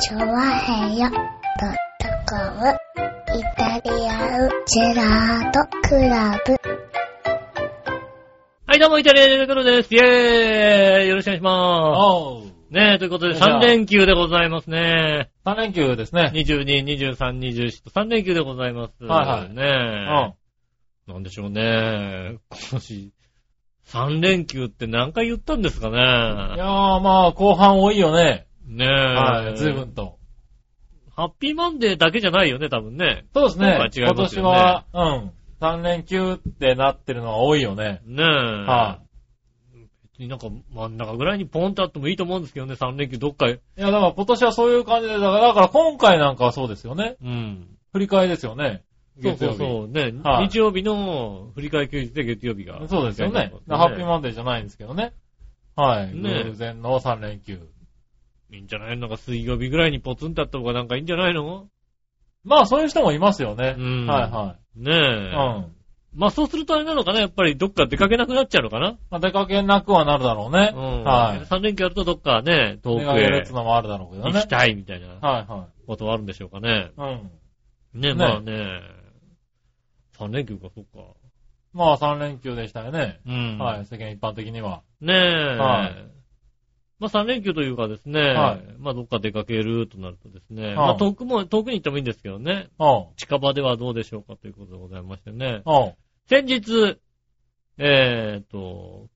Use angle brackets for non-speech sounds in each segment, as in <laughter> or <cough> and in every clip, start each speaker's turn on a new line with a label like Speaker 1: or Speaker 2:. Speaker 1: チョワヘヨドットコムイタリアンジェラートクラブ。
Speaker 2: はい、どうも、イタリアンジェラートです。イェーイよろしくお願いしま
Speaker 3: おう。
Speaker 2: す。ねえ、ということで
Speaker 3: よいしょ
Speaker 2: 3連休でございますね。
Speaker 3: 3連休ですね。
Speaker 2: 22、23、24と3連休でございます。
Speaker 3: はいは
Speaker 2: ね
Speaker 3: いう
Speaker 2: え。
Speaker 3: ん。
Speaker 2: なんでしょうね。今年、3連休って何回言ったんですかね
Speaker 3: いやー、。まあ、後半多いよね。
Speaker 2: ねえ。
Speaker 3: はい、随分と。
Speaker 2: ハッピーマンデーだけじゃないよね、多分ね。
Speaker 3: そうですね。
Speaker 2: 今回違い
Speaker 3: 今
Speaker 2: ます
Speaker 3: 年
Speaker 2: よね
Speaker 3: は、うん。3連休ってなってるのが多いよね。
Speaker 2: ねえ。
Speaker 3: は
Speaker 2: 別になんか真ん中ぐらいにポンとあってもいいと思うんですけどね、3連休どっかへ。
Speaker 3: い。いや、だから今年はそういう感じで、だからだから今回なんかはそうですよね。
Speaker 2: うん。
Speaker 3: 振り替えですよね。
Speaker 2: そうそ
Speaker 3: 月曜
Speaker 2: う
Speaker 3: 日。
Speaker 2: そう。ね、
Speaker 3: はい
Speaker 2: 日曜日の振り替え休日で月曜日が。
Speaker 3: そうですよね。
Speaker 2: ね
Speaker 3: ハッピーマンデーじゃないんですけどね。はい。
Speaker 2: ね
Speaker 3: 偶然の3連休。
Speaker 2: いいんじゃないのなんか水曜日ぐらいにポツンとあった方がなんかいいんじゃないの
Speaker 3: まあ、そういう人もいますよね。
Speaker 2: うん
Speaker 3: はいは
Speaker 2: ねえ。
Speaker 3: い。うん。
Speaker 2: まあそうするとあれなのかなやっぱりどっか出かけなくなっちゃうのかな
Speaker 3: まあ、出かけなくはなるだろうね。
Speaker 2: うん。
Speaker 3: はい。
Speaker 2: 3連休あるとどっかね、遠
Speaker 3: 出
Speaker 2: く
Speaker 3: かける
Speaker 2: へ
Speaker 3: ってのもあるだろうけど
Speaker 2: 行
Speaker 3: ね
Speaker 2: き。たいみたいな
Speaker 3: はいは
Speaker 2: ことはあるんでしょうかね。
Speaker 3: い。うん。
Speaker 2: ね
Speaker 3: ね
Speaker 2: まあね。3連休か、そっか。
Speaker 3: まあ3連休でしたよね。
Speaker 2: うん。
Speaker 3: はい、世間一般的には。
Speaker 2: ねえ。
Speaker 3: はい
Speaker 2: まあ3連休というかですね、
Speaker 3: はい
Speaker 2: まあどっか出かけるとなるとですね、
Speaker 3: ん
Speaker 2: まあ遠くも、遠くに行ってもいいんですけどね、
Speaker 3: おう
Speaker 2: 近場ではどうでしょうかということでございましてね。
Speaker 3: おう
Speaker 2: 先日、えーっと、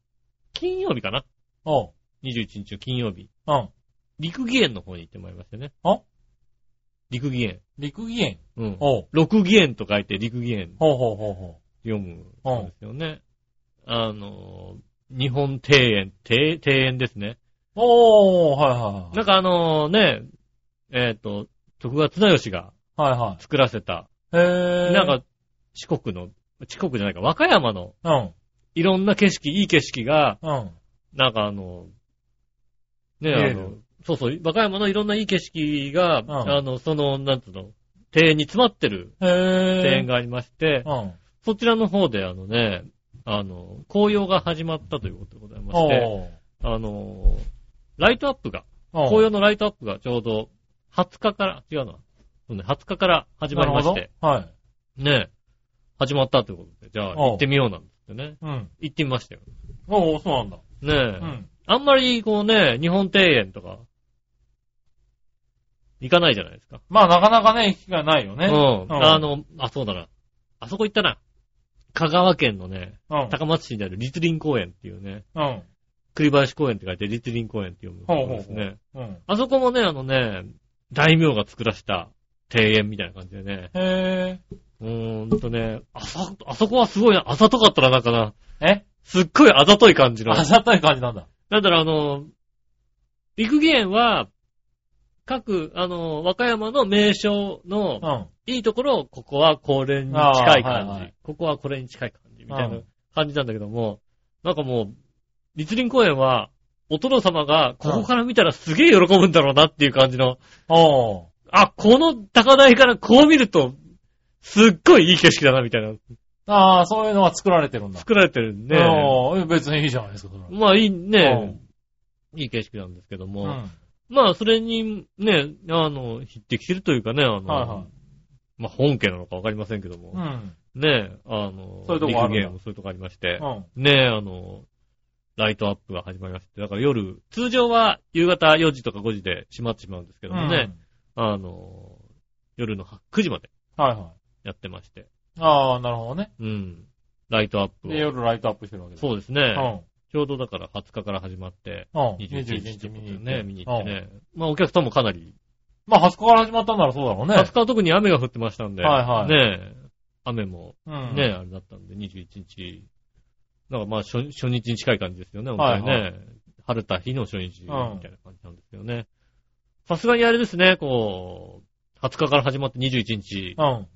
Speaker 2: 金曜日かな
Speaker 3: おう
Speaker 2: ?21 日の金曜日。
Speaker 3: うん。
Speaker 2: 陸義園の方に行ってまいりましたね。
Speaker 3: あ
Speaker 2: 陸義園。
Speaker 3: 陸義園。
Speaker 2: うん。
Speaker 3: おう
Speaker 2: 六義園と書いて陸義園
Speaker 3: ほうほうほうほ
Speaker 2: 読むんですよね。あの、日本庭園、庭庭園ですね。
Speaker 3: う。おー、はいはい
Speaker 2: なんかあのね、えっ、と、徳川綱吉が
Speaker 3: はい。はいは
Speaker 2: 作らせた、
Speaker 3: い。へー。
Speaker 2: なん、か四国の、四国じゃないか、和歌山の
Speaker 3: うん、
Speaker 2: いろんな景色、いい景色が、
Speaker 3: うん。
Speaker 2: なんかあの、ね、
Speaker 3: 見れ
Speaker 2: あ
Speaker 3: る
Speaker 2: の、そうそう、和歌山のいろんないい景色が、
Speaker 3: ん
Speaker 2: あの、その、なんつうの、庭園に詰まってる
Speaker 3: へー。
Speaker 2: 庭園がありまして、
Speaker 3: うん。
Speaker 2: そちらの方であのね、あの、紅葉が始まったということでございまして、
Speaker 3: おう
Speaker 2: あの、ライトアップが、
Speaker 3: おう
Speaker 2: 紅葉のライトアップがちょうど20日から、違うな。そうね、20日から始まりまし
Speaker 3: なる
Speaker 2: て、
Speaker 3: ほどはい。
Speaker 2: ねえ、始まったということで、じゃあ
Speaker 3: おう
Speaker 2: 行ってみようなんですってね。
Speaker 3: うん。
Speaker 2: 行ってみましたよ。
Speaker 3: おうそうなんだ。
Speaker 2: ねえ、
Speaker 3: うん。
Speaker 2: あんまりこうね、日本庭園とか、行かないじゃないですか。
Speaker 3: まあ、なかなかね、行く機会ないよね。
Speaker 2: うん。
Speaker 3: うん
Speaker 2: あの、あ、そうだな。あそこ行ったな。香川県のね、
Speaker 3: うん。
Speaker 2: 高松市にある立林公園っていうね、
Speaker 3: うん。
Speaker 2: 栗林公園って書いて立林公園って読むんですね。
Speaker 3: ほうほううん。
Speaker 2: あそこもね、あのね、大名が作らせた庭園みたいな感じでね。
Speaker 3: へ
Speaker 2: うーんとね、あさ、あそこはすごいな、あざとかったらなんかな、
Speaker 3: ー。え
Speaker 2: すっごいあざとい感じの。
Speaker 3: あざとい感じなんだ。
Speaker 2: なんだろう、あの、陸義園は、各、あの、和歌山の名所の
Speaker 3: う、ん。
Speaker 2: いいところを、ここはこれに近い
Speaker 3: あーはい
Speaker 2: 感じ、
Speaker 3: はい
Speaker 2: ここはこれに近い感じ、みたいうなん感じなんだけども、なんかもう、立林公園は、お殿様が、ここから見たらすげえ喜ぶんだろうなっていう感じの、
Speaker 3: おう
Speaker 2: あ、この高台からこう見ると、すっごいいい景色だな、みたいな。
Speaker 3: ああ、そういうのは作られてるんだ。
Speaker 2: 作られてるんで、
Speaker 3: おう別にいいじゃないですか、それは
Speaker 2: まあいいね、いい景色なんですけども、
Speaker 3: うん。
Speaker 2: まあそれにね、あの、匹敵するというかね、あの、
Speaker 3: はいは
Speaker 2: まあ本家なのかわかりませんけども、
Speaker 3: い。うん。
Speaker 2: ね、あの、
Speaker 3: そういうとこあるんだ
Speaker 2: ゲームそういうとこありまして、
Speaker 3: うん。
Speaker 2: ね、あの、ライトアップが始まりまして、だから夜、通常は夕方4時とか5時で閉まってしまうんですけどもね、あの、夜の9時まで
Speaker 3: うん。はいはい。
Speaker 2: やってまして、
Speaker 3: ああ、なるほどね。
Speaker 2: うん、ライトアップ
Speaker 3: で、
Speaker 2: を。
Speaker 3: 夜ライトアップしてるわけだ。
Speaker 2: そうですね、
Speaker 3: う
Speaker 2: ちょうどだから20日から始まって、
Speaker 3: ん。うん。
Speaker 2: 21
Speaker 3: 21
Speaker 2: 日
Speaker 3: 日
Speaker 2: 見に行
Speaker 3: 見に行
Speaker 2: っ
Speaker 3: ってて
Speaker 2: ね、
Speaker 3: ね。
Speaker 2: 見に行ってね。まあお客さんもかなり、
Speaker 3: うん。まあ、20日から始まったんならそうだろうね。
Speaker 2: 20日は特に雨が降ってましたんで、
Speaker 3: はいはい
Speaker 2: ねえ、雨も
Speaker 3: うん。
Speaker 2: ねえ、あれだったんで、21日、なんかまあ初初日に近い感じですよね、本当にね。
Speaker 3: はいは
Speaker 2: 晴れた日の初日みたい
Speaker 3: うん
Speaker 2: な感じなんですよね。さすがにあれですね、こう、20日から始まって21日、
Speaker 3: うん。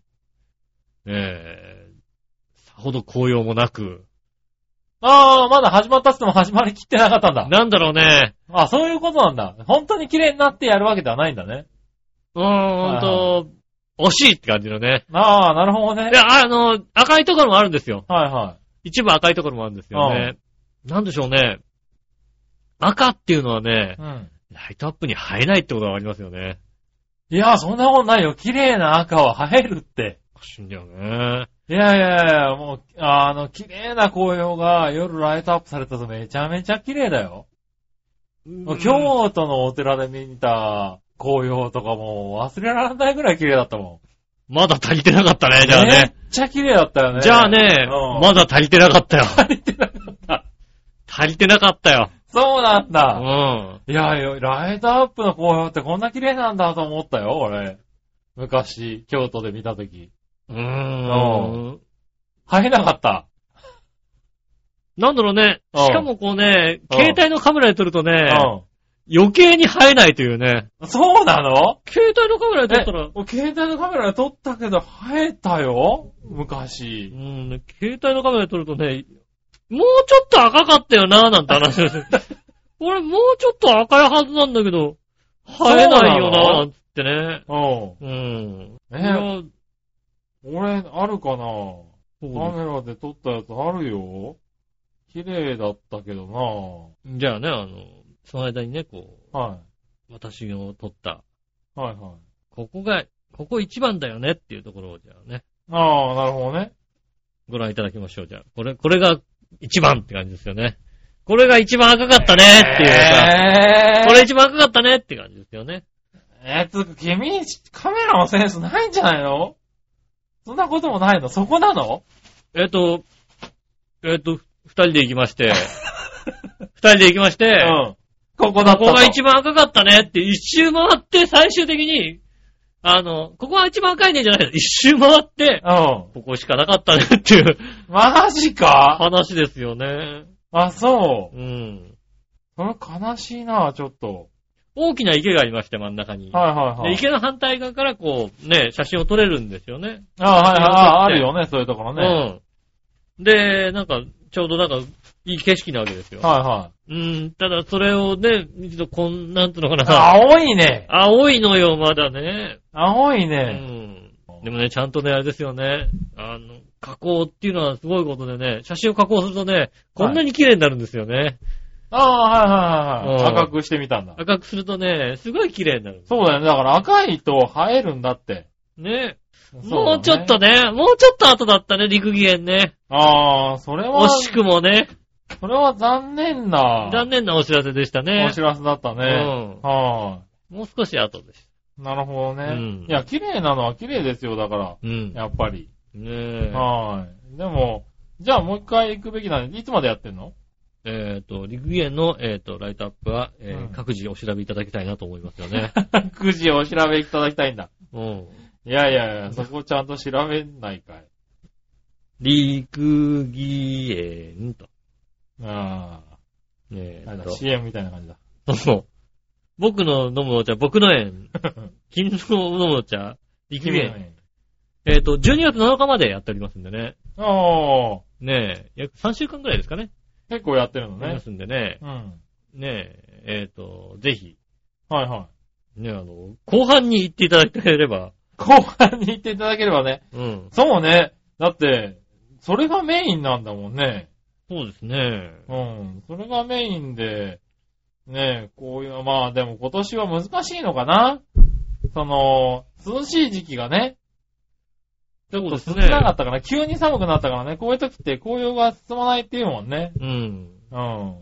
Speaker 2: えー、さほど紅葉もなく、
Speaker 3: ああ、まだ始まったっつっても始まりきってなかったんだ。
Speaker 2: なんだろうね、
Speaker 3: あそういうことなんだ。本当に綺麗になってやるわけではないんだね。
Speaker 2: うーん、ほんと、惜しいって感じのね。
Speaker 3: ああ、なるほどね
Speaker 2: い。や、あの、赤いところもあるんですよ。
Speaker 3: はいは
Speaker 2: 一部赤いところもあるんですよね。なんでしょうね。赤っていうのはね
Speaker 3: い。、うん。
Speaker 2: ライトアップに映えないってことがありますよね。
Speaker 3: いや、そんなことないよ。綺麗な赤は映えるって。
Speaker 2: おかしいんだよね。
Speaker 3: いやいやいや、もう、あの、綺麗な紅葉が夜ライトアップされたとめちゃめちゃ綺麗だよ。
Speaker 2: 今
Speaker 3: 京都のお寺で見た紅葉とかもう忘れられないぐらい綺麗だったも
Speaker 2: まだ足りてなかったね、
Speaker 3: ん。
Speaker 2: じゃあ
Speaker 3: めっ
Speaker 2: ね。
Speaker 3: ちゃ綺麗だったよね。
Speaker 2: じゃあね、
Speaker 3: うん
Speaker 2: まだ足りてなかった <laughs> よ。
Speaker 3: 足りてなかった。
Speaker 2: 足りてなかったよ。
Speaker 3: そうなん
Speaker 2: う
Speaker 3: だ。
Speaker 2: ん。
Speaker 3: いやいや、ライトアップの紅葉ってこんな綺麗なんだと思ったよ、俺。昔、京都で見たとき。
Speaker 2: うーん。
Speaker 3: 入れなかった。
Speaker 2: なんだろうね。
Speaker 3: うん
Speaker 2: しかもこうね、
Speaker 3: うん
Speaker 2: 携帯のカメラで撮るとね、
Speaker 3: う
Speaker 2: 余計に映えないというね。
Speaker 3: ん。そうなの
Speaker 2: 携帯のカメラで撮
Speaker 3: え
Speaker 2: ったら、、
Speaker 3: 俺携帯のカメラで撮ったけど、生えたよ昔
Speaker 2: う。ん、携帯のカメラで撮るとね、もうちょっと赤かったよな、なんて話を <laughs> して。俺もうちょっと赤いはずなんだけど、映えないよな、なんつってね。
Speaker 3: うん。
Speaker 2: うん。
Speaker 3: え
Speaker 2: いや
Speaker 3: 俺、あるかな
Speaker 2: そう
Speaker 3: カメラで撮ったやつあるよ綺麗だったけど
Speaker 2: ですじゃあね、あの、その間にね、こ
Speaker 3: なは
Speaker 2: う、私を撮った、
Speaker 3: い。はいはい。
Speaker 2: ここが、ここ一番だよねっていうところを、じゃあね、
Speaker 3: ああ、なるほどね。
Speaker 2: ご覧いただきましょう。じゃあ、これ、これが一番って感じですよね。これが一番赤かったねっていうさ、
Speaker 3: えー、
Speaker 2: これ一番赤かったねって感じですよね。
Speaker 3: えー、つうか君、カメラのセンスないんじゃないのそんなこともないのそこなの
Speaker 2: えっ、と、えっ、と、二人で行きまして、二人で行きまして、
Speaker 3: うん。ここだったと
Speaker 2: ここが一番赤かったねって一周回って最終的に、あの、ここは一番赤いねじゃないの。一周回って、
Speaker 3: うん。
Speaker 2: ここしかなかったねっていう
Speaker 3: マジか
Speaker 2: 話ですよね。
Speaker 3: あ、そう。
Speaker 2: うん。
Speaker 3: それ悲しいな、ちょっと。
Speaker 2: 大きな池がありまして、真ん中に。
Speaker 3: はいはいは
Speaker 2: で
Speaker 3: い。
Speaker 2: 池の反対側からこう、ね、写真を撮れるんですよね。
Speaker 3: あはいはいあ、あ
Speaker 2: 池
Speaker 3: る
Speaker 2: を
Speaker 3: よね、そういうところね。
Speaker 2: うん。で、なんか、ちょうどなんか、いい景色なわけですよ。
Speaker 3: はいはい。
Speaker 2: うん、ただそれをね、見るとこん、なんていうのかな。
Speaker 3: 青いね。
Speaker 2: 青いのよ、まだね。
Speaker 3: 青いうね。
Speaker 2: ん。でもね、ちゃんとね、あれですよね。あの、加工っていうのはすごいことでね、写真を加工するとね、こんなに綺麗になるんですよね。
Speaker 3: ああ、はいはい
Speaker 2: う
Speaker 3: はいは
Speaker 2: ん
Speaker 3: い。赤くしてみたんだ。
Speaker 2: 赤くするとね、すごい綺麗になる。
Speaker 3: そうだよね。だから赤いと映えるんだって。
Speaker 2: ね。
Speaker 3: そだね
Speaker 2: もうちょっと。ね、もうちょっと後だったね、陸義園ね。
Speaker 3: ああ、それは
Speaker 2: 惜、しくもね、
Speaker 3: それは残念な。
Speaker 2: 残念なお知らせでしたね
Speaker 3: お。知らせだったね。
Speaker 2: う
Speaker 3: は
Speaker 2: もう少し後です。
Speaker 3: い。なるほどね。
Speaker 2: うん
Speaker 3: いや、綺麗なのは綺麗ですよ、だから。
Speaker 2: うん。ね
Speaker 3: やっぱり。
Speaker 2: え。
Speaker 3: はい。でも、じゃあもう一回行くべきなんで、いつまでやってんの
Speaker 2: えっ、と、陸義園の、えっ、と、ライトアップは、えー
Speaker 3: うん
Speaker 2: 各自お調べいただきたいなと思いますよ
Speaker 3: <laughs>
Speaker 2: ね。
Speaker 3: ?9 時お調べいただきたいんだ。
Speaker 2: うん。
Speaker 3: いやいやいや、そこちゃんと調べないかい。
Speaker 2: 陸義園と。
Speaker 3: あ
Speaker 2: ねえ
Speaker 3: あ、あれだ
Speaker 2: と
Speaker 3: CM みたいな感じだ。
Speaker 2: そうそう。僕の飲むお茶、僕の
Speaker 3: <laughs>
Speaker 2: 園。君の飲むお茶、陸義園。えっ、と、12月7日までやっておりますんでね。
Speaker 3: ああ、
Speaker 2: ねえ、約3週間くらいですかね。
Speaker 3: 結構やってるの
Speaker 2: やりま
Speaker 3: ね。
Speaker 2: すんでね。
Speaker 3: うん。
Speaker 2: ねえ、えっ、と、ぜひ、
Speaker 3: はいはい。
Speaker 2: ね、あの、後半に行っていただければ、
Speaker 3: 後半に行っていただければね。
Speaker 2: うん。
Speaker 3: そうね。だって、それがメインなんだもんね。
Speaker 2: そうですね。
Speaker 3: うん。それがメインで、ねえ、こういうの、まあでも今年は難しいのかなその、涼しい時期がね、
Speaker 2: ちょっ
Speaker 3: 少なかったから、急に寒くなったからね、こういう時って紅葉が進まないっていうもんね。
Speaker 2: うん。
Speaker 3: うん。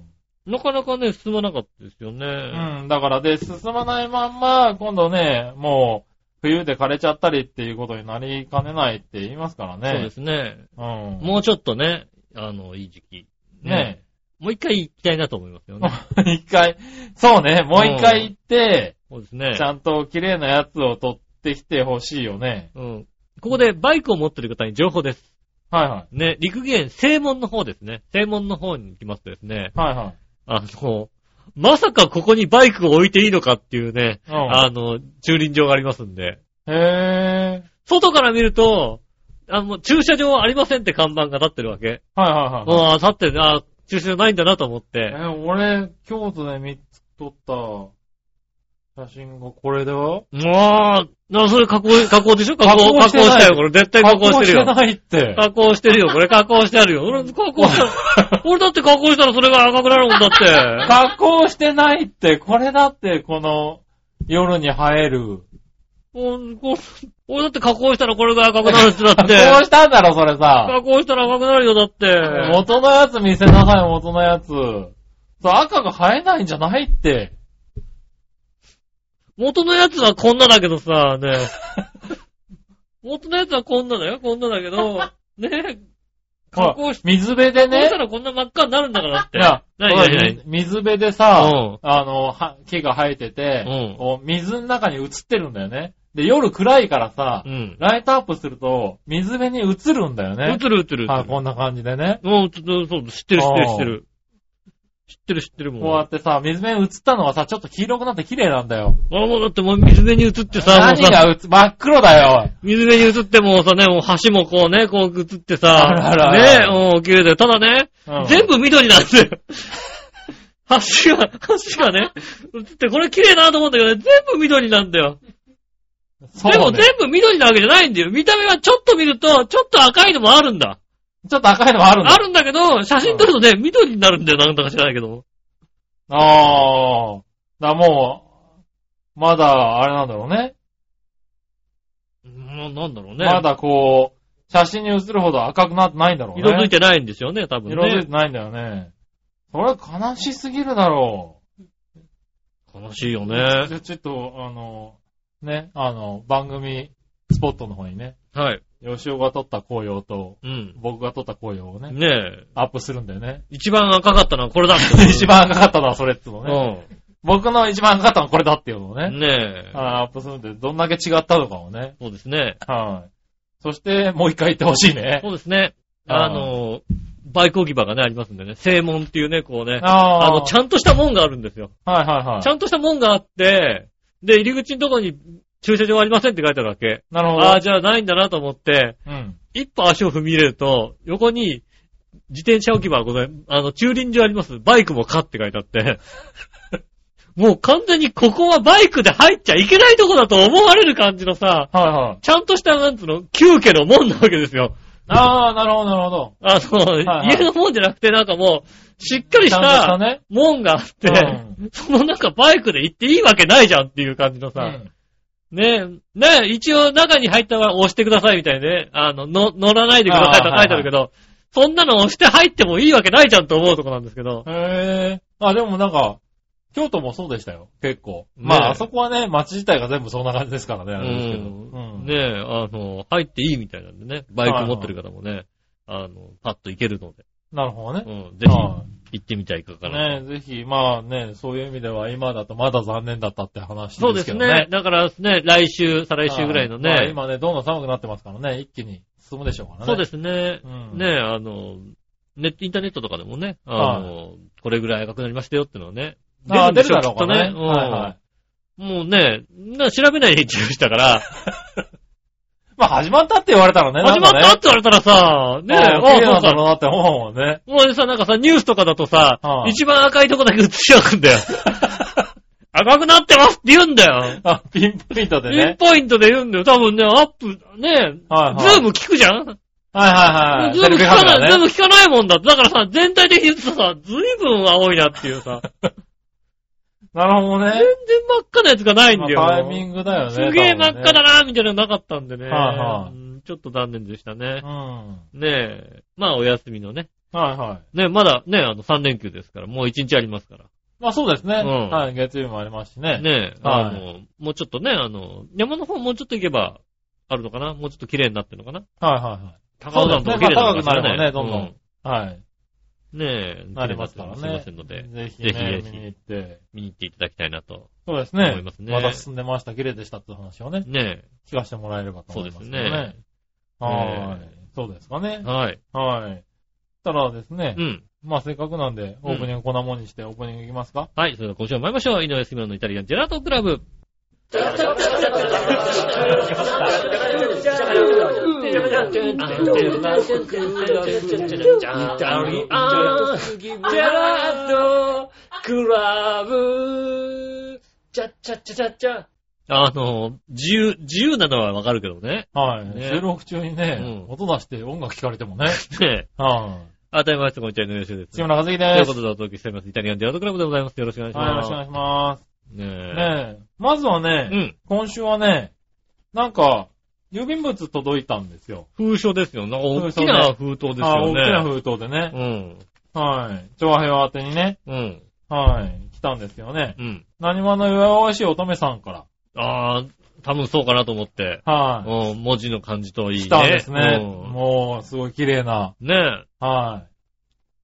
Speaker 2: なかなかね、進まなかったですよね。
Speaker 3: うん、だからで、進まないまんま、今度ね、もう、冬で枯れちゃったりっていうことになりかねないって言いますからね。
Speaker 2: そうですね。
Speaker 3: うん。
Speaker 2: もうちょっとね、あの、いい時期。
Speaker 3: ね
Speaker 2: もう一回行きたいなと思いますよね。
Speaker 3: 一回、そうね、もう一回行って、
Speaker 2: そうですね
Speaker 3: ち。ゃんと綺麗なやつを取ってきてほしいよね。
Speaker 2: うん。ここでバイクを持ってる方に情報です。
Speaker 3: はいは
Speaker 2: ね、陸義園、正門の方ですね。正門の方に行きますとですね、
Speaker 3: い。はいはい。
Speaker 2: あの、まさかここにバイクを置いていいのかっていうね、
Speaker 3: うん
Speaker 2: あの、駐輪場がありますんで。
Speaker 3: へ
Speaker 2: 外から見ると、あもう駐車場はありませんって看板が立ってるわけ。
Speaker 3: ぇー。はいはいは
Speaker 2: あ
Speaker 3: い。
Speaker 2: あ、立ってるな、駐車場ないんだなと思って
Speaker 3: え。ー俺、京都で見つ撮った写真がこれだよ。
Speaker 2: まあ、な、それ加工、加工でしょ加工、加
Speaker 3: 加工
Speaker 2: 工
Speaker 3: してない
Speaker 2: したよ。これ絶対加工してるよ
Speaker 3: 加。工してないって。
Speaker 2: 加工してるよ。これ加工してあるよ。俺、加工
Speaker 3: <laughs>
Speaker 2: した。俺だって加工したらそれが赤くなるもんだって。
Speaker 3: 加工してないって、これだって、この、夜に映える。
Speaker 2: おこ俺だって加工したらこれが赤くなるってだっ
Speaker 3: 加
Speaker 2: て。
Speaker 3: 工したんだろ、それさ。
Speaker 2: 加工したら赤くなるよ、だって。
Speaker 3: 元のやつ見せなさい、元のやつ。そう、赤が生えないんじゃないって。
Speaker 2: 元のやつはこんなだけどさ、
Speaker 3: <laughs>
Speaker 2: ね。元のやつはこんなだよ、こんなだけど、ね。加工し
Speaker 3: ほら水辺で
Speaker 2: 加工し
Speaker 3: ね
Speaker 2: た。らこんな真っ赤になるんだからだって。
Speaker 3: いや、
Speaker 2: 何
Speaker 3: ほら
Speaker 2: 何何
Speaker 3: 水辺でさ、
Speaker 2: うん
Speaker 3: あの、は木が生えてて、
Speaker 2: うん
Speaker 3: こう水の中に映ってるんだよね。で、夜暗いからさ、
Speaker 2: うん。
Speaker 3: ライトアップすると、水辺に映るんだよ
Speaker 2: 映
Speaker 3: ね。
Speaker 2: る映る映
Speaker 3: はい、
Speaker 2: る。
Speaker 3: こんな感じでね。
Speaker 2: もう、ちょっと、そう、知ってる知ってる知ってる。知ってる知ってる
Speaker 3: こうや
Speaker 2: も
Speaker 3: ってさ、水辺に映ったのはさ、ちょっと黄色くなって綺麗なんだよ。
Speaker 2: ん。あ、もうだってもう水辺に映ってさ、もう
Speaker 3: 何
Speaker 2: さ、
Speaker 3: が映、真っ黒だよ。
Speaker 2: 水辺に映ってもうさね、もう橋もこうね、こう映ってさ、
Speaker 3: あらあらあ
Speaker 2: ね
Speaker 3: ら、
Speaker 2: もう綺麗だよ。ただね、
Speaker 3: うん
Speaker 2: 全部緑なん <laughs> だよ。橋が、橋がね、映って、これ綺麗だなと思うんだけどね、全部緑なんだよ。
Speaker 3: そう
Speaker 2: でも
Speaker 3: ね
Speaker 2: 全部緑なわけじゃないんだよ。見た目はちょっと見ると、ちょっと赤いのもあるんだ。
Speaker 3: ちょっと赤いのもあるんだ。
Speaker 2: あるんだけど、写真撮るとね、緑になるんだよ。なんだか知らないけども。
Speaker 3: ああ。だ、もう、まだ、あれなんだろうね。
Speaker 2: うんなんだろうね。
Speaker 3: まだこう、写真に写るほど赤くなってないんだろうね。
Speaker 2: 色づいてないんですよね、多分ね。
Speaker 3: 色づいてないんだよね。それは悲しすぎるだろ
Speaker 2: 悲しいよ
Speaker 3: う。
Speaker 2: ね
Speaker 3: じ。ゃ、ちょっと、あの、ね、あの、番組、スポットの方にね、
Speaker 2: はい。
Speaker 3: 吉尾が撮った紅葉と、
Speaker 2: うん。
Speaker 3: 僕が撮った紅葉をね、
Speaker 2: ねえ。
Speaker 3: アップするんだよね。
Speaker 2: 一番赤かったのはこれだって。
Speaker 3: <laughs> 一番赤かったのはそれっつうのね。
Speaker 2: <laughs> ね。
Speaker 3: 僕の一番赤かったのはこれだっていうのを
Speaker 2: う
Speaker 3: ね
Speaker 2: ん。、ねえ。
Speaker 3: あーアップするんで、どんだけ違ったのかもね。
Speaker 2: そうですね。
Speaker 3: はい。そして、もう一回言ってほしいね。
Speaker 2: そうですね。
Speaker 3: あー
Speaker 2: あの、バイク置き場がね、ありますんでね。正門っていうね、こうね。
Speaker 3: あ
Speaker 2: あ
Speaker 3: あ
Speaker 2: の、ちゃんとした門があるんですよ。
Speaker 3: はいはいはい。
Speaker 2: ちゃんとした門があって、で、入り口のとこに駐車場ありませんって書いてあるわけ。
Speaker 3: なるほど。
Speaker 2: ああ、じゃあないんだなと思って、
Speaker 3: うん。
Speaker 2: 一歩足を踏み入れると、横に、自転車置き場はござい、あの、駐輪場あります。バイクもかって書いてあって。 <laughs> もう完全にここはバイクで入っちゃいけないとこだと思われる感じのさ、
Speaker 3: はいはい。
Speaker 2: ちゃんとした、なんつうの、旧家の門なわけですよ。
Speaker 3: ああ、なるほど、なるほど。
Speaker 2: あの、
Speaker 3: はいはい
Speaker 2: 家の門じゃなくて、なんかもう、しっかりし
Speaker 3: ちゃんとした
Speaker 2: た
Speaker 3: ね。
Speaker 2: 門があって、
Speaker 3: う
Speaker 2: その中バイクで行っていいわけないじゃんっていう感じのさ、
Speaker 3: うん
Speaker 2: ねえ、ねえ、一応中に入ったら押してくださいみたいにね、あの、の乗らないでくださいと
Speaker 3: あ
Speaker 2: 書
Speaker 3: あ
Speaker 2: いてあるけど、そんなの押して入ってもいいわけないじゃんと思うとこなんですけど、
Speaker 3: へえ。あ、でもなんか、京都もそうでしたよ。結構。
Speaker 2: ねえ
Speaker 3: まあ、あそこはね、街自体が全部そんな感じですからね、あれですけど。
Speaker 2: うんねえ、あの、入っていいみたいなんでね、バイク持ってる方もね、あの、パッと行けるので、
Speaker 3: なるほどね
Speaker 2: う。ん、ぜひ
Speaker 3: は
Speaker 2: 行ってみたいかか
Speaker 3: い
Speaker 2: ら。
Speaker 3: ねえ、ぜひ、まあね、そういう意味では今だとまだ残念だったって話
Speaker 2: そうで
Speaker 3: で
Speaker 2: す
Speaker 3: け
Speaker 2: す
Speaker 3: ど
Speaker 2: ね
Speaker 3: ね。。
Speaker 2: だからね、来週、再来週ぐらいのね、
Speaker 3: はいまあ今ね、どんどん寒くなってますからね、一気に進むでしょうからね。。
Speaker 2: そうですすね。
Speaker 3: うん
Speaker 2: ねえ、あの、ネット、インターネットとかでもね、あの、これぐらい赤くなりましたよってのはね。
Speaker 3: ああ、
Speaker 2: んで
Speaker 3: 出
Speaker 2: し
Speaker 3: る
Speaker 2: ょ
Speaker 3: だろうかね。
Speaker 2: きっと
Speaker 3: はいはい。
Speaker 2: うんもうね、な調べないで一応したから、
Speaker 3: まあ、始まったって言われたらね、
Speaker 2: 始まったって言
Speaker 3: ね
Speaker 2: われたらさ、ねえ、
Speaker 3: あ
Speaker 2: あ
Speaker 3: あ、綺麗
Speaker 2: あ、そ
Speaker 3: な
Speaker 2: うん
Speaker 3: だろ
Speaker 2: か。
Speaker 3: うなって思うもん
Speaker 2: <laughs>
Speaker 3: ね。
Speaker 2: もうさ、なんかさ、ニュースとかだとさ
Speaker 3: あ、あ
Speaker 2: 一番赤いとこだけ映しちゃうん
Speaker 3: <laughs>
Speaker 2: だよ。赤くなってますって言うんだよ。
Speaker 3: あ、ピンポイントで
Speaker 2: ピン
Speaker 3: ね。
Speaker 2: ポイントで言うんだよ。多分ね、アップ、ねえ、
Speaker 3: はいはい
Speaker 2: ズーム聞くじゃん
Speaker 3: はいはいはい。
Speaker 2: ズーム聞かない、ズーム
Speaker 3: ね。
Speaker 2: 聞かないもんだって。だからさ、全体的に言ってさ、ずいぶん青いなっていうさ、
Speaker 3: なるほど
Speaker 2: 全
Speaker 3: ね
Speaker 2: 然。真っ赤なやつがないんだよ。
Speaker 3: まあタイミングだよね。
Speaker 2: すげえ真っ赤だ
Speaker 3: な。
Speaker 2: なみたいなのなかったんでね、
Speaker 3: はいはい
Speaker 2: うんちょっと残念でしたね
Speaker 3: う。ん。
Speaker 2: ねえ、まあお休みのね。
Speaker 3: はいはい。
Speaker 2: ねえまだね、あの3連休ですから、もう1日ありますか
Speaker 3: まあそうですね。
Speaker 2: うん
Speaker 3: はい、月曜日もありますし
Speaker 2: ら。
Speaker 3: ね。
Speaker 2: ねえ、
Speaker 3: はい
Speaker 2: あの、もうちょっとね、あの、山の方もうちょっと行けば、あるのかなもうちょっと綺麗になってるのかな
Speaker 3: はいは
Speaker 2: 高尾山とか
Speaker 3: そう
Speaker 2: 綺麗
Speaker 3: ですね
Speaker 2: なのかしら
Speaker 3: まあ高くなるもんねいはい。はい。
Speaker 2: うんねえ、
Speaker 3: なりますからね
Speaker 2: 綺麗になってるかもしれませんので、
Speaker 3: ぜひね、
Speaker 2: ぜひぜひ
Speaker 3: 見に行って。
Speaker 2: 見に行っていただきたいなと。
Speaker 3: そうですね。
Speaker 2: 思いますね
Speaker 3: だ進んでました、綺麗でしたって話をね、
Speaker 2: ね
Speaker 3: 聞かせてもらえればと思いますけど
Speaker 2: そうですね。
Speaker 3: はー
Speaker 2: ね
Speaker 3: い。そうですか
Speaker 2: え、
Speaker 3: ね。
Speaker 2: はい。
Speaker 3: はい。たらですね
Speaker 2: う、ん。
Speaker 3: まあせっかくなんで、
Speaker 2: うん
Speaker 3: オープニングこんなもんにしてオープニングいきますか
Speaker 2: はい、それでは今週も参りましょう。井上杉村のイタリアンジェラートクラブ。あの、自由、自由なのはわかるけどね。
Speaker 3: はい。
Speaker 2: ね
Speaker 3: 収録中にね、
Speaker 2: うん
Speaker 3: 音出して音楽聞かれてもね。
Speaker 2: ねえ。
Speaker 3: はい。
Speaker 2: あたりまして、こんにちは、井上杉です。
Speaker 3: 杉
Speaker 2: と
Speaker 3: 村和樹
Speaker 2: いう
Speaker 3: です。
Speaker 2: ことでお届けしております。イタリアンジェラートクラブでございます。よろしくお願いし
Speaker 3: はい、よろしくお
Speaker 2: ま
Speaker 3: 願いします。
Speaker 2: す。ねえ。
Speaker 3: ねえ、まずはね、
Speaker 2: うん。
Speaker 3: 今週はね、なんか、郵便物届いたんですよ。
Speaker 2: 封書ですよ。なんか大きな封筒です
Speaker 3: あ
Speaker 2: よ
Speaker 3: 大きな
Speaker 2: ね。
Speaker 3: 封筒でね。
Speaker 2: うん。
Speaker 3: はい。調和平和宛てにね。
Speaker 2: うん。
Speaker 3: はい。来たんですよね。
Speaker 2: うん。
Speaker 3: 何者よわわしい乙女さんか
Speaker 2: ああ、多分そうかなと思って。
Speaker 3: ら。は
Speaker 2: うん、文字の感じといい
Speaker 3: い。
Speaker 2: ね。
Speaker 3: 来たんですね。
Speaker 2: うん
Speaker 3: もう、すごい綺麗な。
Speaker 2: ねえ。
Speaker 3: はい。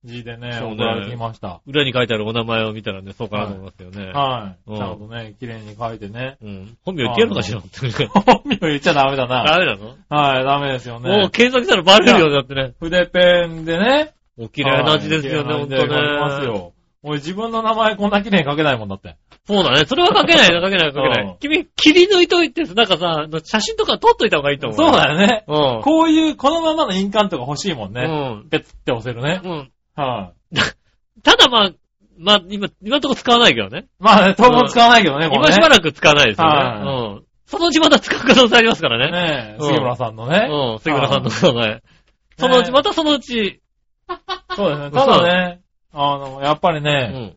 Speaker 3: 字でね、
Speaker 2: そうね
Speaker 3: 送られてきました。
Speaker 2: 裏に書いてあるお名前を見たらね、そうかなと思いますよね。
Speaker 3: はい。
Speaker 2: うん
Speaker 3: ちゃんとね、綺麗に書いてね。 <laughs>
Speaker 2: うん。本名言ってやるのかしらって。
Speaker 3: 本名言っちゃダメだな。
Speaker 2: ダメなの
Speaker 3: はい、ダメです
Speaker 2: も
Speaker 3: よ
Speaker 2: う
Speaker 3: ね。
Speaker 2: 検索したらバレるよ、だってね。
Speaker 3: 筆ペンでね。
Speaker 2: お綺麗な字ですよね、
Speaker 3: はい
Speaker 2: ほんと
Speaker 3: 綺麗な字で書きま
Speaker 2: ね。
Speaker 3: すよ。俺自分の名前こんな綺麗に書けないもんだって。
Speaker 2: そうだね。それは書け
Speaker 3: <laughs>
Speaker 2: ないな、書けない、書けな
Speaker 3: う
Speaker 2: い
Speaker 3: ん。
Speaker 2: 君、切り抜いといて、なんかさ、写真とか撮っといた方がいいと思う。
Speaker 3: そうだよね。
Speaker 2: よ。
Speaker 3: こういう、このままの印鑑とか欲しいもん
Speaker 2: う
Speaker 3: ね。
Speaker 2: ん。
Speaker 3: ペツって押せるね。
Speaker 2: うん。うん。
Speaker 3: はい。
Speaker 2: ただまあ、まあ、今、今のとこ使わないけどね。
Speaker 3: まあね、当分使わないけどね、これね
Speaker 2: 今しばらく使わないです
Speaker 3: は
Speaker 2: よね。うん。そのうちまた使う可能性ありますからね。
Speaker 3: ねえ、
Speaker 2: うん
Speaker 3: 杉村さんのね。
Speaker 2: うん。杉村さんの名前。そのうち、またそのうち。
Speaker 3: そうですね。ただね、あの、やっぱり
Speaker 2: う
Speaker 3: ね、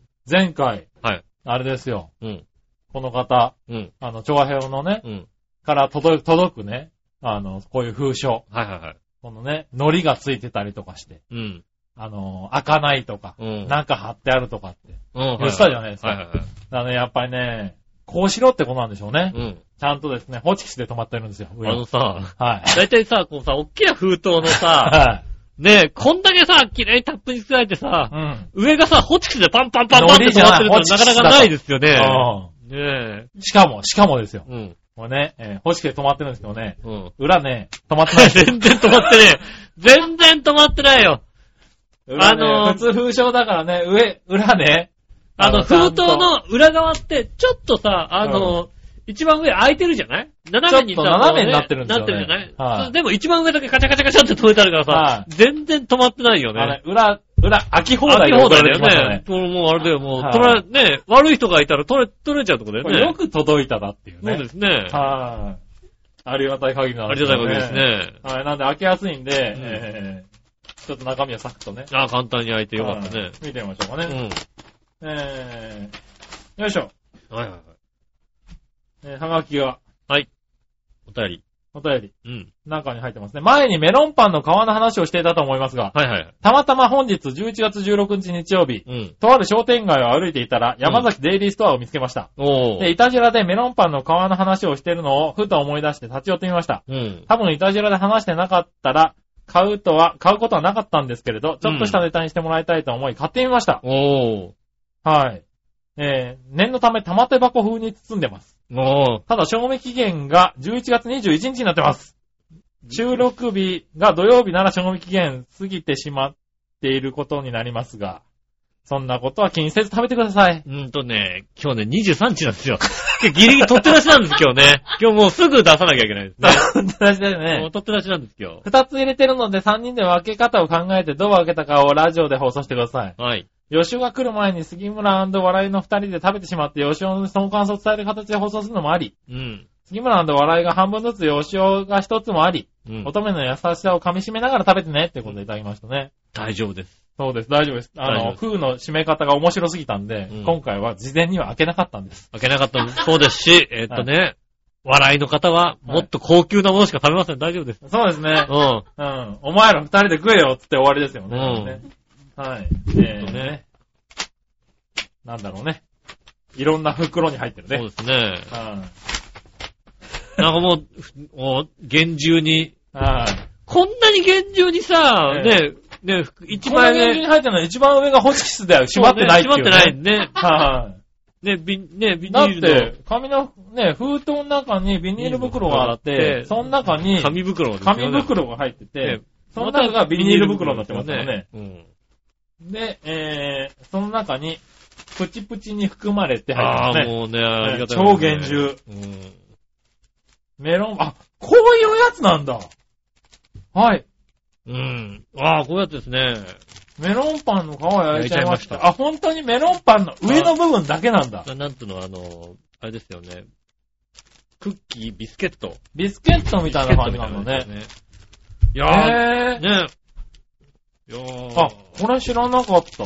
Speaker 2: ん。
Speaker 3: 前回、
Speaker 2: はい。
Speaker 3: あれですよ、
Speaker 2: うん。
Speaker 3: この方、
Speaker 2: うん。
Speaker 3: あの、調和表のね、
Speaker 2: うん。
Speaker 3: から届く、届くね、あの、こういう封書、
Speaker 2: はいはいはい。
Speaker 3: このね、糊がついてたりとかして、
Speaker 2: うん。
Speaker 3: あの、開かないとか、
Speaker 2: うん。
Speaker 3: 中貼ってあるとかって。
Speaker 2: うん。
Speaker 3: 言ってたじゃないですか
Speaker 2: はいはいはい。
Speaker 3: だからね、やっぱりね、こうしろってことなんでしょうね。
Speaker 2: うん。
Speaker 3: ちゃんとですね、ホチキスで止まってるんですよ、
Speaker 2: あ
Speaker 3: 上
Speaker 2: の
Speaker 3: は。 <laughs>
Speaker 2: さ、
Speaker 3: はい。
Speaker 2: だいたいさ、こうさ、おっきな封筒のさ、
Speaker 3: <laughs> はい。
Speaker 2: ねえ、こんだけさ、綺麗にタップにつないでさ
Speaker 3: う、ん。
Speaker 2: 上がさ、ホチキスでパンパンパンパンって止まってるのはなかなかないですよね。ねえ。
Speaker 3: うんしかも、しかもですよ。
Speaker 2: うん。
Speaker 3: もうね、えー、ホチキスで止まってるんですけどね、
Speaker 2: うん。
Speaker 3: 裏ね、止まってない。
Speaker 2: 全然止まってねえ。全然止まってないよ。
Speaker 3: 裏ね
Speaker 2: あのー
Speaker 3: 普通風潮だからね、上、裏ね。
Speaker 2: あの、
Speaker 3: ちゃ
Speaker 2: 封
Speaker 3: ん
Speaker 2: 筒
Speaker 3: と
Speaker 2: の裏側って、ちょっとさ、あの、一番上空いてるじゃない斜めにさ、
Speaker 3: ちょっと斜めになってるんですよね
Speaker 2: なってるじゃない、
Speaker 3: はい
Speaker 2: そうでも一番上だけカチャカチャカチャって止めてあるからさ、
Speaker 3: はい
Speaker 2: 全然止まってないよ
Speaker 3: あの
Speaker 2: ね。
Speaker 3: 裏、裏、開き放
Speaker 2: あ
Speaker 3: 題
Speaker 2: り
Speaker 3: で
Speaker 2: 放
Speaker 3: 送
Speaker 2: 題だ
Speaker 3: られてきました
Speaker 2: よね
Speaker 3: ね。。
Speaker 2: もうもうあれだよ、もう、
Speaker 3: はい
Speaker 2: 取られ、ね、悪い人がいたら取れ、取れちゃうとこだよ
Speaker 3: これよ
Speaker 2: ね。
Speaker 3: く届いたなっていう
Speaker 2: そう
Speaker 3: ね
Speaker 2: で。すね。
Speaker 3: はい。ありがたい限りなん
Speaker 2: ありがたいわけです
Speaker 3: ね。
Speaker 2: ね。
Speaker 3: はい、なんで開けやすいんで、えー、ちょっと中身はサクッとね。
Speaker 2: ああ、簡単に開いてよかった
Speaker 3: は
Speaker 2: ね
Speaker 3: い。見てみましょうか
Speaker 2: う
Speaker 3: ね。
Speaker 2: ん。
Speaker 3: えー、よいしょ。
Speaker 2: はいはいはい。
Speaker 3: えー、はがきが、
Speaker 2: お便り。
Speaker 3: お便り、
Speaker 2: うん。
Speaker 3: 中に入ってますね。前にメロンパンの皮の話をしていたと思いますが、
Speaker 2: はいはい。
Speaker 3: たまたま本日11月16日日曜日、
Speaker 2: うん。
Speaker 3: とある商店街を歩いていたら、山崎デイリーストアを見つけました。
Speaker 2: お
Speaker 3: で、
Speaker 2: ー。
Speaker 3: イタジラでメロンパンの皮の話をしているのをふと思い出して立ち寄ってみました。
Speaker 2: うん。
Speaker 3: 多分イタジラで話してなかったら、買うとは、買うことはなかったんですけれど、ちょっとしたネタにしてもらいたいと思い、買ってみました。
Speaker 2: おー。
Speaker 3: はい。えー、念のため玉手箱風に包んでます。
Speaker 2: おー。
Speaker 3: ただ、賞味期限が11月21日になってます。収録日が土曜日なら賞味期限過ぎてしまっていることになりますが、そんなことは気にせず食べてください。
Speaker 2: うーんとね、今日ね、23日なんですよ。今日ギリギリ取って出しなんです、今日ね。今日もうすぐ出さなきゃいけない
Speaker 3: <laughs>
Speaker 2: ですね。
Speaker 3: 大事だよ
Speaker 2: もう。取って出しなんです、今
Speaker 3: 二つ入れてるので三人で分け方を考えてどう分けたかをラジオで放送してください。
Speaker 2: 日。はい。
Speaker 3: 予習が来る前に杉村笑いの二人で食べてしまって予習のその感想を伝える形で放送するのもあり、
Speaker 2: うん。
Speaker 3: 杉村笑いが半分ずつ予習が一つもあり、
Speaker 2: うん。
Speaker 3: 乙女の優しさを噛み締めながら食べてねってことでいただきましたね。
Speaker 2: 大丈夫です。
Speaker 3: そうです、大丈夫です。あ
Speaker 2: 大丈夫
Speaker 3: の、
Speaker 2: です
Speaker 3: 封の締め方が面白すぎたんで、
Speaker 2: うん
Speaker 3: 今回は事前には開けなかったんです。
Speaker 2: 開けなかったそうですし、えーっとね、笑いの方は、もっと高級なものしか食べません。大丈夫です。
Speaker 3: そうですね
Speaker 2: う。ん。
Speaker 3: うん。お前ら二人で食えよっつって終わりですよね。
Speaker 2: うん
Speaker 3: ねはい。え
Speaker 2: ほん
Speaker 3: ー、
Speaker 2: と
Speaker 3: ね
Speaker 2: ね。
Speaker 3: なんだろうね。いろんな袋に入ってる
Speaker 2: そう
Speaker 3: ね。
Speaker 2: ですね。
Speaker 3: は
Speaker 2: なんかもうふ、もう、厳重に、
Speaker 3: い。はい。
Speaker 2: こんなに厳重にさ、
Speaker 3: え
Speaker 2: ね、ね、一
Speaker 3: 一番
Speaker 2: 枚
Speaker 3: 上に
Speaker 2: 目、
Speaker 3: 入ってるのは一番上がホチキスだよ。閉まってないっていう、
Speaker 2: そうね閉まってないね。
Speaker 3: は
Speaker 2: ね、ビン、ね、ビ
Speaker 3: い。
Speaker 2: ニ
Speaker 3: だっ
Speaker 2: ール
Speaker 3: て、紙の、ね、封筒の中にビニール袋があっ、
Speaker 2: ビニール袋があってて
Speaker 3: その中に
Speaker 2: の紙袋ですよね
Speaker 3: 紙袋が入ってて
Speaker 2: ね、
Speaker 3: その中がビニール袋になってますよね。。
Speaker 2: うん。
Speaker 3: で、えー、その中に、プチプチに含まれて
Speaker 2: あ
Speaker 3: 入って
Speaker 2: あ、
Speaker 3: ますね。
Speaker 2: もうね、ありがたい、
Speaker 3: 超厳重。
Speaker 2: うん。
Speaker 3: メロン、あ、こういうやつなんだ。はい。
Speaker 2: うん。ああ、こうやってですね。
Speaker 3: メロンパンの皮焼いちゃ
Speaker 2: 焼いちゃい
Speaker 3: いました。
Speaker 2: ました
Speaker 3: あ、本当にメロンパンの上の部分だけなんだ。
Speaker 2: ななんていうの、あの、あれですよね。クッキー、ビスケット。
Speaker 3: ビスケットみ
Speaker 2: ビ
Speaker 3: た
Speaker 2: ス
Speaker 3: い
Speaker 2: ケ
Speaker 3: な
Speaker 2: ット
Speaker 3: 感じ
Speaker 2: みた
Speaker 3: ないの
Speaker 2: な
Speaker 3: ね
Speaker 2: やつ。ですね。い
Speaker 3: へ
Speaker 2: や
Speaker 3: ー
Speaker 2: ー、ね。いやー
Speaker 3: あ、これ知らなかった。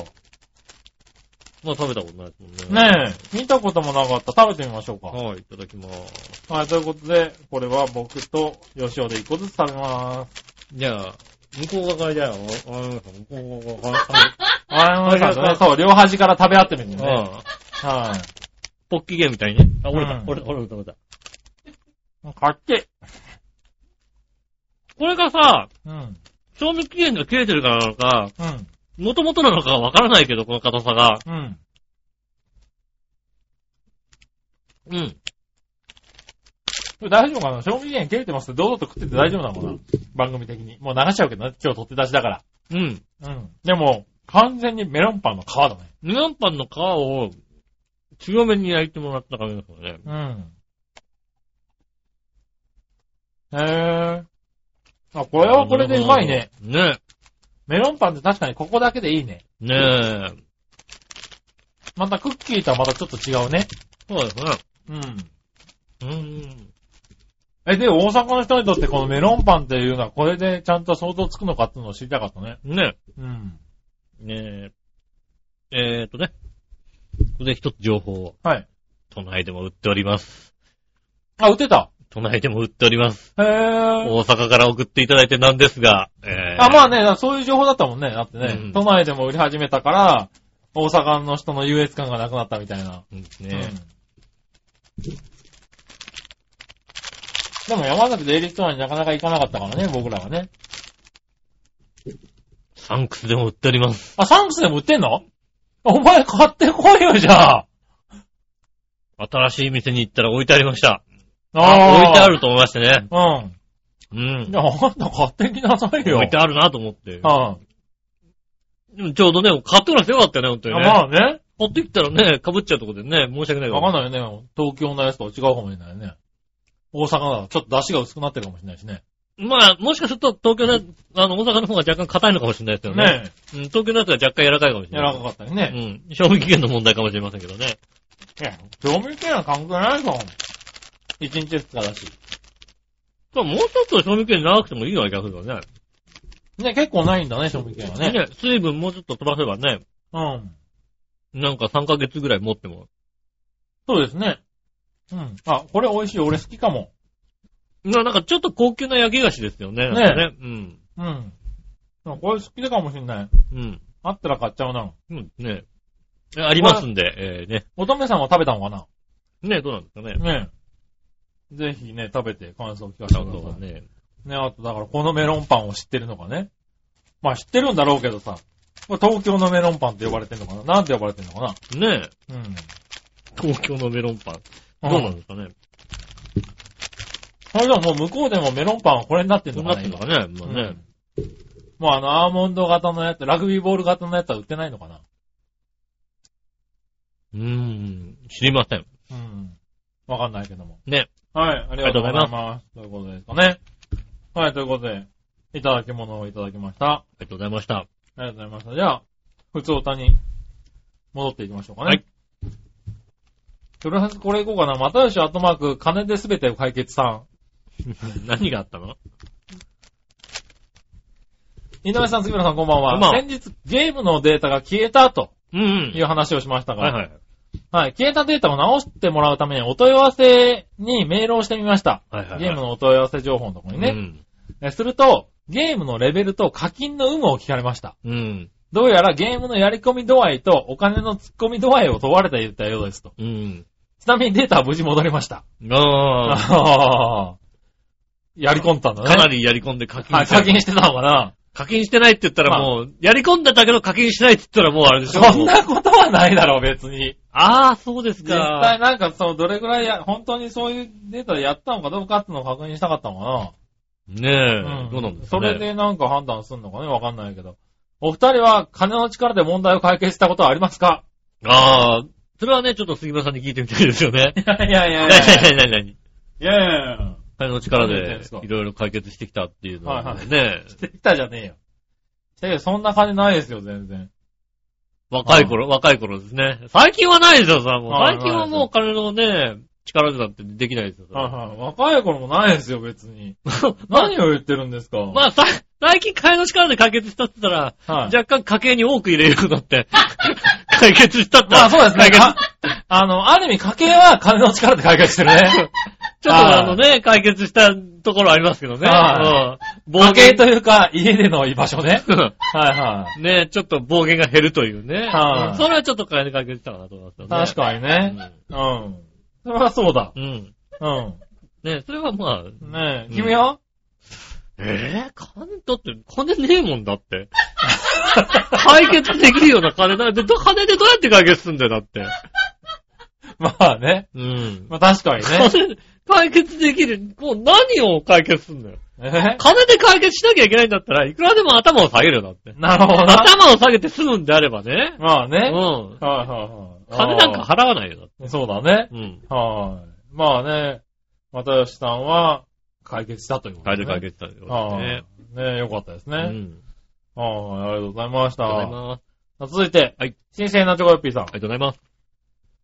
Speaker 2: まあ食べたことないですもんね。
Speaker 3: ねえ、見たこともなかった。食べてみましょうか。
Speaker 2: はい、いただきます。
Speaker 3: はい、ということで、これは僕と吉尾で一個ずつ食べまーす。
Speaker 2: じゃあ、向こう側からじゃあ、ああ向こう側からはい
Speaker 3: あれもさ、
Speaker 2: ありがと
Speaker 3: ね、そう、両端から食べ合ってみるんだよね。
Speaker 2: ああ
Speaker 3: は
Speaker 2: ポッキーゲーみたいにね。あ、折れた
Speaker 3: う、ん
Speaker 2: 折れた、折れた、折れた。
Speaker 3: い。かっけ
Speaker 2: これがさ、
Speaker 3: え。うん。
Speaker 2: 賞味期限が切れてるからなのか、
Speaker 3: うん。
Speaker 2: 元々なのかわからないけど、この硬さが。
Speaker 3: うん。
Speaker 2: うん。
Speaker 3: これ大丈夫かな賞味期限切れてますって堂々と食ってて大丈夫なのかな番組的に。もう流しちゃうけどな。今日取って出しだから。
Speaker 2: うん。
Speaker 3: うん。でも、完全にメロンパンの皮だね。
Speaker 2: メロンパンの皮を強めに焼いてもらった感じですよね。
Speaker 3: うん。へえ。あ、これはこれでうまいね。。
Speaker 2: ね
Speaker 3: メロンパンって確かにここだけでいいね。
Speaker 2: え。ねえ。
Speaker 3: またクッキーとはまたちょっと違うね。
Speaker 2: そうですね。
Speaker 3: うん。
Speaker 2: うん。
Speaker 3: え、で、大阪の人にとってこのメロンパンっていうのはこれでちゃんと想像つくのかっていうのを知りたかったね。
Speaker 2: ね
Speaker 3: うん。
Speaker 2: え。ねえ。えーっとね。ここで一つ情報を。
Speaker 3: はい。
Speaker 2: 都内でも売っております。
Speaker 3: あ、打てた。
Speaker 2: 都内でも売っております。
Speaker 3: へえ。
Speaker 2: 大阪から送っていただいてなんですが。えー、
Speaker 3: あ、まあね、だからそういう情報だったもんね。だってね、
Speaker 2: うん
Speaker 3: 都内でも売り始めたから、大阪の人の優越感がなくなったみたいな。
Speaker 2: うん
Speaker 3: ね
Speaker 2: ね
Speaker 3: でも山崎デイリーストアになかなか行かなかったからね、僕らはね。
Speaker 2: サンクスでも売っております。
Speaker 3: あ、サンクスでも売ってんのお前買ってこいよ、じゃあ。
Speaker 2: 新しい店に行ったら置いてありました。
Speaker 3: ー
Speaker 2: 置いてあ。ると思いましてね。
Speaker 3: う。
Speaker 2: うんん
Speaker 3: じ。ゃあ、あんた買ってきなさいよ。
Speaker 2: 置いてあるなと思って。
Speaker 3: うん。
Speaker 2: でもちょうどね、買ってもらってよかったよね、本当に
Speaker 3: あ
Speaker 2: ね。
Speaker 3: まあね。
Speaker 2: 持ってきたらね、被っちゃうとこでね、申し訳ないけど。
Speaker 3: わかんないよね。東京のやつとは違うかもしれないよね。大阪ならちょっと出汁が薄くなってるかもしれないしね。
Speaker 2: まあ、もしかすると東京の、あの、大阪の方が若干硬いのかもしれないですけどね。
Speaker 3: ね
Speaker 2: うん、東京のやつが若干柔らかいかもし
Speaker 3: え。
Speaker 2: れな
Speaker 3: 柔ら
Speaker 2: い。
Speaker 3: かかったりね。
Speaker 2: うん。賞味期限の問題かもしれませんけどね。
Speaker 3: いや、賞味期限は関係ないもん。一日ですからだし。
Speaker 2: でももうちょっと賞味期限長くてもいいのは逆だね。
Speaker 3: ね、結構ないんだね、賞味期限はね。
Speaker 2: ね、水分もうちょっと飛ばせばね、
Speaker 3: うん。
Speaker 2: なんか3ヶ月ぐらい持っても。
Speaker 3: そうですね。うん。あ、これ美味しい。俺好きかも。
Speaker 2: ななんかちょっと高級な焼き菓子ですよね。
Speaker 3: ね
Speaker 2: なんかねうん。
Speaker 3: うん。あこれ好きだかもしんない。
Speaker 2: うん。
Speaker 3: あったら買っちゃうな。
Speaker 2: うん、ねえありますんで、えー、ね。
Speaker 3: 乙女さんは食べたのか
Speaker 2: ねどうなんですかね
Speaker 3: な。ねえ。ぜひね、食べて感想を聞かせ
Speaker 2: ちゃ
Speaker 3: て
Speaker 2: ん
Speaker 3: くだ
Speaker 2: と
Speaker 3: さい。ね
Speaker 2: ね。
Speaker 3: あとだからこのメロンパンを知ってるのかね。まあ知ってるんだろうけどさ。これ東京のメロンパンって呼ばれてんのかななんて呼ばれてんのか
Speaker 2: ねえ
Speaker 3: なうん。
Speaker 2: 東京のメロンパン。どうなんですかね。
Speaker 3: それでももう向こうでもメロンパンはこれになってん
Speaker 2: どう
Speaker 3: の
Speaker 2: な
Speaker 3: か
Speaker 2: っ
Speaker 3: な
Speaker 2: てんのか
Speaker 3: 今
Speaker 2: ね。まあね。
Speaker 3: うんもうあの、アーモンド型のやつ、ラグビーボール型のやつは売ってないのかな
Speaker 2: うーん。知りません。
Speaker 3: うん。わかんないけども。
Speaker 2: ね。
Speaker 3: はい、ありがとうございます。ということですかね。はい、ということで、いただき物をいただきました。
Speaker 2: ありがとうございました。
Speaker 3: ありがとうございました。じゃあ、普通歌に戻っていきましょうかね。
Speaker 2: はい。
Speaker 3: とりあえずこれいこうかな。またよし、アットマーク、金で全てを解決さん。
Speaker 2: 何があったの
Speaker 3: 井上さん、杉村さん、こんばんは。
Speaker 2: こんばんは
Speaker 3: 先日、ゲームのデータが消えたと
Speaker 2: うんうん。
Speaker 3: いう話をしましたが、
Speaker 2: はいはい。
Speaker 3: はい、消えたデータを直してもらうために、お問い合わせにメールをしてみました。
Speaker 2: はいはいはい
Speaker 3: ゲームのお問い合わせ情報のところにね。えすると、ゲームのレベルと課金の有無を聞かれました。
Speaker 2: うん。うん。
Speaker 3: どうやらゲームのやり込み度合いとお金の突っ込み度合いを問われていたようですと。
Speaker 2: うん。
Speaker 3: ちなみにデータは無事戻りま
Speaker 2: <laughs>
Speaker 3: した。
Speaker 2: あ
Speaker 3: あやり込んだんだ
Speaker 2: あ。
Speaker 3: ね。
Speaker 2: かなりやり込んで課金
Speaker 3: はい、
Speaker 2: してな
Speaker 3: 課
Speaker 2: い
Speaker 3: 金してたのかな
Speaker 2: 課金してないって言ったらもう、やり込んだだけど課金しないって言ったらもうあれでしょ
Speaker 3: そんなことはないだろう、別に。
Speaker 2: ああ、そうです
Speaker 3: 実
Speaker 2: か。
Speaker 3: 際なんか、その、どれぐらいや、本当にそういうデータやったのかどうかっていうのを確認したかったのかな
Speaker 2: ねえ、どうなんですか
Speaker 3: そ
Speaker 2: ね。
Speaker 3: れでなんか判断するのかねわかんないけど。お二人は金の力で問題を解決したことはありますか
Speaker 2: ああ、それはね、ちょっと杉村さんに聞いてみたいですよ
Speaker 3: <laughs>
Speaker 2: ね。
Speaker 3: いやいやい
Speaker 2: な
Speaker 3: や
Speaker 2: にな <laughs> になになに
Speaker 3: いやいやいや。
Speaker 2: 金の力
Speaker 3: 何言ってん
Speaker 2: です
Speaker 3: か
Speaker 2: いろいろ解決してきたっていうの
Speaker 3: はいは
Speaker 2: は、
Speaker 3: い
Speaker 2: ねえ、
Speaker 3: してきたじゃねえよ。だけど、そんな金ないですよ、全然。
Speaker 2: 若い頃、若い頃ですね。最近はないですよ、さ、もう。
Speaker 3: はい
Speaker 2: 最近はもう金のね、力でだってできないですよ。
Speaker 3: はいはい。若い頃もないですよ、別 <laughs> に。何を言ってるんですか
Speaker 2: まあ、さ、最近金の力で解決したって言ったら、
Speaker 3: はい。
Speaker 2: 若干家計に多く入れるようになって、 <laughs> 解決したった。
Speaker 3: まあそうですね。
Speaker 2: 解決
Speaker 3: かあの、ある意味家計は金の力で解決してる <laughs> ね。
Speaker 2: ちょっとあのね、解決したところありますけどね。
Speaker 3: は
Speaker 2: うん
Speaker 3: 家計というか、家での居場所ね。はいは
Speaker 2: <laughs> ね、ちょっと暴言が減るというね。
Speaker 3: はい
Speaker 2: うんそれはちょっと金で解決したかなと思いますよ
Speaker 3: い。
Speaker 2: ね。
Speaker 3: 確かにね。うん。それはそうだ。
Speaker 2: に。うん。
Speaker 3: うん。
Speaker 2: ね、それはまあ、
Speaker 3: ね
Speaker 2: う
Speaker 3: え、
Speaker 2: ん
Speaker 3: 君は、
Speaker 2: えぇ、金、だって、金ねえもんだって。解決できるような金だ。で、ど金でどうやって解決すんだよ、だって。
Speaker 3: <laughs> まあね。
Speaker 2: うん。
Speaker 3: まあ確かに
Speaker 2: <laughs>
Speaker 3: ね。
Speaker 2: 金、解決できる。もう何を解決すんだよ。
Speaker 3: え
Speaker 2: 金で解決しなきゃいけないんだったら、いくらでも頭を下げるよ、だって。
Speaker 3: なるほどな。
Speaker 2: 頭を下げて済むんであればね。
Speaker 3: まあ
Speaker 2: うん。
Speaker 3: ね。はいはいはい。
Speaker 2: 金なんか払わないよ、だって。
Speaker 3: あーそうだね。
Speaker 2: うん。
Speaker 3: はい。まあね、又吉さんは解決したということ
Speaker 2: 解
Speaker 3: で、ね。
Speaker 2: 決解決したんだよ。
Speaker 3: はい
Speaker 2: ね。
Speaker 3: ねよかったです
Speaker 2: う
Speaker 3: ね。
Speaker 2: ん。
Speaker 3: はい、ありがとうございまし
Speaker 2: ありがとうござい
Speaker 3: た。
Speaker 2: ます。
Speaker 3: 続いて、
Speaker 2: はい
Speaker 3: 新鮮なチョコヨッピーさん
Speaker 2: あ。りがとうございます。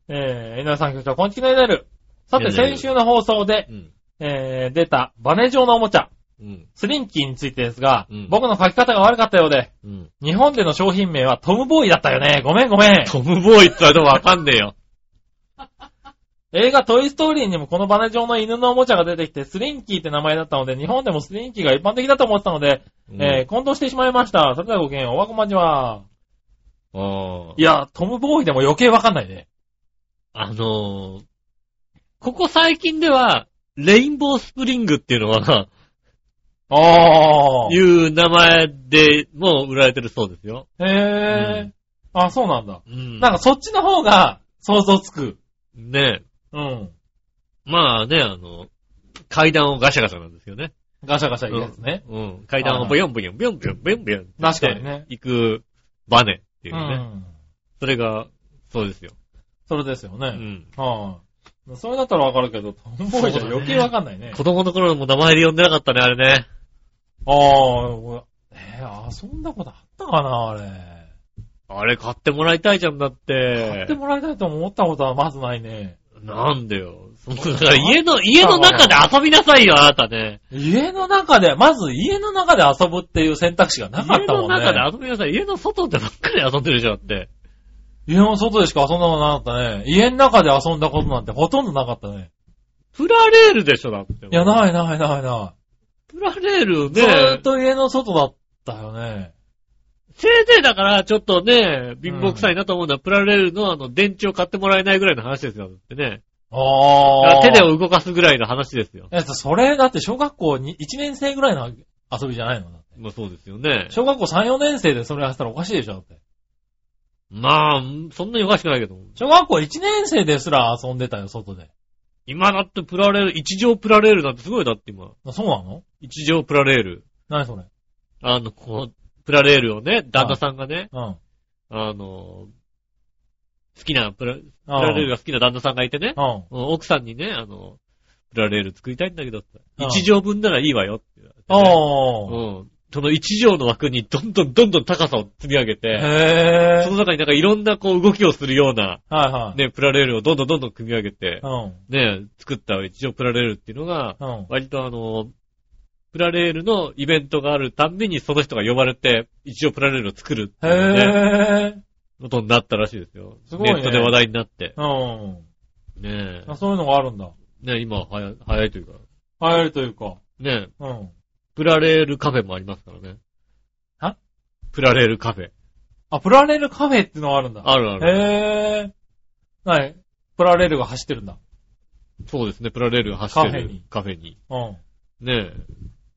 Speaker 3: えー、井上さん局長、こんちきなになる。さて、
Speaker 2: いやいやいや
Speaker 3: 先週の放送で、
Speaker 2: うん。
Speaker 3: えー、出た、バネ状のおもちゃ、
Speaker 2: うん。
Speaker 3: スリンキーについてですが、
Speaker 2: うん
Speaker 3: 僕の書き方が悪かったようで、
Speaker 2: うん。
Speaker 3: 日本での商品名はトムボーイだったよね。ごめんごめん。
Speaker 2: トムボーイって言われてもわかんねえよ。
Speaker 3: 映画トイストーリーにもこのバネ状の犬のおもちゃが出てきて、スリンキーって名前だったので、日本でもスリンキーが一般的だと思ってたので、えー、混同してしまいました。それではごきげんよう、おわこまじは。
Speaker 2: あ
Speaker 3: いや、トムボーイでも余計わかんないね。
Speaker 2: あ。あのー、ここ最近では、レインボースプリングっていうのは、
Speaker 3: あ
Speaker 2: い。う名前でもう売られてるそうですよ。
Speaker 3: へ
Speaker 2: う
Speaker 3: え。あ、そうなんだ。
Speaker 2: うん
Speaker 3: なんかそっちの方が想像つく。
Speaker 2: ねえ。
Speaker 3: うん。
Speaker 2: まあね、あの、階段をガシャガシャなんですよね。
Speaker 3: ガシャガシャいいやつね。
Speaker 2: うん。階段をブヨンブヨン、ブヨンブヨン、ブヨンブヨンって
Speaker 3: 確かにね
Speaker 2: 行くバネっていう
Speaker 3: う
Speaker 2: ね。
Speaker 3: ん。
Speaker 2: それが、そうですよ。
Speaker 3: それですよ
Speaker 2: う
Speaker 3: ね。
Speaker 2: ん。
Speaker 3: はい。それだったらわかるけど、トムボーイじゃ余計わかんないね。
Speaker 2: 子供の頃も名前で呼んでなかったね、あれね。
Speaker 3: ああ、えー、遊んだことあったかな、あれ。
Speaker 2: あれ買ってもらいたいじゃんだって。
Speaker 3: 買ってもらいたいと思ったことはまずないね。
Speaker 2: なんでよ。そのだから家の、家の中で遊びなさいよ、あなたね。
Speaker 3: 家の中で、まず家の中で遊ぶっていう選択肢がなかっ
Speaker 2: 家
Speaker 3: たも
Speaker 2: の
Speaker 3: んね。
Speaker 2: 中で遊びなさい。家の外でばっかり遊んでるじゃんだって。
Speaker 3: 家の外でしか遊んだことなかったね。家の中で遊んだことなんてほとんどなかったね。
Speaker 2: プラレールでしょ、だって。。
Speaker 3: いや、ないいないないな
Speaker 2: プラレール
Speaker 3: い。ずー
Speaker 2: ね
Speaker 3: っ。と家の外だったよね。
Speaker 2: せいぜいだから、ちょっとね、貧乏くさいなと思うのは、プラレールのあの、電池を買ってもらえないぐらいの話ですよ、だってね。だか
Speaker 3: ああ。
Speaker 2: ら手で動かすぐらいの話ですよ。
Speaker 3: えっと、それ、だって小学校に1年生ぐらいの遊びじゃないの
Speaker 2: まあそうですよね。
Speaker 3: 小学校3、4年生でそれやってたらおかしいでしょだって。
Speaker 2: まあ、そんなにおかしくないけど。
Speaker 3: 小学校1年生ですら遊んでたよ、外で。
Speaker 2: 今だってプラレール、一畳プラレールなんてすごいだって今。
Speaker 3: あそうなの
Speaker 2: 一畳プラレール。
Speaker 3: 何それ
Speaker 2: あの、こう、プラレールをね、旦那さんがね、
Speaker 3: うん。
Speaker 2: あの、好きなプラ、プ
Speaker 3: あ
Speaker 2: ラレールが好きな旦那さんがいてね、
Speaker 3: うん。
Speaker 2: うん奥さんにね、あの、プラレール作りたいんだけどって、
Speaker 3: うん
Speaker 2: 一畳分ならいいわよって言われてね
Speaker 3: あ
Speaker 2: うんその一畳の枠にどんどんどんどん高さを積み上げ
Speaker 3: あ。
Speaker 2: て、
Speaker 3: へ
Speaker 2: そ
Speaker 3: え。
Speaker 2: の中になんかいろんなこう動きをするような、
Speaker 3: はいはい。
Speaker 2: ね、プラレールをどんどんどんどん組み上げて
Speaker 3: う、ん。
Speaker 2: ね、作った一畳プラレールっていうのが、
Speaker 3: うん。
Speaker 2: 割とあの、プラレールのイベントがあるたんびにその人が呼ばれて、一応プラレールを作るっていうね、
Speaker 3: へえ。
Speaker 2: ことになったらしいですよ。
Speaker 3: すごいね
Speaker 2: ネットで話題になって。
Speaker 3: うん。
Speaker 2: ね
Speaker 3: あそういうのがあるんだ。
Speaker 2: え。ねえ、今はや、早いというか。
Speaker 3: 入るというか。
Speaker 2: ねえ、
Speaker 3: うん。
Speaker 2: プラレールカフェもありますからね。
Speaker 3: は
Speaker 2: プラレールカフェ。
Speaker 3: あ、プラレールカフェってのがあるんだ。
Speaker 2: あるある。
Speaker 3: へえ。なにプラレールが走ってるんだ。
Speaker 2: そうですね、プラレールが走ってる
Speaker 3: カフェに。
Speaker 2: カフェに。
Speaker 3: うん。
Speaker 2: ねえ。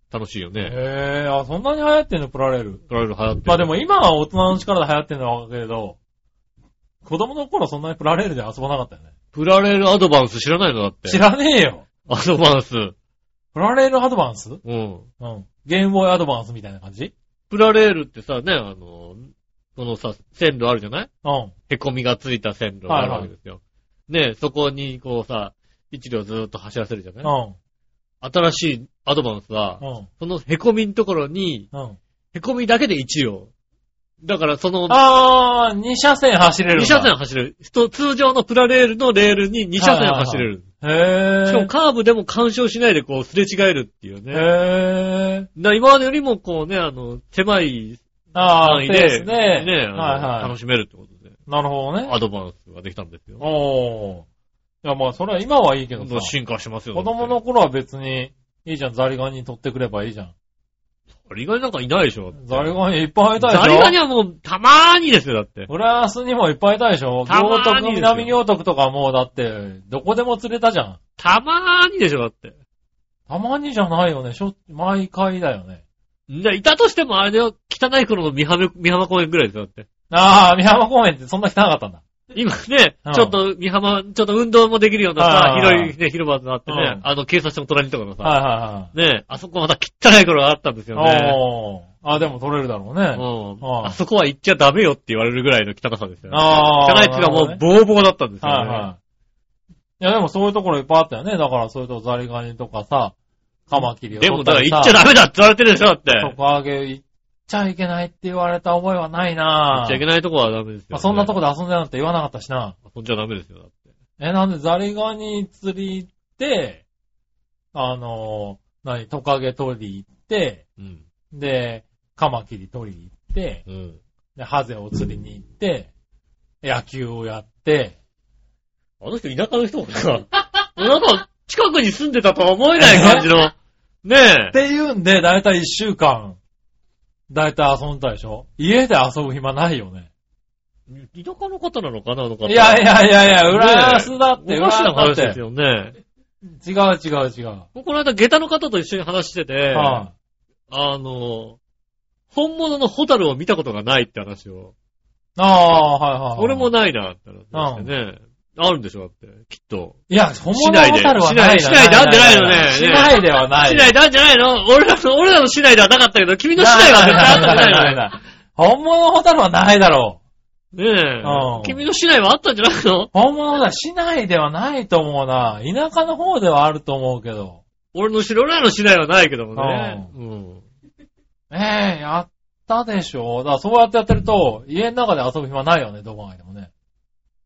Speaker 2: 楽しいよね。
Speaker 3: へえ。あ、そんなに流行ってんの、プラレール。
Speaker 2: プラレール流行ってる。
Speaker 3: まあでも今は大人の力で流行ってるのはわかるけど、子供の頃そんなにプラレールで遊ばなかったよね。
Speaker 2: プラレールアドバンス知らないのだって。
Speaker 3: 知らねえよ。
Speaker 2: アドバンス。
Speaker 3: プラレールアドバンス
Speaker 2: うん。
Speaker 3: うん。ゲームボーイアドバンスみたいな感じ
Speaker 2: プラレールってさ、ね、あの、このさ、線路あるじゃない
Speaker 3: うん。
Speaker 2: へこみがついた線路があるわけですよ。ね、そこにこうさ、一両ずーっと走らせるじゃ
Speaker 3: う
Speaker 2: ない
Speaker 3: ん。
Speaker 2: 新しいアドバンスは
Speaker 3: う、ん。
Speaker 2: そのへこみのところに、
Speaker 3: うん。
Speaker 2: へこみだけで一両。だからその、
Speaker 3: あー、2車線走れるんだ。
Speaker 2: 二車線走れる。ひと通常のプラレールのレールに二車線走れる。
Speaker 3: へ
Speaker 2: し
Speaker 3: ー。
Speaker 2: かもカーブでも干渉しないでこうすれ違えるっていうね。
Speaker 3: へー。
Speaker 2: だ今までよりもこうね、あの、狭い
Speaker 3: あ
Speaker 2: 範
Speaker 3: ー、
Speaker 2: 囲
Speaker 3: で
Speaker 2: で、
Speaker 3: すね。
Speaker 2: ね、あの
Speaker 3: はいはい。
Speaker 2: 楽しめるってことで。
Speaker 3: なるほどね。
Speaker 2: アドバンスができたんですよ。
Speaker 3: おー。いや、まあ、それは今はいいけ
Speaker 2: ど
Speaker 3: ど
Speaker 2: ん
Speaker 3: さ
Speaker 2: どん。進化しますよ。
Speaker 3: 子供の。頃は別に、いいじゃん、ザリガニ取ってくればいいじゃん。
Speaker 2: ザリガニなんかいないでしょ。
Speaker 3: ザリガニいっぱいいたでしょ
Speaker 2: ザリガニはもう、たまーにですよ、だって。
Speaker 3: 浦安にもいっぱいいたでしょ
Speaker 2: たま
Speaker 3: 行
Speaker 2: ーに
Speaker 3: 徳、
Speaker 2: ですよ
Speaker 3: 南行徳とかもうだって、どこでも釣れたじゃん。
Speaker 2: たまーにでしょ、だって。
Speaker 3: たまにじゃないよね。しょ、毎回だよね。
Speaker 2: いたとしてもあれだよ、汚い頃の三浜三浜公園ぐらいですよ、だって。
Speaker 3: ああ、三浜公園ってそんな汚かったんだ。
Speaker 2: 今ね
Speaker 3: うん、
Speaker 2: ちょっと三浜、ちょっと運動もできるようなさ
Speaker 3: あ、ー
Speaker 2: 広いね、広場になってね
Speaker 3: う、ん
Speaker 2: あの、警察署の隣のところのさ、
Speaker 3: は
Speaker 2: ね、あそこまた汚い頃があったんです
Speaker 3: い
Speaker 2: よ
Speaker 3: はいはい。
Speaker 2: ね。
Speaker 3: おー。あー、でも取れるだろう
Speaker 2: う
Speaker 3: ね。
Speaker 2: ん
Speaker 3: うん
Speaker 2: あそこは行っちゃダメよって言われるぐらいの汚さですよね。
Speaker 3: ああ。
Speaker 2: 汚いっていうかもう
Speaker 3: なる
Speaker 2: ボーボーだったんです
Speaker 3: ほどねは
Speaker 2: よ
Speaker 3: い
Speaker 2: ね。
Speaker 3: はい。いや、でもそういうところいっぱいあったよね。だから、それとザリガニとかさ、カマキリを
Speaker 2: で
Speaker 3: 取
Speaker 2: も、
Speaker 3: った
Speaker 2: だから
Speaker 3: り
Speaker 2: 行
Speaker 3: さ
Speaker 2: っちゃダメだって言われてるでしょ、だって。
Speaker 3: トカゲ行っちゃいけないって言われた覚えはない
Speaker 2: 行
Speaker 3: な
Speaker 2: っちゃいけないとこはダメですよね。
Speaker 3: まあそんなとこで遊んでなんて言わなかったしな。
Speaker 2: 遊んじゃダメですよ、だって。
Speaker 3: え、なんでザリガニ釣り行って、あのー、何、トカゲ取り行って、
Speaker 2: うん。
Speaker 3: で、カマキリ取り行って、
Speaker 2: うん。
Speaker 3: で、ハゼを釣りに行って、野球をやって、
Speaker 2: あの人田舎の人もさ、なんか近くに住んでたとは思えない感じ
Speaker 3: <laughs>
Speaker 2: の、ね
Speaker 3: っ
Speaker 2: え。
Speaker 3: ていうんで、だいたい一週間、だいたい遊んだでしょ家で遊ぶ暇ないよね。
Speaker 2: 田舎の方なのかな、あの方。
Speaker 3: いやい
Speaker 2: や、
Speaker 3: やいやいや、浦安だって、
Speaker 2: お
Speaker 3: 浦
Speaker 2: かしな話
Speaker 3: 安だっ
Speaker 2: で
Speaker 3: て
Speaker 2: す。よね。
Speaker 3: 違う違う違う。
Speaker 2: 僕この間下駄の方と一緒に話してて、
Speaker 3: はい
Speaker 2: あの、本物のホタルを見たことがないって話を。
Speaker 3: ああ、はいはい。
Speaker 2: 俺もないなって話してね。あるんでしょだって、きっと。
Speaker 3: いや、本物のホタルはないな。
Speaker 2: 市内で
Speaker 3: 市
Speaker 2: 市
Speaker 3: 内
Speaker 2: 内
Speaker 3: ではない。
Speaker 2: 市内だんじゃないの俺らの、俺らの市内ではなかったけど、君の市
Speaker 3: ない
Speaker 2: 内は
Speaker 3: な
Speaker 2: 絶対あったんじゃ
Speaker 3: い
Speaker 2: な
Speaker 3: ないいない本物のホタルはないだ
Speaker 2: の
Speaker 3: ろう。うん
Speaker 2: ねえ。君の市内はあったんじゃないの
Speaker 3: 本物だ、市内ではないと思うな。田舎の方ではあると思うけど。
Speaker 2: 俺の知らないの次第はないけどもね。うん。
Speaker 3: ええやったでしょ。だからそうやってやってると、家の中で遊ぶ暇ないよね、どこまでもね。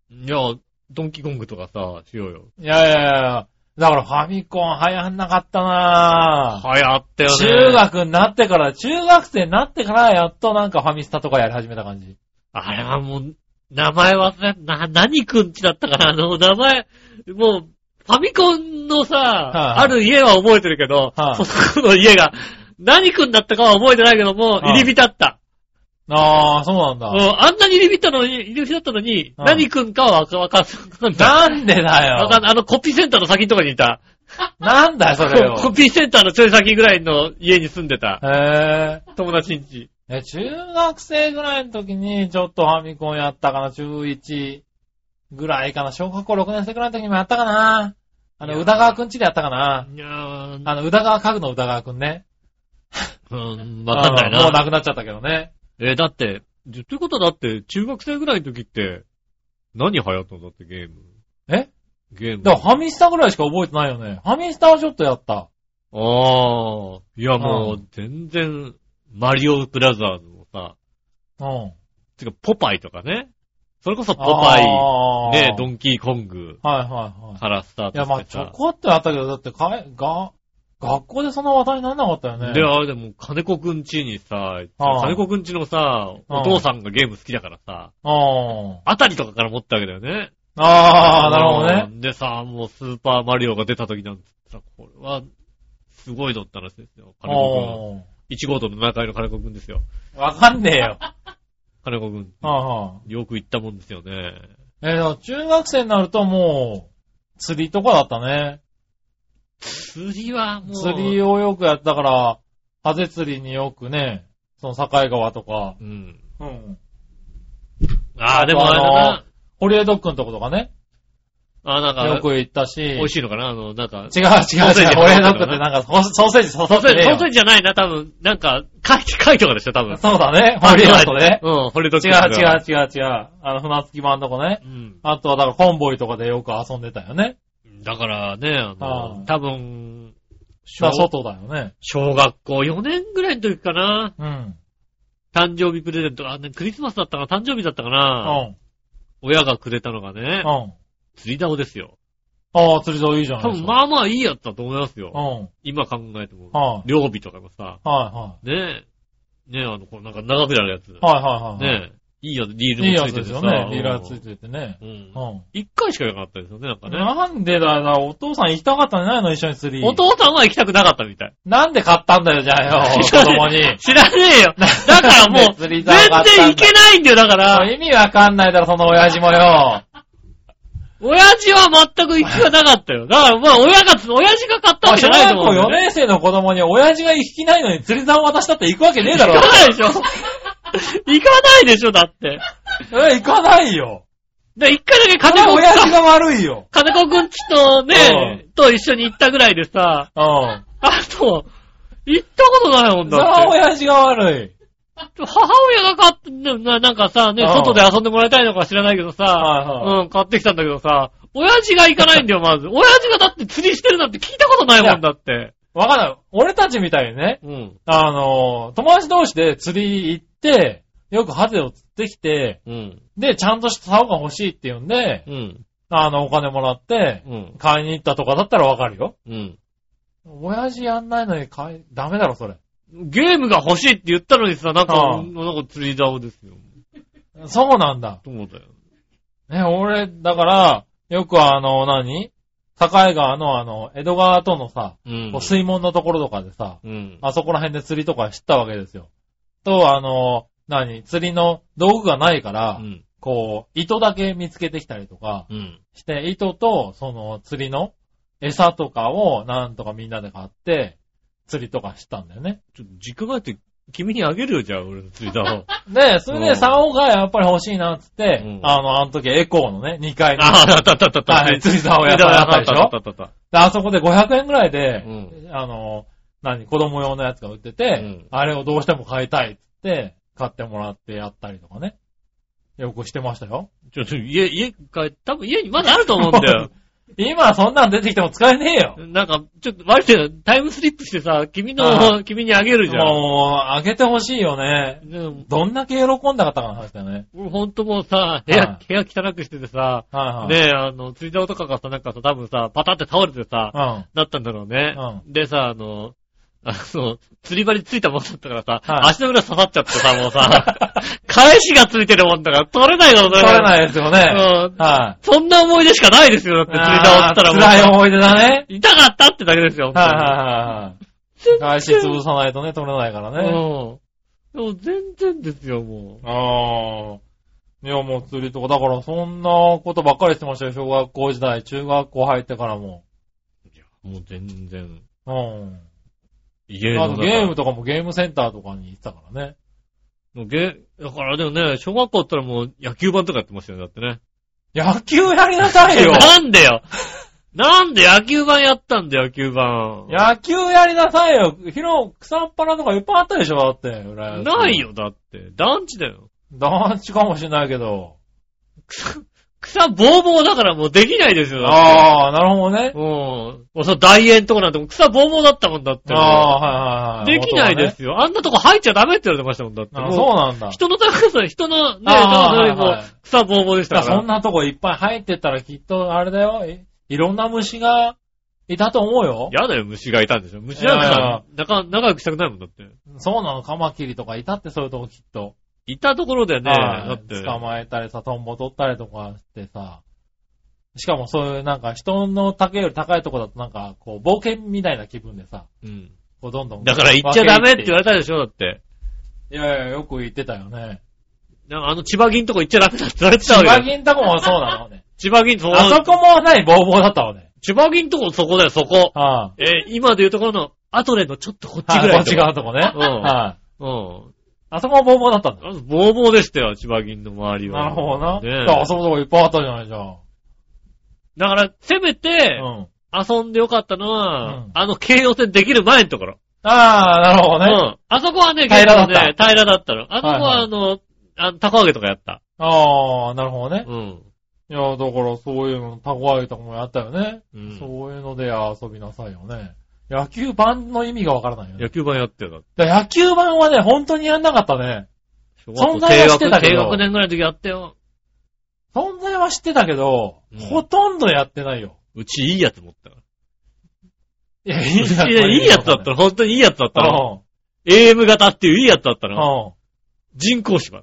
Speaker 2: いや、ドンキーコングとかさ、しようよ。
Speaker 3: いやいやいやだからファミコン流行んなかったな
Speaker 2: 流行ったよね。
Speaker 3: 中学になってから、中学生になってから、やっとなんかファミスタとかやり始めた感じ。
Speaker 2: あれはもう、名前忘れ、な、何くんちだったかなあの、名前、もう、ファミコンのさ、
Speaker 3: い
Speaker 2: ある家は覚えてるけど、
Speaker 3: はい
Speaker 2: そこの家が、何くんだったかは覚えてないけども、
Speaker 3: はい
Speaker 2: 入り浸った。
Speaker 3: ああ、そうなんだ
Speaker 2: う。んあんなに入り浸ったのに、入り浸ったのに、
Speaker 3: はい
Speaker 2: 何くんかはわか、わかんない。
Speaker 3: なんでだよ。
Speaker 2: わかんないあの、コピーセンターの先のとこにいた。
Speaker 3: なんだよ、それ
Speaker 2: <laughs>
Speaker 3: を。
Speaker 2: コピーセンターのちょい先ぐらいの家に住んでた。
Speaker 3: へ
Speaker 2: 友達んち。
Speaker 3: え。え、中学生ぐらいの時にちょっとファミコンやったかな、中1ぐらいかな、小学校6年生ぐらいの時にもやったかな。あ
Speaker 2: い
Speaker 3: の、
Speaker 2: や
Speaker 3: 宇田川くんちでやったかな。
Speaker 2: いやー、
Speaker 3: あの、宇田川家具の宇田川くんね。
Speaker 2: うん、わかんない
Speaker 3: あのもう
Speaker 2: な。
Speaker 3: 亡くなっちゃったけどね。
Speaker 2: えーだって、じゃということはだって、中学生ぐらいの時って、何流行ったんだってゲーム。
Speaker 3: え
Speaker 2: ゲーム。
Speaker 3: だからファミスタぐらいしか覚えてないよね。ファミスタはちょっとやった。
Speaker 2: ああ、いやも
Speaker 3: う
Speaker 2: う、全然、マリオブラザーズもさ、
Speaker 3: うん。
Speaker 2: てか、ポパイとかね。それこそポパイ、
Speaker 3: あー
Speaker 2: ね、ドンキーコング
Speaker 3: はいはいはい。
Speaker 2: からスター
Speaker 3: い
Speaker 2: ト
Speaker 3: や、まあ、
Speaker 2: して
Speaker 3: ちょ
Speaker 2: さ。
Speaker 3: こっとやったけど、だってかい、が、学校でそんな話題にならなかったよね。
Speaker 2: で、あれでも、金子くんちにさ、
Speaker 3: あー
Speaker 2: 金子くんちのさ、お父さんがゲーム好きだからさ、
Speaker 3: うん。
Speaker 2: あたりとかから持ったわけだよね。
Speaker 3: ああ、なるほどね。
Speaker 2: うん。でさ、もうスーパーマリオが出た時なんてさ、これは、すごいのったらしいですよ。金子くん。
Speaker 3: おー
Speaker 2: 1号棟の中の金子くんですよ。
Speaker 3: わかんねえよ。
Speaker 2: 金子くん。
Speaker 3: ああ
Speaker 2: よく行ったもんですよね。
Speaker 3: えーだから中学生になるともう、釣りとかだったね。
Speaker 2: 釣りはもう。
Speaker 3: 釣りをよくやったから、ハゼ釣りによくね、その境川とか、
Speaker 2: うん。
Speaker 3: うん。
Speaker 2: ああ、でもあ
Speaker 3: あ
Speaker 2: れ
Speaker 3: と
Speaker 2: だ
Speaker 3: あの
Speaker 2: な。
Speaker 3: ホリエドッグのとことかね、
Speaker 2: ああ、なん
Speaker 3: よ
Speaker 2: か、
Speaker 3: く行ったし、
Speaker 2: 美
Speaker 3: 違う違う違う
Speaker 2: 味しいのかなあの、なんか、
Speaker 3: 違う、ホリエドッグってなんかソーソーセージ刺さ
Speaker 2: ソ
Speaker 3: っ
Speaker 2: ーセー
Speaker 3: て
Speaker 2: ジ、
Speaker 3: ねえ
Speaker 2: ソ
Speaker 3: よ
Speaker 2: ーセージじゃないな、多分。なんか、貝、 <laughs> 貝とかでしょ、多分。
Speaker 3: そうだね、ホリエドッグね。
Speaker 2: うん、ホリドッ
Speaker 3: 違
Speaker 2: グ
Speaker 3: う
Speaker 2: とか
Speaker 3: 違う違う違う。あの、船着き場のとこね。
Speaker 2: うん。
Speaker 3: あとは、だから、コンボイとかでよく遊んでたよね。
Speaker 2: だからね、あ
Speaker 3: ああ
Speaker 2: の、多分、小
Speaker 3: だから外だよね。
Speaker 2: 小学校4年ぐらいの時かな。
Speaker 3: うん。
Speaker 2: 誕生日プレゼント。あ、ね、クリスマスだったかな誕生日だったか
Speaker 3: う
Speaker 2: な、
Speaker 3: ん。
Speaker 2: 親がくれたのがね、
Speaker 3: うん。
Speaker 2: 釣り竿ですよ。
Speaker 3: ああ、釣り竿いいじゃない
Speaker 2: 多
Speaker 3: です
Speaker 2: 分
Speaker 3: か。
Speaker 2: まあまあいいやつだと思いますよ。
Speaker 3: うん。
Speaker 2: 今考えても。
Speaker 3: はい、
Speaker 2: 料理とかのさ、
Speaker 3: はい、はい。
Speaker 2: ねえ、ねえ、あの、こうなんか長くなるやつ。
Speaker 3: はいはいはい。
Speaker 2: ねえ、いいやつ、リー
Speaker 3: いい
Speaker 2: ルもつ
Speaker 3: や
Speaker 2: い
Speaker 3: つ
Speaker 2: て
Speaker 3: で
Speaker 2: て
Speaker 3: す
Speaker 2: さ。
Speaker 3: よね。リーラーつい
Speaker 2: て
Speaker 3: ててね。
Speaker 2: う。
Speaker 3: うんん。
Speaker 2: 一回しかいなかったですよね、なんかね。
Speaker 3: なんでだな、お父さん行きたかったんじゃないの一緒に釣り。
Speaker 2: お父さんは行きたくなかったみたい。
Speaker 3: なんで買ったんだよ、じゃあ
Speaker 2: <laughs>
Speaker 3: よ、子供に。
Speaker 2: 知らねえよ。だからもう、
Speaker 3: 釣
Speaker 2: 全
Speaker 3: り竿買ったんだ
Speaker 2: 然行けないんだよ、だから。
Speaker 3: 意味わかんないだろ、その親父もよ。
Speaker 2: 親父は全く行きがなかったよ。だから、まあ、親が、親父が買ったわけじ
Speaker 3: 小
Speaker 2: ゃない
Speaker 3: 学
Speaker 2: <laughs> と思
Speaker 3: 校
Speaker 2: うんだよ
Speaker 3: 4
Speaker 2: ね。
Speaker 3: 年生の子供に親父が行きないのに釣り竿渡したって行くわけね
Speaker 2: <laughs>
Speaker 3: えだろ。
Speaker 2: 行かないでしょ行かないでしょだって。
Speaker 3: え、行かないよ。
Speaker 2: で、一回だけ
Speaker 3: それ
Speaker 2: 金子くん
Speaker 3: 親父
Speaker 2: さ、
Speaker 3: が悪いよ。
Speaker 2: 金子くんちとね、と一緒に行ったぐらいでさ、
Speaker 3: うん。
Speaker 2: あと、行ったことないもん
Speaker 3: それは
Speaker 2: だって。
Speaker 3: 親父が悪い。
Speaker 2: 母親が買って、ななんかさ、ね、
Speaker 3: うん
Speaker 2: 外で遊んでもらいたいのか知らないけどさ、
Speaker 3: はいはい
Speaker 2: うん、買ってきたんだけどさ、親父が行かないん <laughs> だよ、まず。親父がだって釣りしてるなんて聞いたことないもんだって。
Speaker 3: わかんない。俺たちみたいにね、
Speaker 2: うん。
Speaker 3: あの、友達同士で釣り行って、よくハゼを釣ってきて、
Speaker 2: うん。
Speaker 3: で、ちゃんとした竿が欲しいって言うんで、
Speaker 2: うん。
Speaker 3: あの、お金もらって、
Speaker 2: うん。
Speaker 3: 買いに行ったとかだったらわかるよ。
Speaker 2: うん。
Speaker 3: 親父やんないのに買い、ダメだろ、それ。
Speaker 2: ゲームが欲しいって言ったのにさ、なんか、
Speaker 3: うん
Speaker 2: なんか釣り竿ですよ。
Speaker 3: そうなんだ。
Speaker 2: そうだよ。
Speaker 3: ね、俺、だから、よくあの、何境川のあの、江戸川とのさ、
Speaker 2: うん
Speaker 3: こう。水門のところとかでさ、
Speaker 2: うん。
Speaker 3: あそこら辺で釣りとか知ったわけですよ。と、あの、何釣りの道具がないか
Speaker 2: う
Speaker 3: ら、
Speaker 2: ん。
Speaker 3: こう、糸だけ見つけてきたりとか
Speaker 2: うん。
Speaker 3: して、糸と、その、釣りの餌とかを、なんとかみんなで買って、釣りとかしたんだよね。
Speaker 2: ちょっと実家帰って、君にあげるよ、じゃあ、俺の釣り
Speaker 3: <laughs>
Speaker 2: 竿。
Speaker 3: で、それ
Speaker 2: うん
Speaker 3: で、竿がやっぱり欲しいなっつって、
Speaker 2: うん
Speaker 3: あの、あの時エコーのね、2階の、
Speaker 2: ああ、あったあったあったあった。 <laughs>
Speaker 3: はい釣り竿屋さんあったでしょ
Speaker 2: あったあったあった。
Speaker 3: であそこで500円ぐらいで、
Speaker 2: う
Speaker 3: あの、何、子供用のやつが売ってて、
Speaker 2: うん
Speaker 3: あれをどうしても買いたいっつって、買ってもらってやったりとかね。よくしてましたよ。
Speaker 2: ちょっと家、家帰って、多分家にまだあると思うんだ
Speaker 3: <laughs>
Speaker 2: よ。
Speaker 3: 今そんなん出てきても使えねえよ。
Speaker 2: なんか、ちょっと、割とタイムスリップしてさ、君
Speaker 3: あ
Speaker 2: の、君にあげるじゃん。
Speaker 3: もう、あげてほしいよね。
Speaker 2: でも
Speaker 3: どんだけ喜んだかったかの話だよね。
Speaker 2: 俺ほんともうさ、部屋
Speaker 3: は、
Speaker 2: 部屋汚くしててさ、
Speaker 3: はいはい。
Speaker 2: ねえ、あの、釣り竿とかがさ、なんかさ、多分さ、パタって倒れてさ
Speaker 3: う、ん。
Speaker 2: なったんだろうね。でさ、あの、あの、釣り針ついたもんだったからさ、
Speaker 3: はい
Speaker 2: 足の裏刺さっちゃってさ、もうさ、 <laughs> 返しがついてるもんだから取れないの、取
Speaker 3: 取れないですよね。
Speaker 2: うん。
Speaker 3: は
Speaker 2: そんな思い出しかないですよ、だっ
Speaker 3: い。
Speaker 2: て釣り竿っつったらもう
Speaker 3: 辛い思い出だね。
Speaker 2: 痛かったってだけですよ、
Speaker 3: はい
Speaker 2: 本
Speaker 3: はいはいはい。返し潰さないとね、取れないから
Speaker 2: 当にう
Speaker 3: ね。
Speaker 2: ん。でも全然ですよ、も
Speaker 3: ああ。いや、もう釣りとか、だからそんなことばっかりしてましたよ。小学校時代、中学校入ってからも。
Speaker 2: う。もう全然。
Speaker 3: うん。
Speaker 2: 家
Speaker 3: あ
Speaker 2: の
Speaker 3: と
Speaker 2: 中
Speaker 3: ゲームとかもゲームセンターとかに行ってたからね。
Speaker 2: もうゲーだからでもね、小学校だったらもう野球盤とかやってましたよね、だってね。
Speaker 3: 野球 <laughs> やりなさいよ
Speaker 2: <laughs> なんでよなんで野球盤やったんだよ、野球盤。
Speaker 3: 野球やりなさいよ広、草っ腹とかいっぱいあったでしょだって、浦安
Speaker 2: ない。よ、だって。団地だよ。
Speaker 3: 団地かもしれないけど。
Speaker 2: 草、草ぼうぼうだからもうできないですよ。あ。
Speaker 3: ああ、なるほどね
Speaker 2: うん。。もうその大園とかなんてもう草ぼうぼうだったもんだって。
Speaker 3: ああ、はいはい
Speaker 2: で
Speaker 3: はい。
Speaker 2: きないですよ。あんなとこ入っちゃダメって言われてましたもんだって。
Speaker 3: 元々はね。あ
Speaker 2: もう
Speaker 3: そうなんだ。
Speaker 2: 人の高さ、人のね、高
Speaker 3: あ
Speaker 2: さ
Speaker 3: ー
Speaker 2: より
Speaker 3: はい
Speaker 2: も
Speaker 3: はい
Speaker 2: 草ぼうぼうでした
Speaker 3: だ
Speaker 2: か
Speaker 3: からそん
Speaker 2: ら。
Speaker 3: なとこいっぱい入ってったらきっとあれだよ。いいろんな虫がいたと思うよ。
Speaker 2: やだよ、虫がいたんでしょ。虫なんか、仲、仲良くしたくないもんだって。
Speaker 3: そうなの、カマキリとかいたってそういうとこきっと。
Speaker 2: いたところでね、
Speaker 3: はい
Speaker 2: だって。
Speaker 3: 捕まえたりさ、トンボ取ったりとかしてさ。しかもそういうなんか人の丈より高いとこだとなんかこう冒険みたいな気分でさ、
Speaker 2: うん。
Speaker 3: こうどんどん。
Speaker 2: だから行っちゃダメって言われ
Speaker 3: れ
Speaker 2: たでしょ、だって。
Speaker 3: いやいや、よく言ってたよね。
Speaker 2: なんかあの千葉銀とこ行っちゃダメだって言われてた
Speaker 3: 千葉
Speaker 2: わけよ。
Speaker 3: 銀とこもそうなのね。
Speaker 2: 千葉銀、そう
Speaker 3: あ <laughs> そこもない、ボーボーだったわね。
Speaker 2: 千葉銀とこそこだよ、そこ。
Speaker 3: は
Speaker 2: えー今でいうところの、アトレのちょっとこっ
Speaker 3: い。
Speaker 2: ちぐ
Speaker 3: はい
Speaker 2: ら
Speaker 3: こ
Speaker 2: い
Speaker 3: っち
Speaker 2: の
Speaker 3: 側のとこね。
Speaker 2: うん
Speaker 3: はい。
Speaker 2: うん。
Speaker 3: あそこもボーボーだったんだ。
Speaker 2: あのボーボーでしたよ、千葉銀の周りは。
Speaker 3: なるほどな。
Speaker 2: ねえ
Speaker 3: だから遊ぶとこいっぱいあったじゃないじゃん。
Speaker 2: だから、せめて、
Speaker 3: うん。
Speaker 2: 遊んでよかったのは、
Speaker 3: うん
Speaker 2: あの、京王線できる前のところ。
Speaker 3: ああ、なるほ
Speaker 2: う
Speaker 3: どね。
Speaker 2: ん。あそこはね、
Speaker 3: 平らだった
Speaker 2: ね、平らだったの。あそこ
Speaker 3: はい
Speaker 2: は、
Speaker 3: はい
Speaker 2: あの、あの、高揚げとかやった。
Speaker 3: ああ、なるほどね。
Speaker 2: うん。
Speaker 3: いや、だからそういうの、タコ揚げとかもやったよね。
Speaker 2: うん
Speaker 3: そういうので遊びなさいよね。野球盤の意味がわからないよね
Speaker 2: 野。球盤やってよ、だって。
Speaker 3: だから野球盤はね、本当にやんなかったね。
Speaker 2: 小
Speaker 3: 存在はしてたけ
Speaker 2: 低
Speaker 3: ど
Speaker 2: 学年ぐらいの時やったよ。
Speaker 3: 存在は知ってたけど、
Speaker 2: うん
Speaker 3: ほとんどやってないよ。
Speaker 2: うちいいやつ持ったから。
Speaker 3: いや、い
Speaker 2: いやいいやつだったの、本当にいいやつだったの。
Speaker 3: の。
Speaker 2: AM 型っていういいやつだった
Speaker 3: う
Speaker 2: の。
Speaker 3: ん。
Speaker 2: 人工芝。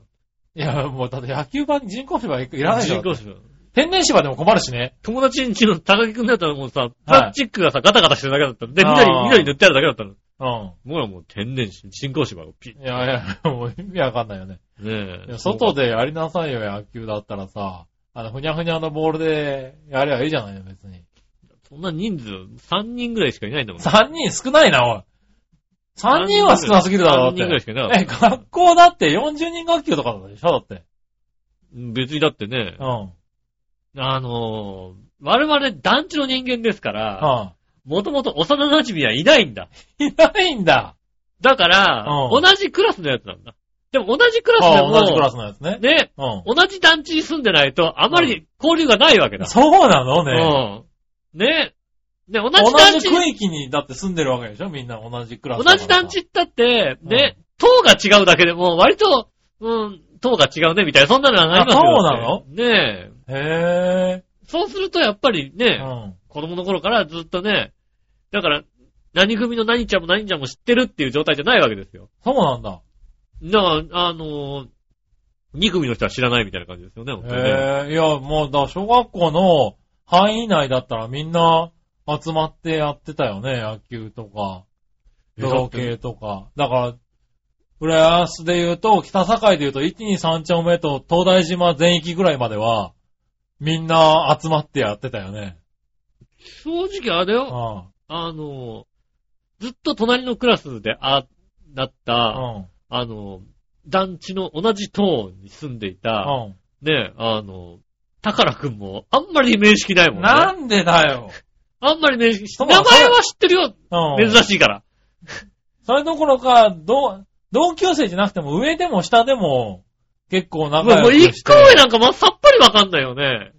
Speaker 3: いや、もうだって野球場に人工芝いらない
Speaker 2: 人
Speaker 3: よ。
Speaker 2: 工芝。
Speaker 3: 天然芝でも困るしね。
Speaker 2: 友達んちの高木くんだったらもうさ、プラスチックがさ、ガタガタしてるだけだったの。で、
Speaker 3: あー
Speaker 2: 緑、緑塗ってあるだけだったの。
Speaker 3: うん。
Speaker 2: もうもう天然芝、人工芝をピッ。
Speaker 3: いやいや、もう意味わかんないよね。
Speaker 2: ね
Speaker 3: い
Speaker 2: え。
Speaker 3: や外でやりなさいよ、野球だったらさ。あの、ふにゃふにゃのボールでやればいいじゃないよ、別に。
Speaker 2: そんな人数、3人ぐらいしかいないんだもん。
Speaker 3: 3人少ないな、おい。3人は少なすぎるだろ、だっ
Speaker 2: 3人ぐらい
Speaker 3: て。
Speaker 2: しかいなか
Speaker 3: え、
Speaker 2: った
Speaker 3: 学校だって40人学級とかでしょ、だって。
Speaker 2: 別にだってね
Speaker 3: う、ん。うん。
Speaker 2: あのー、我々団地の人間ですから、もともと幼馴染はいないんだ。
Speaker 3: いないんだ。
Speaker 2: だから、
Speaker 3: う
Speaker 2: 同
Speaker 3: ん
Speaker 2: じクラスのやつなんだ。でも同じクラスで
Speaker 3: あ
Speaker 2: も、
Speaker 3: 同じクラスのやつね。
Speaker 2: ね、
Speaker 3: うん。
Speaker 2: 同じ団地に住んでないと、あまり交流がないわけだ。
Speaker 3: そうなのね。
Speaker 2: うん。ね。で、同じ
Speaker 3: 同
Speaker 2: 団地、
Speaker 3: じ区域にだって住んでるわけでしょみんな同じクラスだか
Speaker 2: 同
Speaker 3: ら
Speaker 2: じ
Speaker 3: さ。
Speaker 2: 団地って言ったって、ね、党が違うだけでも、割と、うん、党が違うね、みたいな、そんなのはなりますよ。
Speaker 3: あ
Speaker 2: ねえ。
Speaker 3: へ
Speaker 2: そうすると、やっぱりね
Speaker 3: ぇ、ー。うん。
Speaker 2: 子供の頃からずっとね、だから、何組の何ちゃんも何ちゃんも知ってるっていう状態じゃないわけですよ。
Speaker 3: そうなんだ。
Speaker 2: だから、あのー、2組の人は知らないみたいな感じですよね、本当にね。
Speaker 3: へぇー。いや、もうだ、小学校の範囲内だったらみんな集まってやってたよね。野球とか、
Speaker 2: え
Speaker 3: ドロ系とか。だから、浦安で言うと、北境で言うと、1、2、3丁目と東大島全域ぐらいまでは、みんな集まってやってたよね。
Speaker 2: 正直あれよ、
Speaker 3: う
Speaker 2: あの、ずっと隣のクラスで、あ、だった、
Speaker 3: ん。うん。
Speaker 2: あの、団地の同じ棟に住んでいた、
Speaker 3: うん。
Speaker 2: ね、あの、宝くんも、あんまり面識ないもんね。
Speaker 3: なんでだよ。
Speaker 2: あんまり面識
Speaker 3: そう
Speaker 2: 名前は知ってるよ、
Speaker 3: うん。
Speaker 2: 珍しいから。
Speaker 3: それどころか、どう、同級生じゃなくても、上でも下でも、結構
Speaker 2: もう
Speaker 3: 仲良
Speaker 2: もう
Speaker 3: く
Speaker 2: 一
Speaker 3: して
Speaker 2: 個。上なんかま、さっぱりわかんないよね。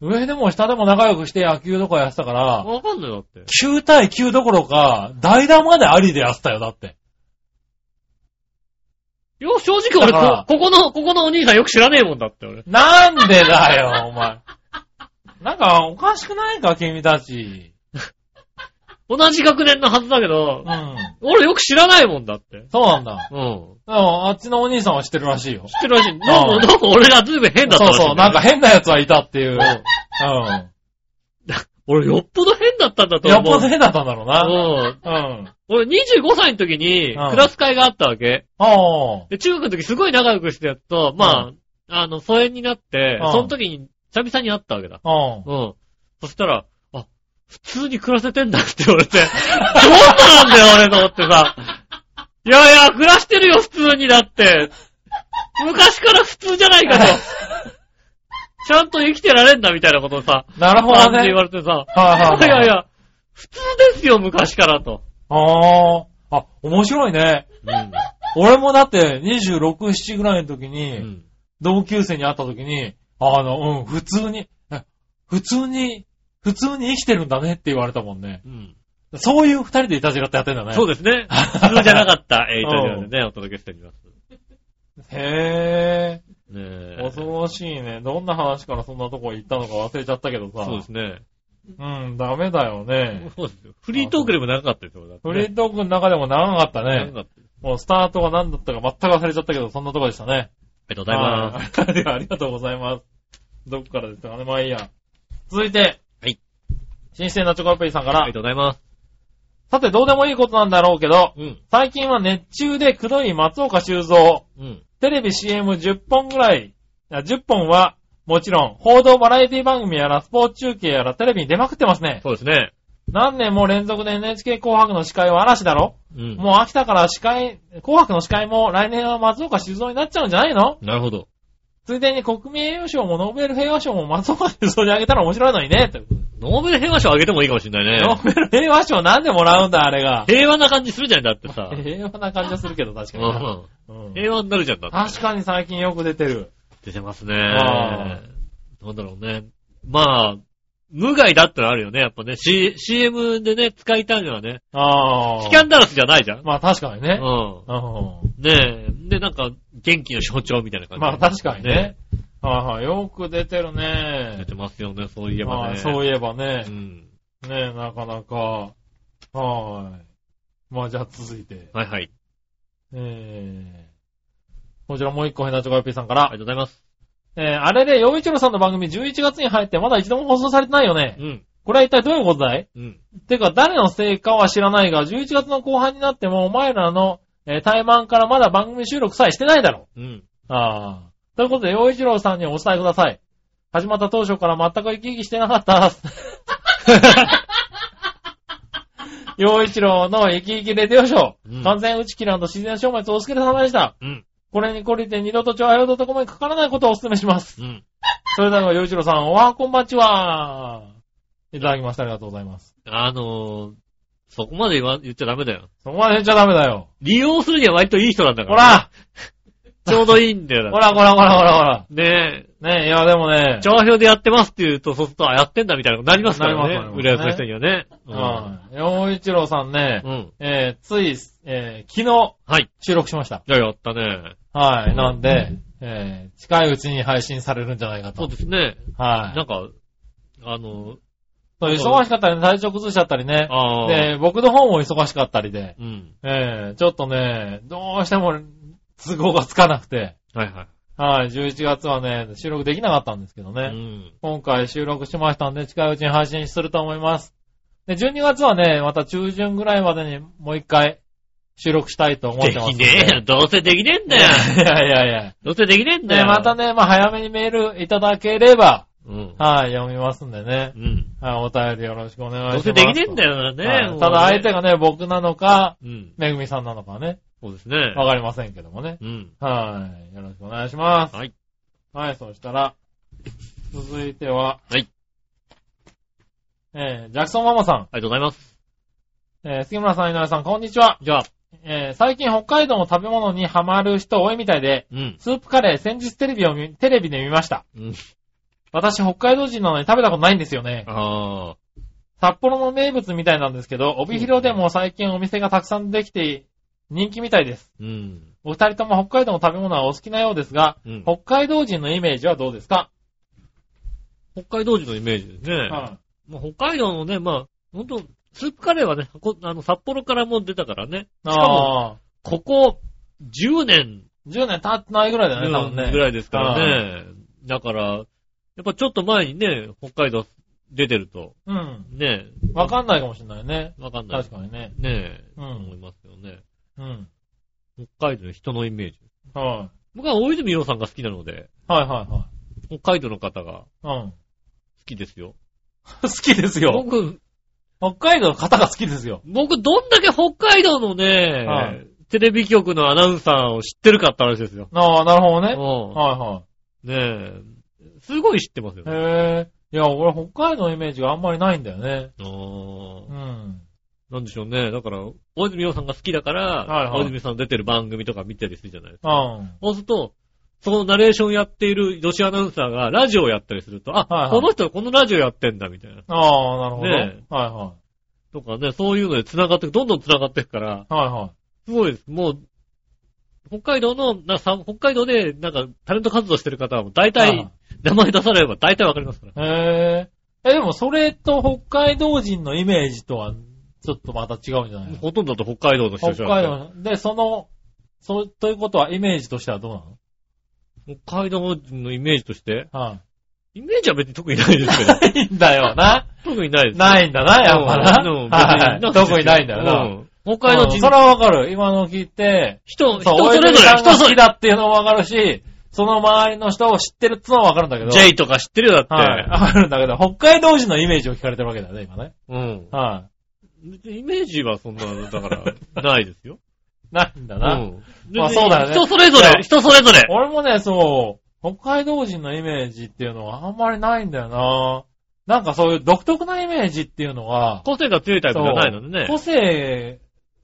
Speaker 3: 上でも下でも仲良くして野球とかやってたから、
Speaker 2: わかんないよ、だって。
Speaker 3: 9対9どころか、代打までありでやってたよ、だって。
Speaker 2: よ、正直俺
Speaker 3: だから
Speaker 2: こ、ここの、ここのお兄さんよく知らねえもんだって、俺。
Speaker 3: なんでだ
Speaker 2: <laughs>
Speaker 3: よ、お前。なんか、おかしくないか、君たち。
Speaker 2: 同じ学年のはずだけ
Speaker 3: う
Speaker 2: ど、
Speaker 3: ん。
Speaker 2: 俺よく知らないもんだって。
Speaker 3: そうなんだ。
Speaker 2: うん。
Speaker 3: でもあっちのお兄さんは知ってるらしいよ。
Speaker 2: 知ってるらしい。なん
Speaker 3: うん
Speaker 2: か、なんか俺がずいぶん変だった
Speaker 3: そ
Speaker 2: ら
Speaker 3: う
Speaker 2: しい
Speaker 3: そう、
Speaker 2: んだ
Speaker 3: な
Speaker 2: よ
Speaker 3: ん
Speaker 2: ね
Speaker 3: か変な奴はいたっていう。
Speaker 2: <laughs>
Speaker 3: うん。
Speaker 2: 俺よっぽど変だったんだと
Speaker 3: やっ
Speaker 2: 思う。
Speaker 3: ぱ変だったんだろうな。
Speaker 2: うん。
Speaker 3: うん。
Speaker 2: 俺25歳の時に、
Speaker 3: うん
Speaker 2: クラス会があったわけ。
Speaker 3: あ
Speaker 2: で、中学の時すごい仲良くしてやつと、まあ、あの、疎遠になって、
Speaker 3: うん
Speaker 2: その時に久々に会ったわけだ。<laughs>
Speaker 3: あ。うん。
Speaker 2: うん。そしたら、あ、普通に暮らせてんだって言われ
Speaker 3: <laughs>
Speaker 2: て、どんななんだよ俺と思ってさ。いやいや、暮らしてるよ、普通にだって。昔から普通じゃないかと。ちゃんと生きてられんだみたいなことをさ、
Speaker 3: なるほど
Speaker 2: 感 <laughs> じで
Speaker 3: ね
Speaker 2: 言。われてさ。
Speaker 3: はいはい
Speaker 2: いやいや、普通ですよ、昔からと。
Speaker 3: ああ。あ、面白いね。
Speaker 2: うん。
Speaker 3: 俺もだって26、7ぐらいの時
Speaker 2: う
Speaker 3: に、
Speaker 2: ん。
Speaker 3: 同級生に会った時に、あの、うん、普通に、え普通に、普通に生きてるんだねって言われたもんね。そういう二人でいたじらってやってんだね。
Speaker 2: そう
Speaker 3: で
Speaker 2: ですね。普通じゃなか <laughs> った、えーイタリアでね、お届けしております。
Speaker 3: す。へ
Speaker 2: ねえ
Speaker 3: ぇー。恐ろしいね。どんな話からそんなとこ行ったのか忘れちゃったけどさ。
Speaker 2: そうですね。
Speaker 3: うん、ダメだよね。
Speaker 2: そうですよ。フリートークでも長かったですよ、だって
Speaker 3: フ
Speaker 2: ね
Speaker 3: リートークの中でも長かった
Speaker 2: 長
Speaker 3: ね。
Speaker 2: かったです
Speaker 3: もうスタートが何だったか全く忘れちゃったけど、そんなとこでしたね。
Speaker 2: ありがとうございます。
Speaker 3: はいありがとうございます。どっからですかね、まあいいや。続いて。
Speaker 2: はい。
Speaker 3: 新鮮なチョコヨッピーさんか
Speaker 2: あ
Speaker 3: ら
Speaker 2: りが。とうございます。
Speaker 3: さて、どうでもいいことなんだろうけど、
Speaker 2: うん。
Speaker 3: 最近は熱中でくどい松岡修造、
Speaker 2: うん。
Speaker 3: テレビ CM10 本ぐらい、あ10本は、もちろん、報道バラエティ番組やら、スポーツ中継やら、テレビに出まくってますね。
Speaker 2: そうですね。
Speaker 3: 何年も連続で NHK 紅白の司会は嵐だろ、
Speaker 2: うん。
Speaker 3: もう秋田から司会、紅白の司会も来年は松岡修造になっちゃうんじゃないの
Speaker 2: なるほど。
Speaker 3: ついでに国民栄誉賞もノーベル平和賞も松岡修造にあげたら面白いのに
Speaker 2: <laughs>
Speaker 3: ね、ということで
Speaker 2: ノーベル平和賞あげてもいいかもしれない
Speaker 3: ノ
Speaker 2: ね。
Speaker 3: ーベル平和賞なんでもらうんだ、あれが。
Speaker 2: 平和な感じするじゃん、だってさ。
Speaker 3: 平和な感じはするけど、確か
Speaker 2: う
Speaker 3: に。
Speaker 2: ん
Speaker 3: うん
Speaker 2: 平和になるじゃん、だって。
Speaker 3: 確かに最近よく出てる。
Speaker 2: 出てますね。
Speaker 3: あ
Speaker 2: なんだろうね。まあ、無害だったらあるよね、やっぱね。C、CM でね、使いたいのはね。
Speaker 3: ああ。
Speaker 2: スキャンダラスじゃないじゃん。
Speaker 3: まあ確かにね。
Speaker 2: う。
Speaker 3: うん
Speaker 2: ねえ。で、なんか、元気の象徴みたいな感
Speaker 3: ん。
Speaker 2: じ。
Speaker 3: まあ確かにね。。はいはい。よく出てる
Speaker 2: 出
Speaker 3: ね。
Speaker 2: てますよね、そういえば
Speaker 3: は
Speaker 2: ね。
Speaker 3: いそう
Speaker 2: い
Speaker 3: いえばね
Speaker 2: う。ん。
Speaker 3: ねなかなか。はい。まあじゃあ続いて。
Speaker 2: はいはい。
Speaker 3: えこちらもう一個ヘナチョコヨッピーさんから
Speaker 2: あ。りがとうございます。
Speaker 3: えー、あれで、洋一郎さんの番組11月に入ってまだ一度も放送されてないよね
Speaker 2: う。ん。
Speaker 3: これは一体どういうことだい
Speaker 2: うん。
Speaker 3: てか、誰のせいかは知らないが、11月の後半になっても、お前らの、えー、対マンからまだ番組収録さえしてないだろ
Speaker 2: うん。
Speaker 3: う。ああ。ということで、洋一郎さんにお伝えください。始まった当初から全く生き生きしてなか
Speaker 2: <laughs>
Speaker 3: った。洋一郎の生き生きレディオショー。
Speaker 2: うん
Speaker 3: 完全打ち切り自然消滅お疲れ様でした。
Speaker 2: うん。
Speaker 3: これに懲りて二度と長ドットコムにかからないことをお勧めします。
Speaker 2: うん。
Speaker 3: それでは、洋一郎さん、おはこんばんちは。いただきました。ありがとうございます。
Speaker 2: あのー、そこまで言わ言っちゃダメだよ。
Speaker 3: そこまで言っちゃダメだよ。
Speaker 2: 利用するには割といい人なんだか
Speaker 3: ほ
Speaker 2: ら。
Speaker 3: ら
Speaker 2: ちょうどいいんだよ。だ
Speaker 3: ほ
Speaker 2: から
Speaker 3: ほらほらほらほ
Speaker 2: ら
Speaker 3: ら。
Speaker 2: ね
Speaker 3: ねえ、いやでもね
Speaker 2: え、、調和表でやってますって言うと、そうすると、あ、やってんだみたいなことになりますから
Speaker 3: なり
Speaker 2: ね。
Speaker 3: ますな
Speaker 2: 裏
Speaker 3: り
Speaker 2: 安
Speaker 3: ます
Speaker 2: の人にはね。
Speaker 3: うん。洋一郎さんね、
Speaker 2: うん。うん。
Speaker 3: えーつい、えー昨日
Speaker 2: はい。
Speaker 3: 収録しました。
Speaker 2: じゃあやったね。
Speaker 3: はい。なんで、えー近いうちに配信されるんじゃないか
Speaker 2: そう
Speaker 3: と
Speaker 2: で。すね。
Speaker 3: は
Speaker 2: ないんか、あの、。
Speaker 3: そう忙しかったりね、体調崩しちゃったりね。
Speaker 2: ああ。
Speaker 3: で、僕の方も忙しかったりで、
Speaker 2: うん。
Speaker 3: えーちょっとね、どうしても都合がつかなくて、
Speaker 2: はいは
Speaker 3: はい、11月はね、収録できなかったんですけど
Speaker 2: い。
Speaker 3: ね。
Speaker 2: うん。
Speaker 3: 今回収録しましたんで、近いうちに配信すると思います。で、12月はね、また中旬ぐらいまでにもう一回収録したいと思っ
Speaker 2: で
Speaker 3: てます
Speaker 2: き
Speaker 3: ん
Speaker 2: ねえよ。どうせできねえんだ
Speaker 3: <laughs> い
Speaker 2: よ。
Speaker 3: やいやいや。
Speaker 2: どうせできねえんだ
Speaker 3: で、
Speaker 2: よ。
Speaker 3: またね、まあ早めにメールいただければ、
Speaker 2: うん。
Speaker 3: はい、読みますんでね
Speaker 2: う。ん。
Speaker 3: はい、お便りよろしくお願いします。
Speaker 2: どうせできねえんだよ
Speaker 3: はい
Speaker 2: ね。もうね
Speaker 3: ただ相手。がね、僕なのか、
Speaker 2: うん。
Speaker 3: めぐみさんなのかはね、
Speaker 2: そうですね。
Speaker 3: わかりませんけどもね。
Speaker 2: うん。
Speaker 3: はい、よろしくお願いします。
Speaker 2: はい。
Speaker 3: はい、そしたら、続いては、
Speaker 2: はい。
Speaker 3: えー、ジャクソンママさん。
Speaker 2: ありがとうございます。
Speaker 3: えー杉村さん、井上さん、こんにちは。
Speaker 2: じゃあ、
Speaker 3: えー最近北海道の食べ物にハマる人多いみたいで、
Speaker 2: うん。
Speaker 3: スープカレー先日テレビを見、テレビで見ました。
Speaker 2: うん。
Speaker 3: 私、北海道人なのに食べたことないんですよね。
Speaker 2: ああ。
Speaker 3: 札幌の名物みたいなんですけど、帯広でも最近お店がたくさんできて、人気みたいです。
Speaker 2: うん。
Speaker 3: お二人とも北海道の食べ物はお好きなようですが、
Speaker 2: うん
Speaker 3: 北海道人のイメージはどうですか、
Speaker 2: 北海道人のイメージですね。
Speaker 3: うん
Speaker 2: まあ、北海道のね、まあ、ほんと、スープカレーはね、こあの、札幌からも出たからね。しかも、
Speaker 3: ああ、
Speaker 2: ここ、10年
Speaker 3: 10年経ってないぐらいだよね、多分ね。
Speaker 2: ぐらいですからね。だから、やっぱちょっと前にね、北海道出てると、
Speaker 3: うん。
Speaker 2: ね、
Speaker 3: わかんないかもしれないね。
Speaker 2: わかんない。
Speaker 3: 確かにね。
Speaker 2: ねえ、
Speaker 3: うん
Speaker 2: 思いますよね。
Speaker 3: うん。
Speaker 2: 北海道の人のイメージ。
Speaker 3: はい。
Speaker 2: 僕は大泉洋さんが好きなので、
Speaker 3: はいは
Speaker 2: 北海道の方が
Speaker 3: いはい。うん。
Speaker 2: 好きですよ。
Speaker 3: 好きですよ。
Speaker 2: 僕、
Speaker 3: 北海道の方が好きですよ。
Speaker 2: 僕どんだけ北海道のね、
Speaker 3: はい
Speaker 2: テレビ局のアナウンサーを知ってるかって話ですよ。
Speaker 3: ああ、なるほど
Speaker 2: う
Speaker 3: ね。
Speaker 2: ん。
Speaker 3: は
Speaker 2: ねえ、すごい知ってますよ
Speaker 3: い
Speaker 2: ね。
Speaker 3: はい。へえ。いや、俺北海道のイメージがあんまりないんだよね。
Speaker 2: あー
Speaker 3: うん。
Speaker 2: なんでしょうね。だから、大泉洋さんが好きだから、
Speaker 3: はいは
Speaker 2: 大
Speaker 3: い
Speaker 2: 泉さん出てる番組とか見たりするじゃないです
Speaker 3: う
Speaker 2: か。
Speaker 3: ん。
Speaker 2: そうすると、そのナレーションやっている女子アナウンサーがラジオをやったりすると、あ、
Speaker 3: はいはい
Speaker 2: この人このラジオやってんだ、みたいな。
Speaker 3: ああ、なるほど。はい
Speaker 2: ね
Speaker 3: は
Speaker 2: とかね、そういうので繋がってく、どんどん繋がっていくから、
Speaker 3: い。はいは
Speaker 2: すごいです。もう、北海道の、なさ北海道で、なんか、タレント活動してる方はもう大
Speaker 3: い。
Speaker 2: 体、名前出されれば大体わかりますから。
Speaker 3: ああ。へえ。え、でもそれと北海道人のイメージとは、ちょっとまた違うんじゃないの
Speaker 2: ほとんどだと北海道の人じ
Speaker 3: 北
Speaker 2: ゃ
Speaker 3: 海
Speaker 2: ない
Speaker 3: 道の。で、その、そう、ということはイメージとしてはどうなの
Speaker 2: 北海道人のイメージとして、
Speaker 3: は
Speaker 2: イメージは別に特にないですけ
Speaker 3: <laughs>
Speaker 2: ど、
Speaker 3: い。ないんだよな。
Speaker 2: 特にないです。
Speaker 3: <laughs> ないんだな、やっぱ
Speaker 2: うん
Speaker 3: な。はい。
Speaker 2: 別なんか
Speaker 3: 特にないんだよな。
Speaker 2: うん北海道
Speaker 3: うん
Speaker 2: 人
Speaker 3: それはわかる。今の聞いて、
Speaker 2: 人、人
Speaker 3: そう、
Speaker 2: そ
Speaker 3: 大
Speaker 2: れ
Speaker 3: 泉
Speaker 2: ぞれ、
Speaker 3: さん
Speaker 2: 人
Speaker 3: が
Speaker 2: そ
Speaker 3: 好
Speaker 2: れ
Speaker 3: きだっていうのもわかるし、その周りの人を知ってるってのはわかるんだけど。
Speaker 2: J とか知ってるよ、
Speaker 3: は
Speaker 2: だ
Speaker 3: い。
Speaker 2: って。
Speaker 3: わかるんだけど、北海道人のイメージを聞かれてるわけだよね、今ね。
Speaker 2: うん。
Speaker 3: は
Speaker 2: イメージはそんな、だから、ないですよ。
Speaker 3: い。ないんだ
Speaker 2: う
Speaker 3: <laughs> な。
Speaker 2: ん。
Speaker 3: まあそうだよね
Speaker 2: 人それぞ
Speaker 3: いや
Speaker 2: れ、人それぞれ。
Speaker 3: 俺もね、そう、北海道人のイメージっていうのはあんまりないんだよな。なんかそういう独特なイメージっていうのは、
Speaker 2: 個性が強いタイプじゃないのでね。
Speaker 3: 個性、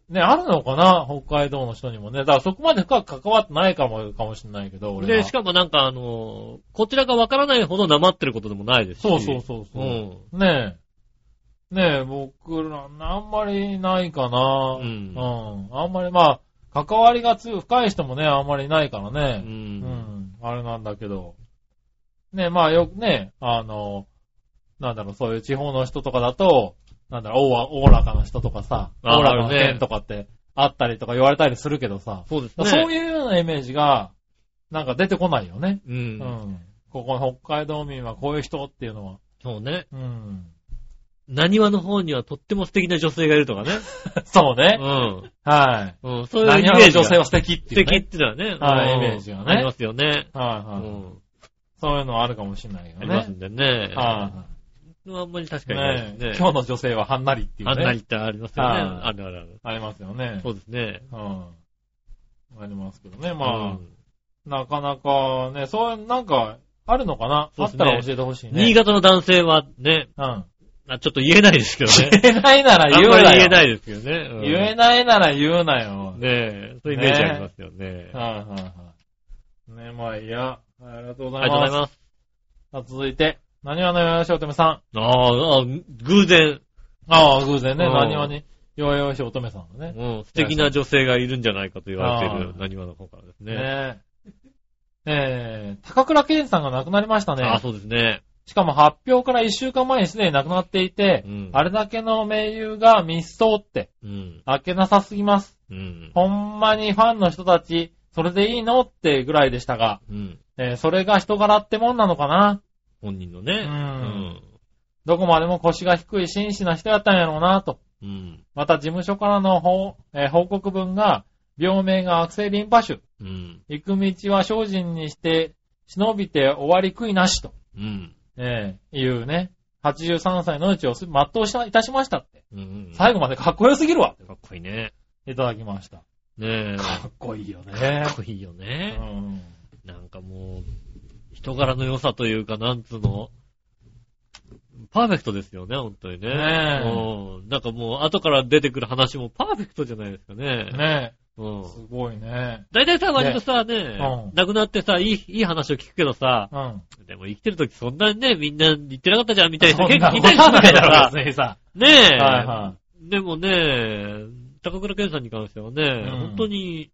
Speaker 3: ね、あるのかな北海道の人にもね。だからそこまで深く関わってないかも、かもしれないけど、俺は
Speaker 2: で、しかもなんかあのー、こちらがわからないほどなまってることでもないですし。
Speaker 3: そうそうそうそう。
Speaker 2: うん。
Speaker 3: ねえ。ねえ、僕ら、あんまりないかな。
Speaker 2: うん
Speaker 3: うんあんまり、まあ、関わりが強い、深い人もね、あんまりいないから
Speaker 2: う。
Speaker 3: ね。うんあれなんだけど。ねえ、まあよくね、あの、なんだろう、そういう地方の人とかだと、なんだろう、おおらおおらかな人とかさ、お
Speaker 2: あ
Speaker 3: おらかな
Speaker 2: あるね
Speaker 3: 県とかってあったりとか言われたりするけどさ、
Speaker 2: そうです
Speaker 3: だ
Speaker 2: ね。
Speaker 3: からそういうようなイメージが、なんか出てこないよね。
Speaker 2: う。
Speaker 3: うんん。ここの北海道民はこういう人っていうのは。
Speaker 2: そうね。
Speaker 3: うん。
Speaker 2: 何話の方にはとっても素敵な女性がいるとかね。
Speaker 3: <laughs> そうね。はい。
Speaker 2: うん。うん。そういうイ
Speaker 3: 何
Speaker 2: メ
Speaker 3: よ
Speaker 2: ー
Speaker 3: り
Speaker 2: ジが。
Speaker 3: 女性は素敵って
Speaker 2: 素
Speaker 3: いう、
Speaker 2: 敵っ
Speaker 3: ね。
Speaker 2: てのはね。
Speaker 3: はい
Speaker 2: うん
Speaker 3: イメージがね
Speaker 2: ありますよね。
Speaker 3: はいは
Speaker 2: う
Speaker 3: い、
Speaker 2: ん。
Speaker 3: そういうのはあるかもしれないよ
Speaker 2: あ
Speaker 3: ね。
Speaker 2: りますんでね。。
Speaker 3: はい
Speaker 2: あんまり確
Speaker 3: い、
Speaker 2: かにない
Speaker 3: ねえ
Speaker 2: ですね。
Speaker 3: 今日の女性ははんなりっていうね。
Speaker 2: あんなりってありますよね。
Speaker 3: はい
Speaker 2: あるあるある。
Speaker 3: ありますよね。
Speaker 2: そうですね。
Speaker 3: うん。ありますけどね。まあ
Speaker 2: う、ん
Speaker 3: なかなかね、そういう、なんか、あるのかな、
Speaker 2: そう
Speaker 3: あ
Speaker 2: で
Speaker 3: っ
Speaker 2: す
Speaker 3: た
Speaker 2: ね
Speaker 3: ら教えてほしいね。
Speaker 2: 新潟の男性はね、
Speaker 3: うん。
Speaker 2: あちょっと言えないですけどね。
Speaker 3: 言え <laughs> ないな
Speaker 2: あ
Speaker 3: ら
Speaker 2: ん
Speaker 3: 言う
Speaker 2: ま
Speaker 3: な
Speaker 2: り言え
Speaker 3: よ。
Speaker 2: ないですけどね。うん
Speaker 3: 言えないなら言うなよ。
Speaker 2: ねえ、そういうイメージありますよね。
Speaker 3: はいはいはい。ね、まあいいや。ありがとうご
Speaker 2: あ
Speaker 3: ざ
Speaker 2: り
Speaker 3: い
Speaker 2: がとうご
Speaker 3: ます。
Speaker 2: ざいます。
Speaker 3: さあ続いて、何わのよよしおとめさん。
Speaker 2: ああ、偶然、
Speaker 3: ああ、偶然ね、
Speaker 2: うん
Speaker 3: 何わによよよしおとめさんのね。
Speaker 2: うん、素敵な女性がいるんじゃないかと言われている、何話の方からですね。
Speaker 3: ねえ。えー、高倉健さんが亡くなりましたね。
Speaker 2: ああ、そうですね。
Speaker 3: しかも発表から1週間前にすでに亡くなっていて、
Speaker 2: うん
Speaker 3: あれだけの名優が密葬って、
Speaker 2: うん。
Speaker 3: あっけなさすぎます。
Speaker 2: うん。
Speaker 3: ほんまにファンの人たち、それでいいのってぐらいでしたが、
Speaker 2: うん。
Speaker 3: えーそれが人柄ってもんなのかな。
Speaker 2: 本人のね。
Speaker 3: んどこまでも腰が低い真摯な人やったんやろうなと。
Speaker 2: うん。うん。
Speaker 3: また事務所からの報,、えー報告文が、病名が悪性リンパ腫。
Speaker 2: うん。
Speaker 3: 行く道は精進にして、忍びて終わり悔いなしと。
Speaker 2: うん。
Speaker 3: えーいうね、83歳のうちを全うしたいたしましたって。
Speaker 2: うん。
Speaker 3: 最後までかっこよすぎるわ
Speaker 2: かっこいいね。
Speaker 3: いただきました。
Speaker 2: ねえ。
Speaker 3: かっこいいよね
Speaker 2: かっ。こいいよ
Speaker 3: う
Speaker 2: ね。
Speaker 3: ん。
Speaker 2: なんかもう、人柄の良さというか、なんつうの。パーフェクトですよね、本当にね。
Speaker 3: ねえ
Speaker 2: うん。なんかもう、後から出てくる話もパーフェクトじゃないですかね。
Speaker 3: ね
Speaker 2: う
Speaker 3: え。
Speaker 2: ん。
Speaker 3: すごいね。
Speaker 2: 大体さ、割とさ、ね、
Speaker 3: うん
Speaker 2: 亡くなってさ、いい、いい話を聞くけどさ、
Speaker 3: うん。
Speaker 2: でも生きてる時そんなにね、みんな言ってなかったじゃん、みたいな人
Speaker 3: そん
Speaker 2: 結
Speaker 3: な
Speaker 2: 構
Speaker 3: こ
Speaker 2: いた
Speaker 3: と
Speaker 2: りする
Speaker 3: ない
Speaker 2: か
Speaker 3: だろ
Speaker 2: らさ、
Speaker 3: う、別にさ。
Speaker 2: ねえ、
Speaker 3: はいは
Speaker 2: でもね、高倉健さんに関してはね、
Speaker 3: ん
Speaker 2: 本当に、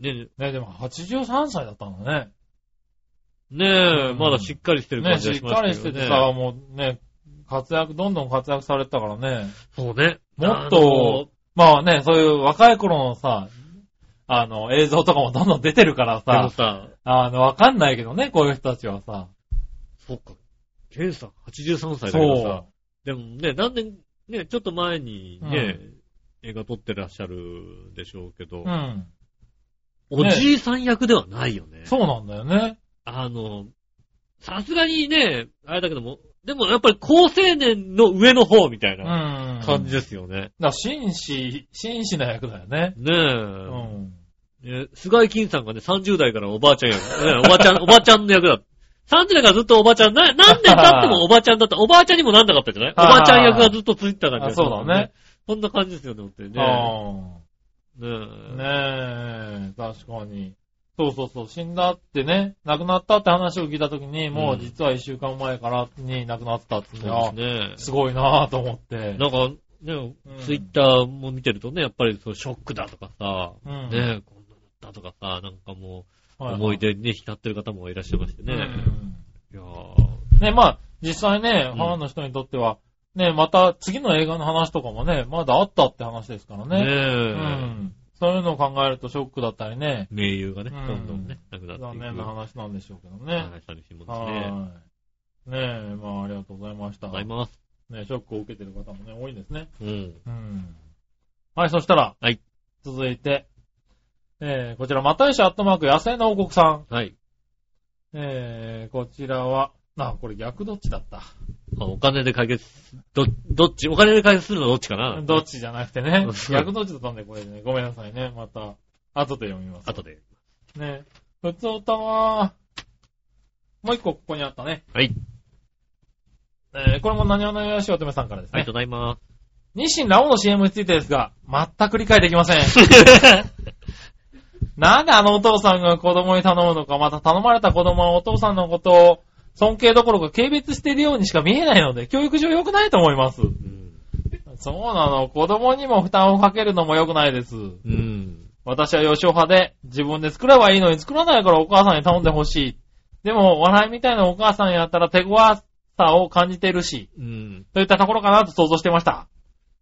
Speaker 2: ね、
Speaker 3: い。ねえ、でも83歳だったんだね。
Speaker 2: ねえ、
Speaker 3: うん
Speaker 2: まだしっかりしてる感
Speaker 3: ね
Speaker 2: じが
Speaker 3: しっ
Speaker 2: しまし
Speaker 3: か
Speaker 2: た
Speaker 3: り
Speaker 2: よね。
Speaker 3: しててさ、もうね、活躍、どんどん活躍されてたからね。
Speaker 2: そうね。
Speaker 3: もっと、まあね、そういう若い頃のさ、あの、映像とかもどんどん出てるから
Speaker 2: あの、でも
Speaker 3: さ、
Speaker 2: さ、
Speaker 3: あの、わかんないけどね、こういう人たちはさ。
Speaker 2: そうか、健さん83歳だけどさ
Speaker 3: そ、
Speaker 2: でもね、何年、ね、ちょっと前にね、
Speaker 3: う
Speaker 2: 映画撮ってらっしゃるでしょうけど、
Speaker 3: う。うん。
Speaker 2: おじいさん役ではないよね。
Speaker 3: そうなんだよね。。
Speaker 2: あの、さすがにね、あれだけども、でもやっぱり高青年の上の方みたいうなん感じですよね。
Speaker 3: だから紳士、紳士な役だよね。
Speaker 2: ねえ。
Speaker 3: うん。
Speaker 2: ね菅井金さんがね、30代からおばあちゃん役、ねおばあちゃん、お <laughs> ばあちゃんの役だ。30代からずっとおばあちゃん、な、何年経ってもおばあちゃんだった。おばあちゃんにもなんなかったじゃないお
Speaker 3: はい
Speaker 2: ばあちゃん役がずっとついてた感じが
Speaker 3: あそうだね。
Speaker 2: そんな感じですよね、本当にね。
Speaker 3: あ
Speaker 2: ね
Speaker 3: あ。
Speaker 2: え
Speaker 3: ねえ、確かに。そうそうそう、死んだってね、亡くなったって話を聞いたときに、もう実は一週間前からに亡くなったっていうの
Speaker 2: そ
Speaker 3: は
Speaker 2: う、ですね。
Speaker 3: すごいなぁと思って。
Speaker 2: なんか、ね、
Speaker 3: うん
Speaker 2: ツイッターも見てるとね、やっぱりそうショックだとかさ、
Speaker 3: う
Speaker 2: ね、
Speaker 3: ん
Speaker 2: こんなだったとかさ、なんかもう、
Speaker 3: は
Speaker 2: 思い出にね、浸ってる方もいらっしゃいましてね。
Speaker 3: うん
Speaker 2: いや
Speaker 3: ね、まあ、実際ね、
Speaker 2: うん
Speaker 3: ファンの人にとっては、ね、また次の映画の話とかもね、まだあったって話ですから
Speaker 2: ーね
Speaker 3: ね。ううん。そういうのを考えるとショックだったりね、
Speaker 2: 名優がね、
Speaker 3: うん
Speaker 2: どんどんね、なくなってい
Speaker 3: 残
Speaker 2: く。
Speaker 3: 念な話なんでしょうけど
Speaker 2: 話
Speaker 3: ね。
Speaker 2: したりしますね。
Speaker 3: はーい。ねえ、まあ、ありがとうございました。
Speaker 2: ありがとうございます。
Speaker 3: ね、ショックを受けてる方もね、多いんですね。
Speaker 2: うん。
Speaker 3: うん。はい、そしたら、
Speaker 2: はい。
Speaker 3: 続いて、えー、こちら、またよしアットマーク、野生の王国さん。
Speaker 2: はい。
Speaker 3: えー、こちらは、あ、これ逆どっちだった。
Speaker 2: あお金で解決、ど、どっちお金で解決するのはどっちかな
Speaker 3: どっちじゃなく
Speaker 2: <laughs>
Speaker 3: てね
Speaker 2: うん。
Speaker 3: 逆どっちだったんで、これね。ごめんなさいね。また、後で読みます。
Speaker 2: 後で。
Speaker 3: ね。普通歌は、もう一個ここにあったね。
Speaker 2: はい。
Speaker 3: えー、これも何をのよしおとめさんからです
Speaker 2: ありがと
Speaker 3: ね
Speaker 2: う。ございま
Speaker 3: 日清ラオウの CM についてですが、全く理解できません。
Speaker 2: す。
Speaker 3: なんであのお父さんが子供に頼むのか、また頼まれた子供はお父さんのことを尊敬どころか軽蔑しているようにしか見えないので、教育上良くないと思います。
Speaker 2: うん。
Speaker 3: そうなの。子供にも負担をかけるのも良くないです。
Speaker 2: うん。
Speaker 3: 私は吉尾派で、自分で作ればいいのに作らないからお母さんに頼んでほしい。でも、笑いみたいなお母さんやったら手強さを感じているし、
Speaker 2: うん。
Speaker 3: といったところかなと想像してました。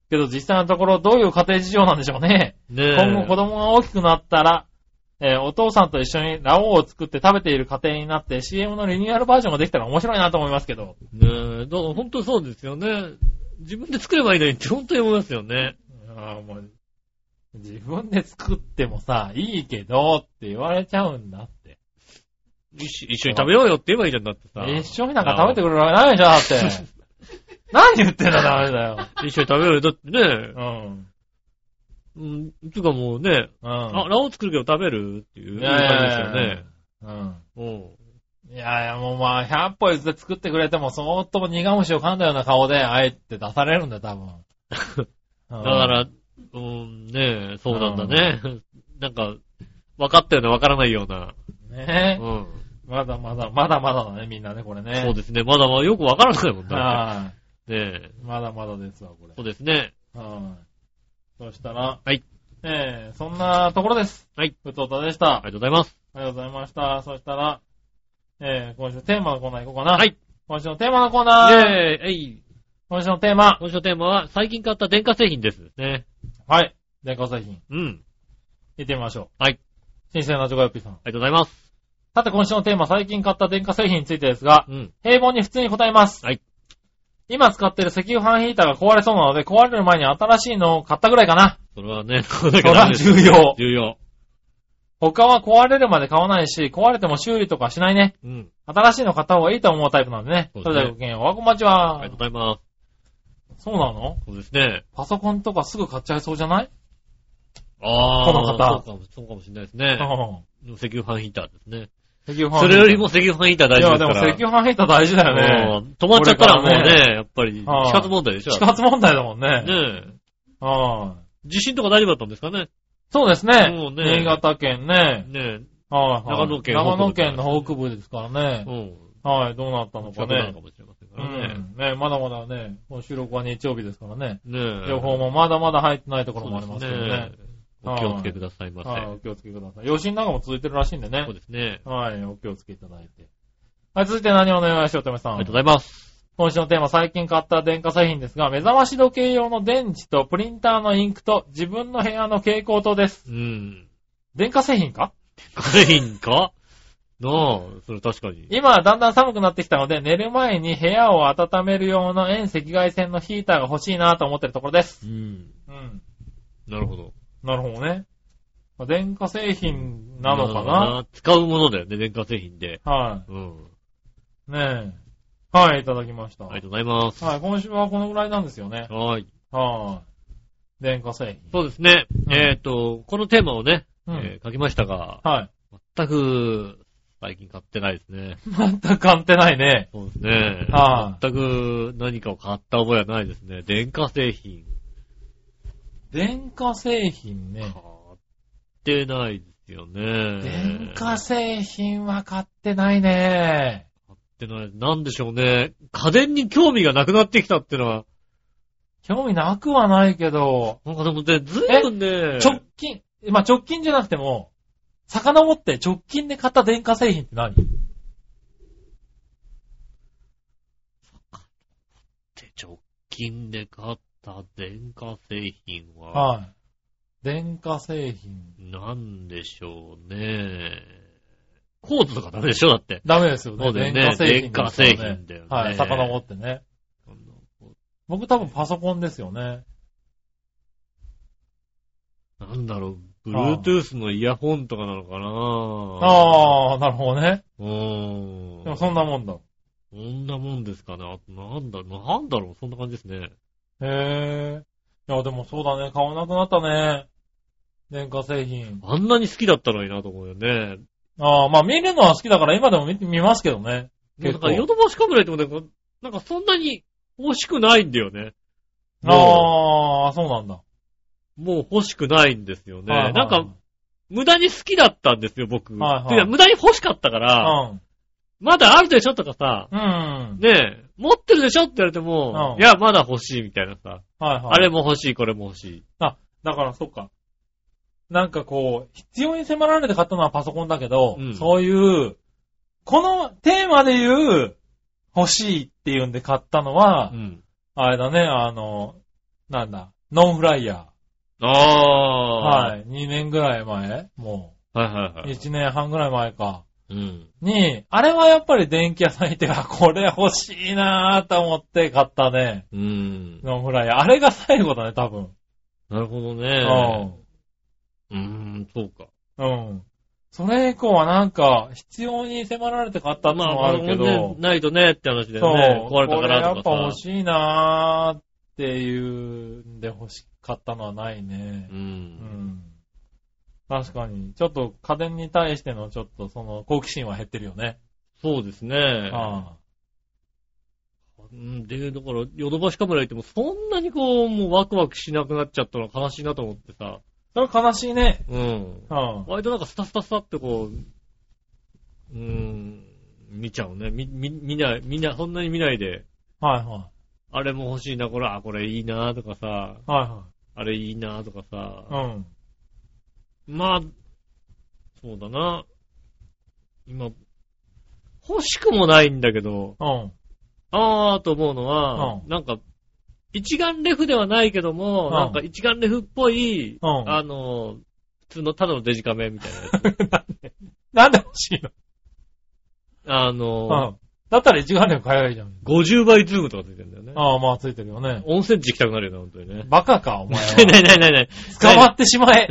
Speaker 3: けど実際のところどういう家庭事情なんでしょうね。
Speaker 2: ねえ。
Speaker 3: 今後子供が大きくなったら、えーお父さんと一緒にラオウを作って食べている家庭になって CM のリニューアルバージョンができたら面白いなと思いますけど。
Speaker 2: ねえ、だから本当そうですよね。自分で作ればいいのにって本当に思いますよね。
Speaker 3: ああ、もう、自分で作ってもさ、いいけどって言われちゃうんだって。
Speaker 2: 一緒一緒に食べようよって言えばいいじゃんだってさ。
Speaker 3: 一緒になんか食べてくれるわけないじゃん、だって。何言ってんだ、ダメだよ。
Speaker 2: 一緒に食べようよ。だってね、
Speaker 3: うん。
Speaker 2: うん、つうかもうね、
Speaker 3: うん。
Speaker 2: あ、ラオウ作るけど食べるっていう
Speaker 3: い
Speaker 2: 感
Speaker 3: やい
Speaker 2: じで
Speaker 3: や
Speaker 2: す
Speaker 3: い
Speaker 2: よ
Speaker 3: や
Speaker 2: ね。
Speaker 3: うん。
Speaker 2: うん。
Speaker 3: いやいや、もうまあ、100歩譲って作ってくれても、相当苦虫を噛んだような顔で、あえて出されるんだよ、多分。だ
Speaker 2: だか、ら、うん、ねえ、そうなんだね。 <laughs> なんか、分かったような分からないような。う
Speaker 3: ねえ、
Speaker 2: ん。
Speaker 3: まだまだ、まだまだだね、みんなね、これね。
Speaker 2: そうですね。まだまだよく分からないもんだ
Speaker 3: は
Speaker 2: って。ねえ。
Speaker 3: い。まだまだですわ、これ
Speaker 2: そ。うですね。
Speaker 3: はい。そしたら、
Speaker 2: はい。
Speaker 3: ええそんなところです。
Speaker 2: はい。
Speaker 3: ふつおたでし
Speaker 2: あり
Speaker 3: た。
Speaker 2: がとうございます。
Speaker 3: ありがとうございました。そしたら、ええ今週のテーマのコーナー行こうかな。
Speaker 2: はい。
Speaker 3: 今週のテーマのコーナ
Speaker 2: イ
Speaker 3: ー。
Speaker 2: ェーイえい
Speaker 3: 今週のテーマ。
Speaker 2: 今週のテーマは、最近買った電化製品です。ね。
Speaker 3: はい。電化製品。
Speaker 2: うん。
Speaker 3: 行ってみましょう。
Speaker 2: はい。
Speaker 3: 新鮮なチョコヨッピーさん。
Speaker 2: ありがとうございます。
Speaker 3: さて今週のテーマ、最近買った電化製品についてですが、
Speaker 2: うん。
Speaker 3: 平凡に普通に答えます。
Speaker 2: はい。
Speaker 3: 今使ってる石油ファンヒーターが壊れそうなので、壊れる前に新しいのを買ったぐらいかな。
Speaker 2: それはね、そうだ
Speaker 3: それは重要。
Speaker 2: 重要。
Speaker 3: 他は壊れるまで買わないし、壊れても修理とかしないね。
Speaker 2: うん。
Speaker 3: 新しいの買った方がいいと思うタイプなんでね。
Speaker 2: そう
Speaker 3: そ
Speaker 2: ですね
Speaker 3: れではごきげんよう。おはこんばんち
Speaker 2: あり
Speaker 3: は
Speaker 2: がとう。ございます。
Speaker 3: そうなの
Speaker 2: そうですね。
Speaker 3: パソコンとかすぐ買っちゃいそうじゃない
Speaker 2: あ
Speaker 3: この方
Speaker 2: そうかも、そうかもしれないです
Speaker 3: う
Speaker 2: ね。
Speaker 3: ん。
Speaker 2: でも石油ファンヒーターですね。
Speaker 3: 石油ファ
Speaker 2: そ
Speaker 3: ンヒーター。
Speaker 2: れよりも石油ファンヒーター大
Speaker 3: い
Speaker 2: 事です
Speaker 3: や、で
Speaker 2: か
Speaker 3: も
Speaker 2: ら。
Speaker 3: 石油ファンヒーター大事だよね。
Speaker 2: うん止まっちゃったらもう
Speaker 3: これから
Speaker 2: ね、やっぱり、
Speaker 3: はい
Speaker 2: 死活問題でしょ。
Speaker 3: 死活問題だもんね。
Speaker 2: ねえ。
Speaker 3: うん。
Speaker 2: 地震とか大丈夫だったんですかね
Speaker 3: そうですね。
Speaker 2: もうね
Speaker 3: 新潟県ね。
Speaker 2: ね
Speaker 3: はいはい。
Speaker 2: 長野県
Speaker 3: 長野県の北部ですから
Speaker 2: え。
Speaker 3: ね
Speaker 2: う。ん。
Speaker 3: はい、どうなったの
Speaker 2: 近
Speaker 3: か
Speaker 2: くなの
Speaker 3: ね
Speaker 2: か。もしれませんか
Speaker 3: う
Speaker 2: らね。
Speaker 3: ん。ね、まだまだね、この収録は日曜日ですからね。
Speaker 2: ねえ。
Speaker 3: 情報もまだまだ入ってないところもあり
Speaker 2: そう
Speaker 3: ま
Speaker 2: ですす
Speaker 3: けど
Speaker 2: ね
Speaker 3: ね。。
Speaker 2: お気をつけくださいま
Speaker 3: はい、お
Speaker 2: せ。
Speaker 3: 気をつけください。余震なんかも続いてるらしいんでね
Speaker 2: そう。ですね。
Speaker 3: はい、お気をつけいただいて。はい、続いて何をお願いしよう、とめさ
Speaker 2: あ
Speaker 3: ん
Speaker 2: りがとう。ございます。
Speaker 3: 今週のテーマ、最近買った電化製品ですが、目覚まし時計用の電池とプリンターのインクと自分の部屋の蛍光灯です。
Speaker 2: うん。
Speaker 3: 電化製品か
Speaker 2: 製品かなあ、それ確かに。
Speaker 3: 今はだんだん寒くなってきたので、寝る前に部屋を温める用の遠赤外線のヒーターが欲しいなと思ってるところです。
Speaker 2: うん。
Speaker 3: うん。
Speaker 2: なるほど。
Speaker 3: なるほどね。まあ電化製品なのかな
Speaker 2: 使うものだよね、電化製品で。
Speaker 3: は
Speaker 2: うん。
Speaker 3: い。ねえ。はい、いただきました。
Speaker 2: あ
Speaker 3: は
Speaker 2: りが
Speaker 3: い、
Speaker 2: とうございます。
Speaker 3: 今週はこのぐらいなんですよね。
Speaker 2: はい。
Speaker 3: はい。電化製
Speaker 2: そうですね。
Speaker 3: うん
Speaker 2: えっと、このテーマをね、
Speaker 3: 品。うん。
Speaker 2: えー書きましたが、
Speaker 3: はい。
Speaker 2: 全く、最近買ってないです
Speaker 3: <laughs>
Speaker 2: ね。
Speaker 3: 全く買ってないね。
Speaker 2: そうですね。
Speaker 3: はい
Speaker 2: 全く何かを買った覚えはないですね。電化製品。
Speaker 3: 電化製品
Speaker 2: 買
Speaker 3: ね。
Speaker 2: ってないですよね。
Speaker 3: 電化製品は買ってないね。
Speaker 2: ってない。なんでしょうね。家電に興味がなくなってきたってのは、
Speaker 3: 興味なくはないけど、
Speaker 2: なんかでもね、ずいぶんね、
Speaker 3: 直近、まあ、直近じゃなくても、遡って直近で買った電化製品って何
Speaker 2: って直近で買った電化製品は、
Speaker 3: はい。電化製品。
Speaker 2: なんでしょうね。コードとかダメでしょだって。
Speaker 3: ダメですよね。
Speaker 2: そうだよね。電
Speaker 3: 電
Speaker 2: 化
Speaker 3: 化
Speaker 2: 製
Speaker 3: 製品です
Speaker 2: 品
Speaker 3: から
Speaker 2: だ
Speaker 3: ね、
Speaker 2: よね。
Speaker 3: はい、遡ってね。僕多分パソコンですよね。
Speaker 2: なんだろう、Bluetooth のイヤホンとかなのかなあ。
Speaker 3: あー、なるほどね。
Speaker 2: うーん。
Speaker 3: でもそんなもんだ。
Speaker 2: そんなもんですかね。あと、なんだ、なんだろう、そんな感じですね。
Speaker 3: へー。いや、でもそうだね。買わなくなったね。電化製品。
Speaker 2: あんなに好きだったのになと思うよね。
Speaker 3: ああ、まあ見るのは好きだから今でも見見ますけどね。
Speaker 2: なん
Speaker 3: 結構
Speaker 2: か、ヨドバシカメラ行ってもなんか、なんかそんなに欲しくないんだよね。も
Speaker 3: ああ、そうなんだ。
Speaker 2: うもう欲しくないんですよね。
Speaker 3: はいはい
Speaker 2: なんか、、無駄に好きだったんですよ、僕。
Speaker 3: はいはい
Speaker 2: てか無駄に欲しかったから、まだあるでしょとかさ、
Speaker 3: うん。うん。
Speaker 2: ねえ、持ってるでしょって言われても、
Speaker 3: うん
Speaker 2: いや、まだ欲しいみたいなさ、
Speaker 3: はいはい。
Speaker 2: あれも欲しい、これも欲しい。
Speaker 3: だから、そっか。なんかこう、必要に迫られて買ったのはパソコンだけど、
Speaker 2: うん
Speaker 3: そういう、このテーマで言う、欲しいっていうんで買ったのは、
Speaker 2: うん。
Speaker 3: あれだね、あの、なんだ、ノンフライヤー。
Speaker 2: ああ。
Speaker 3: はい。2年ぐらい前も
Speaker 2: はいはいはい。
Speaker 3: 1年半ぐらい前か。
Speaker 2: うん。
Speaker 3: に、あれはやっぱり電気屋さんにいて、 <laughs> あ、これ欲しいなぁと思って買ったね。
Speaker 2: うん。
Speaker 3: ノンフライヤー。あれが最後だね、多分。
Speaker 2: なるほど
Speaker 3: う
Speaker 2: ね。
Speaker 3: ん。
Speaker 2: うーん、そうか。
Speaker 3: うん。それ以降はなんか、必要に迫られて買ったって
Speaker 2: ま
Speaker 3: のも
Speaker 2: あ、
Speaker 3: あ
Speaker 2: あ
Speaker 3: る
Speaker 2: の
Speaker 3: けど、
Speaker 2: ね、ないとねって話だ
Speaker 3: そう、
Speaker 2: よね。
Speaker 3: こ
Speaker 2: 壊れたか
Speaker 3: れや
Speaker 2: ら
Speaker 3: っ
Speaker 2: と
Speaker 3: ぱ
Speaker 2: か
Speaker 3: 欲
Speaker 2: さ。
Speaker 3: しいなーっていうんで欲しかったのはないね
Speaker 2: う。。
Speaker 3: うんん。確かに、ちょっと家電に対してのちょっとその好奇心は減ってるよね。
Speaker 2: そうですね。
Speaker 3: あ
Speaker 2: うんで、だから、ヨドバシカメラ行っても、そんなにこう、もうワクワクしなくなっちゃったのは悲しいなと思ってさ。
Speaker 3: あ。それ悲しいね。
Speaker 2: うん。
Speaker 3: うん。
Speaker 2: 割となんかスタスタスタってこう、うーん、見ちゃうね。み、み、見ない、見ない、そんなに見ないで、
Speaker 3: はいは
Speaker 2: あれも欲しいな、これ、あ、これいいなとかさ、
Speaker 3: い。は
Speaker 2: あれいいなとかさ
Speaker 3: い、はい。うん。
Speaker 2: まあ、そうだな。今、欲しくもないんだけど、
Speaker 3: うん。
Speaker 2: あーと思うのは、
Speaker 3: う
Speaker 2: なんか、一眼レフではないけども、
Speaker 3: うん
Speaker 2: なんか一眼レフっぽい、
Speaker 3: うん
Speaker 2: あの、普通のただのデジカメみたいなやつ。
Speaker 3: なんで欲しいの
Speaker 2: あ
Speaker 3: う
Speaker 2: の、
Speaker 3: ん。だったら一眼レフ買えばいいじゃん。
Speaker 2: 50倍ズームとかついてんだよね。
Speaker 3: ああ、まあついてるよね。
Speaker 2: 温泉地行きたくなるよな、本当にね。
Speaker 3: バカか、お前
Speaker 2: <laughs> ない
Speaker 3: は。
Speaker 2: ないないないない。
Speaker 3: <laughs> 捕まってしまえ。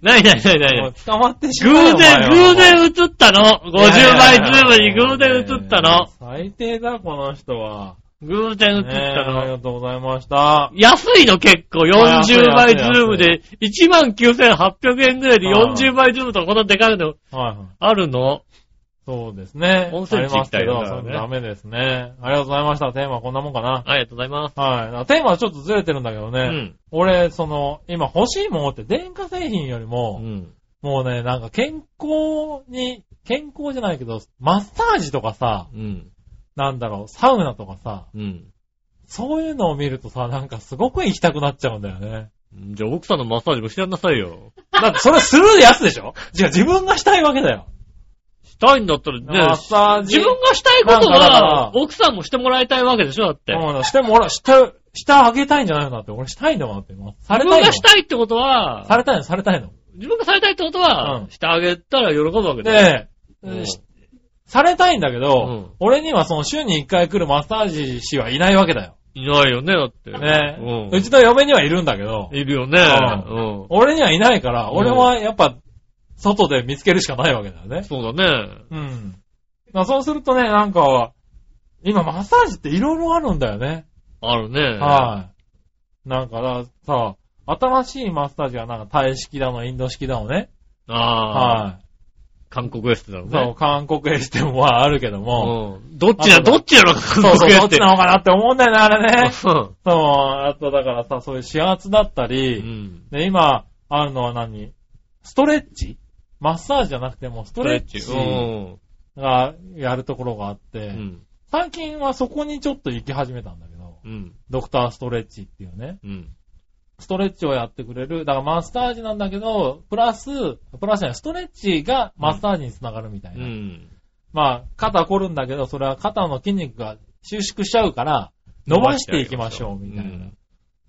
Speaker 2: ないないないないない。
Speaker 3: 捕まってし
Speaker 2: 偶
Speaker 3: まえ。お前
Speaker 2: 然、
Speaker 3: は
Speaker 2: 偶然映ったの !50
Speaker 3: いやい
Speaker 2: 倍
Speaker 3: やい
Speaker 2: ズ
Speaker 3: や
Speaker 2: ームに偶然映ったの
Speaker 3: 最低だ、この人は。
Speaker 2: 偶然映っ
Speaker 3: ねえ
Speaker 2: た
Speaker 3: あり
Speaker 2: の
Speaker 3: がとうございました。
Speaker 2: 安いの結構、
Speaker 3: 安い
Speaker 2: 40倍ズーム
Speaker 3: 安
Speaker 2: で、19,800円ぐらいで
Speaker 3: うん
Speaker 2: 40倍ズームとかこんなでかいの
Speaker 3: はいはい。
Speaker 2: あるの
Speaker 3: そうですね。
Speaker 2: 温泉地行きたいよ
Speaker 3: あ
Speaker 2: ね
Speaker 3: りま
Speaker 2: だからね
Speaker 3: すけどそれダメですね。ありがとうございました。テーマはこんなもんかな。
Speaker 2: ありがとうございます。
Speaker 3: はい。テーマはちょっとずれてるんだけどね。
Speaker 2: うん。
Speaker 3: 俺、その、今欲しいものって電化製品より
Speaker 2: う
Speaker 3: も、
Speaker 2: ん。
Speaker 3: もうね、なんか健康に、健康じゃないけど、マッサージとかさ、
Speaker 2: うん。
Speaker 3: なんだろう、サウナとかさ、
Speaker 2: うん。
Speaker 3: そういうのを見るとさ、なんかすごく行きたくなっちゃうんだよね。
Speaker 2: じゃあ奥さんのマッサージもしてやんなさいよ。
Speaker 3: だってそれするやつでしょ <laughs> 違う、自分がしたいわけだよ。
Speaker 2: したいんだったら
Speaker 3: マ
Speaker 2: ね
Speaker 3: ッ、サージ。
Speaker 2: 自分がしたいこ
Speaker 3: なん
Speaker 2: と
Speaker 3: かだから
Speaker 2: は、奥さんもしてもらいたいわけでしょだって。
Speaker 3: うん、してもら、して、してあげたいんじゃないのだって。俺したいんだもんだって。もうされ
Speaker 2: 自
Speaker 3: た
Speaker 2: 分
Speaker 3: いの
Speaker 2: がしたいってことは、
Speaker 3: されたいの、されたいの。
Speaker 2: 自分がされたいってことは、
Speaker 3: うん
Speaker 2: してあげたら喜ぶわけだよ。
Speaker 3: で、
Speaker 2: うん
Speaker 3: しされたいんだけど、
Speaker 2: うん
Speaker 3: 俺にはその週に一回来るマッサージ師はいないわけだよ。
Speaker 2: いないよね、だって。
Speaker 3: ね、
Speaker 2: うん
Speaker 3: うちの嫁にはいるんだけど、
Speaker 2: いるよね。
Speaker 3: う
Speaker 2: うん。
Speaker 3: 俺にはいないから、
Speaker 2: うん
Speaker 3: 俺はやっぱ、外で見つけるしかないわけだよね。
Speaker 2: そうだね。
Speaker 3: うん。まあそうするとね、なんか、今マッサージっていろいろあるんだよね。
Speaker 2: あるね。
Speaker 3: はい。なんかだ、さ、新しいマッサージがなんかタイ式だの、インド式だのね。
Speaker 2: い。ああ、
Speaker 3: は
Speaker 2: 韓国エステだろう
Speaker 3: い。
Speaker 2: ね
Speaker 3: そう、。韓国エステもまああるけども。
Speaker 2: うん。どっちだ、
Speaker 3: あと
Speaker 2: どっちやろ、
Speaker 3: そう
Speaker 2: 韓
Speaker 3: そう、
Speaker 2: 国エ
Speaker 3: ど
Speaker 2: ス
Speaker 3: っち
Speaker 2: テ。。
Speaker 3: なのかなって思うんだよね、あれね
Speaker 2: そう
Speaker 3: そう、あとだからさ、そういう指圧だった
Speaker 2: う
Speaker 3: り、
Speaker 2: ん。
Speaker 3: で、今、あるのは何ストレッチマッサージじゃなくてもス
Speaker 2: ス
Speaker 3: トレッチ
Speaker 2: うん。
Speaker 3: がやるところがあって、
Speaker 2: うん。
Speaker 3: 最近はそこにちょっと行き始めたんだけど、
Speaker 2: うん。
Speaker 3: ドクターストレッチっていうね。
Speaker 2: うん。
Speaker 3: ストレッチをやってくれる。だからマッサージなんだけど、プラス、プラスじゃない、ストレッチがマッサージにつながるみたいうな。
Speaker 2: ん。
Speaker 3: まあ、肩凝るんだけど、それは肩の筋肉が収縮しちゃうから、伸ばしていきましょう、みた
Speaker 2: う
Speaker 3: いな。
Speaker 2: ん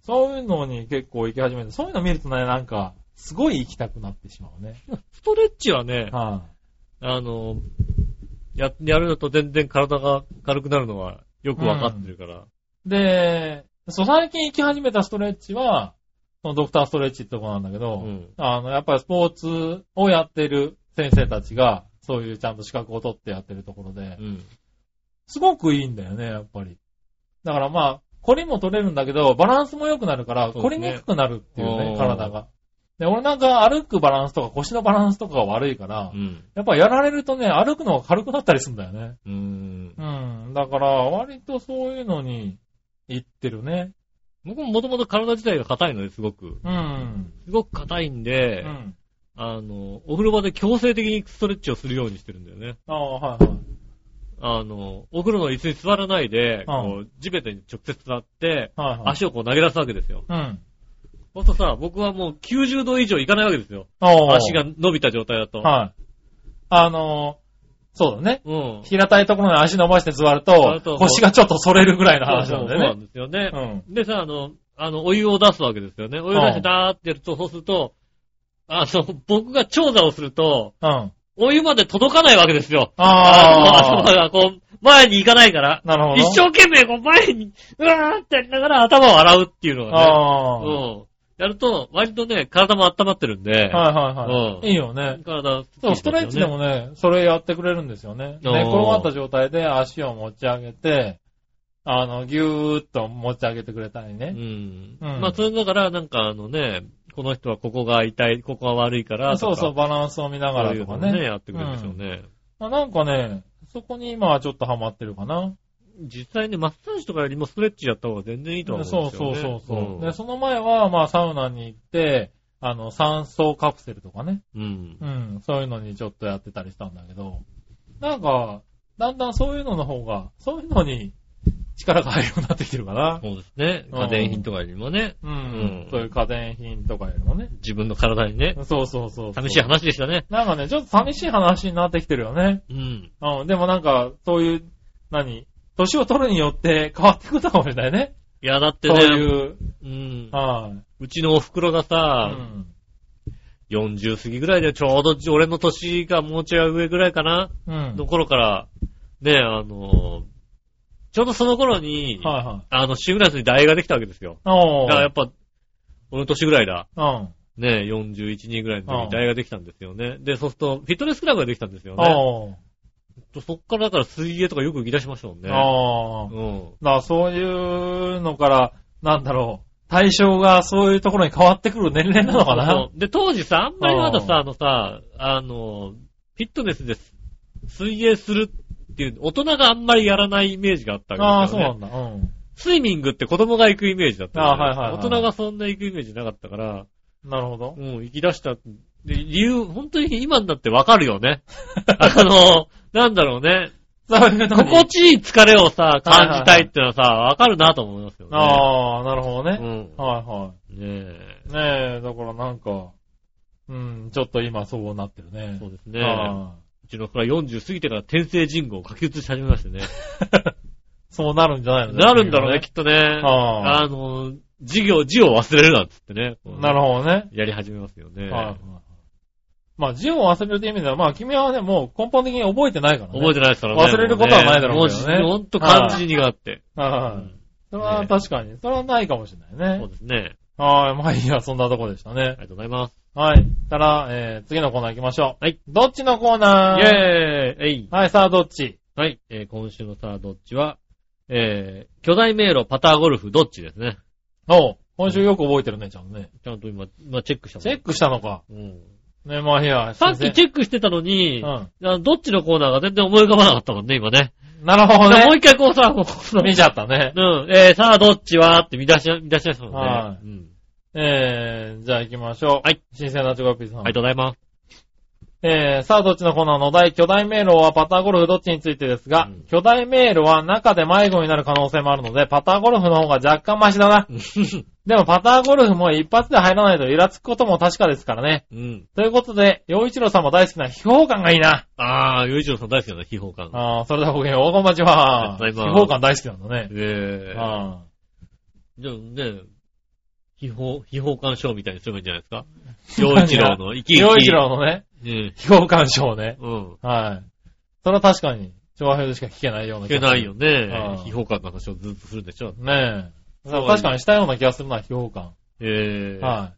Speaker 3: そういうのに結構行き始めて、そういうの見るとね、なんか、すごい行きたくなってしまうね。
Speaker 2: ストレッチはね、
Speaker 3: は
Speaker 2: あの、や、やるのと全然体が軽くなるのはよくわかってるから。
Speaker 3: い。で、そう、最近行き始めたストレッチは、そのドクターストレッチってとこなんだけど、
Speaker 2: うん
Speaker 3: あの、やっぱりスポーツをやってる先生たちが、そういうちゃんと資格を取ってやってるところで
Speaker 2: う、ん。
Speaker 3: すごくいいんだよね、やっぱり。だからまあ、凝りも取れるんだけど、バランスも良くなるから、
Speaker 2: そう
Speaker 3: 凝
Speaker 2: で
Speaker 3: り
Speaker 2: すね
Speaker 3: にくくなるっていう
Speaker 2: う
Speaker 3: ね、
Speaker 2: ん
Speaker 3: 体が。で、俺なんか歩くバランスとか腰のバランスとかが悪いから
Speaker 2: う、ん。
Speaker 3: やっぱやられるとね、歩くのが軽くなったりするんだよね。
Speaker 2: うん。
Speaker 3: うん。だから、割とそういうのに行ってるね。
Speaker 2: 僕ももともと体自体が硬いので、すごく。
Speaker 3: うん。
Speaker 2: すごく硬いん
Speaker 3: う
Speaker 2: で、
Speaker 3: ん。
Speaker 2: あの、お風呂場で強制的にストレッチをするようにしてるんだよね。
Speaker 3: ああ、はいはい。
Speaker 2: あの、お風呂の椅子に座らないで、こう、地べたに直接座って、
Speaker 3: はいはい。
Speaker 2: 足をこう投げ出すわけですよ。
Speaker 3: うん。
Speaker 2: ほんとさ、僕はもう90度以上いかないわけですよ。
Speaker 3: ああ
Speaker 2: 足が伸びた状態だと。
Speaker 3: はい。あのーそうだね。
Speaker 2: うん。
Speaker 3: 平たいところに足伸ばして座る
Speaker 2: 座る
Speaker 3: と
Speaker 2: と、
Speaker 3: 腰がちょっと反れるぐらいの話
Speaker 2: そ
Speaker 3: なん
Speaker 2: う
Speaker 3: だ
Speaker 2: そうな
Speaker 3: よ
Speaker 2: ん
Speaker 3: ね。
Speaker 2: ですよね。
Speaker 3: うん。
Speaker 2: でさ、あの、あの、お湯を出すわけですよね。お湯を出し
Speaker 3: う
Speaker 2: て
Speaker 3: ん
Speaker 2: ダーってやると、そうすると、あの、僕が調査をすると、
Speaker 3: うん。あ
Speaker 2: お湯まで届かないわけですよ。 <laughs>
Speaker 3: あ
Speaker 2: 頭
Speaker 3: ー。
Speaker 2: がこう、前に行かないから。
Speaker 3: なるほど。
Speaker 2: 一生懸命こう前に、うわーってやりながら頭を洗うっていうのがね。う
Speaker 3: ああ。はい
Speaker 2: ん。やると、割とね、体も温まってるんで。
Speaker 3: はいは
Speaker 2: うん
Speaker 3: い。いいよね。
Speaker 2: 体、
Speaker 3: そう、ストレッチでも。ね、それやってくれるんですよね。
Speaker 2: お
Speaker 3: 寝
Speaker 2: ー
Speaker 3: 転がった状態で足を持ち上げて、あの、ぎゅーっと持ち上げてくれたり
Speaker 2: う
Speaker 3: ね。
Speaker 2: ん。
Speaker 3: うん
Speaker 2: まあ、それだから、なんかあのね、この人はここが痛い、ここが悪いからと
Speaker 3: そ
Speaker 2: か。
Speaker 3: うそう、バランスを見な
Speaker 2: そ
Speaker 3: が
Speaker 2: う
Speaker 3: ら
Speaker 2: いう
Speaker 3: と
Speaker 2: の
Speaker 3: か
Speaker 2: ね。
Speaker 3: ね。
Speaker 2: やってくれるんでしょうね。
Speaker 3: あなんかね、そこに今はちょっとハマってるかな。
Speaker 2: 実際ね、マッサージとかよりもストレッチやった方が全然いいとは
Speaker 3: そ
Speaker 2: 思う
Speaker 3: うん
Speaker 2: ですよ
Speaker 3: そう
Speaker 2: ね。
Speaker 3: そうそう、
Speaker 2: う
Speaker 3: で、
Speaker 2: ん
Speaker 3: その前は、まあ、サウナに行って、あの、酸素カプセルとかね。
Speaker 2: うん
Speaker 3: う。ん、そういうのにちょっとやってたりしたんだけど、なんか、だんだんそういうのの方が、そういうのに力が入るようになってきてるかな。
Speaker 2: そうですね。
Speaker 3: うん
Speaker 2: 家電品とかよりもね、
Speaker 3: うん
Speaker 2: うん
Speaker 3: そういう家電品とかよりもね。
Speaker 2: 自分の体にね、
Speaker 3: そうそうそう。
Speaker 2: 寂しい。話でしたね。
Speaker 3: なんかね、ちょっと寂しい話になってきてるよね。
Speaker 2: うん。
Speaker 3: うん、でもなんか、そういう、何年を取るによって変わってくるかもしれないね。
Speaker 2: いや、だって
Speaker 3: そう
Speaker 2: ね、
Speaker 3: いう、
Speaker 2: うん。
Speaker 3: は
Speaker 2: うちのお袋が
Speaker 3: い、う
Speaker 2: さ、
Speaker 3: ん。
Speaker 2: 40過ぎぐらいでちょうど俺の年がもうちょい上ぐらいかな、
Speaker 3: うん。
Speaker 2: の頃から、ね、あの、ちょうどその頃に、
Speaker 3: はいはい。
Speaker 2: あの、シングラスに代ができたわけですよ。
Speaker 3: お
Speaker 2: だからや
Speaker 3: ー
Speaker 2: っ。ぱ、俺の年ぐらいだ。
Speaker 3: うん。
Speaker 2: ね、41人ぐらいの時
Speaker 3: うん
Speaker 2: に代ができたんですよね。で、そうすると、フィットネスクラブができたんですよね。
Speaker 3: おー。
Speaker 2: そっからだから水泳とかよく行き出しましたもんね。
Speaker 3: あ
Speaker 2: う
Speaker 3: あ。だか
Speaker 2: ん。
Speaker 3: らそういうのから、なんだろう、対象がそういうところに変わってくる年齢なのか
Speaker 2: そ
Speaker 3: な
Speaker 2: うで、当時さ、あんまりまだ
Speaker 3: う
Speaker 2: さ、あのさ、あの、フィットネスで水泳するっていう、大人があんまりやらないイメージがあった
Speaker 3: あ
Speaker 2: わ
Speaker 3: あ、
Speaker 2: け
Speaker 3: そ
Speaker 2: で
Speaker 3: う
Speaker 2: すよね。
Speaker 3: なんだ。うん。
Speaker 2: スイミングって子供が行くイメージだったわけですよ
Speaker 3: あはいはいはい
Speaker 2: 大人がそんな行くイメージなかったから、
Speaker 3: なるほど。
Speaker 2: うん、行き出した。で、理由、本当に今になってわかるよ
Speaker 3: <laughs>
Speaker 2: ね。あの、なんだろうね。
Speaker 3: そういうのに
Speaker 2: 心地いい疲れをさ、感じたいってのはさ、わかるなと思いますよね。
Speaker 3: ああ、なるほど
Speaker 2: あ
Speaker 3: ね。
Speaker 2: うん。
Speaker 3: はいは
Speaker 2: ねえ。
Speaker 3: い。ねえ、だからなんか、うん、ちょっと今そうなってるね。
Speaker 2: そうですね。
Speaker 3: ね。
Speaker 2: うちの子は40過ぎてから天性人口を書き写し始めまして
Speaker 3: <laughs>
Speaker 2: ね。
Speaker 3: そうなるんじゃないの
Speaker 2: なるんだろうね、きっとね。
Speaker 3: あ
Speaker 2: あの、授業、字を忘れるなんつってね。こう
Speaker 3: なるほどね。
Speaker 2: やり始めますよね。
Speaker 3: はいはい。まあ、字を忘れるという意味では、まあ、君はね、もう根本的に覚えてないからね。
Speaker 2: 覚えてないですからね。
Speaker 3: 忘れることはないだろうけどね
Speaker 2: もうほんと漢字苦手。う
Speaker 3: はいはい
Speaker 2: ん。
Speaker 3: それは確かに。それはないかもしれない
Speaker 2: そう
Speaker 3: ね。
Speaker 2: ですね。
Speaker 3: はい。まあいいや、そんなとこでした
Speaker 2: あ
Speaker 3: ね
Speaker 2: り。がとうございます。
Speaker 3: はい。たら、えー、次のコーナー行きましょう。
Speaker 2: はい。
Speaker 3: どっちのコー
Speaker 2: イ
Speaker 3: ナー
Speaker 2: ェーイえい
Speaker 3: はい、さあ、どっち
Speaker 2: はい。えー今週のさあ、どっちは、えー、巨大迷路、パターゴルフ、どっちですね。
Speaker 3: おう今週よく覚えてるね、ちゃんとね。
Speaker 2: ちゃんと今、今チェックしたもん
Speaker 3: チェックしたのか。
Speaker 2: うん。
Speaker 3: ね、まあいいや。
Speaker 2: さっき
Speaker 3: ェッ
Speaker 2: チェックしてたのに、
Speaker 3: うん。
Speaker 2: あのどっちのコーナーが全然思い浮かばなかったもんね、今ね。
Speaker 3: なるほ
Speaker 2: もう
Speaker 3: どね。
Speaker 2: 一回こうさ、この
Speaker 3: 見ちゃったね。
Speaker 2: うん、えー、さあどっちはって見出し、見出しましたもんね。
Speaker 3: は
Speaker 2: うん。
Speaker 3: えー、じゃあ行きましょう。
Speaker 2: はい。
Speaker 3: 新鮮なチョコヨッピーさん。
Speaker 2: ありがとうございます。
Speaker 3: えー、さあ、どっちのコーナーの題、巨大迷路はパターゴルフどっちについてですが、
Speaker 2: うん
Speaker 3: 巨大迷路は中で迷子になる可能性もあるので、パターゴルフの方が若干マシだな。でも、パターゴルフも一発で入らないとイラつくことも確かですからね。
Speaker 2: うん。
Speaker 3: ということで、洋一郎さんも大好きな秘宝館がいいな。
Speaker 2: あー、ゆういちろうさん大好きだな、秘宝館。
Speaker 3: あーそれではごきげんよう、大こんばんちは。
Speaker 2: あり
Speaker 3: 秘
Speaker 2: がとうございます
Speaker 3: 宝館大好きなんだね。
Speaker 2: えー、
Speaker 3: あ
Speaker 2: じゃあね、秘宝、秘宝館賞みたいにすればいいんじゃないですか。洋一郎の生き
Speaker 3: ー洋
Speaker 2: 生き。
Speaker 3: 一郎のね、
Speaker 2: うん。
Speaker 3: 秘宝館賞ね。
Speaker 2: うん。
Speaker 3: はい。それは確かに、調和表でしか聞けないような
Speaker 2: 聞
Speaker 3: 気が
Speaker 2: け
Speaker 3: する
Speaker 2: ないよ
Speaker 3: あ
Speaker 2: ね
Speaker 3: ー。
Speaker 2: 秘宝館の話をずっとするんでしょ。
Speaker 3: ねえ。
Speaker 2: そう
Speaker 3: 確かにしたような気がするな、秘宝館。
Speaker 2: えー、
Speaker 3: は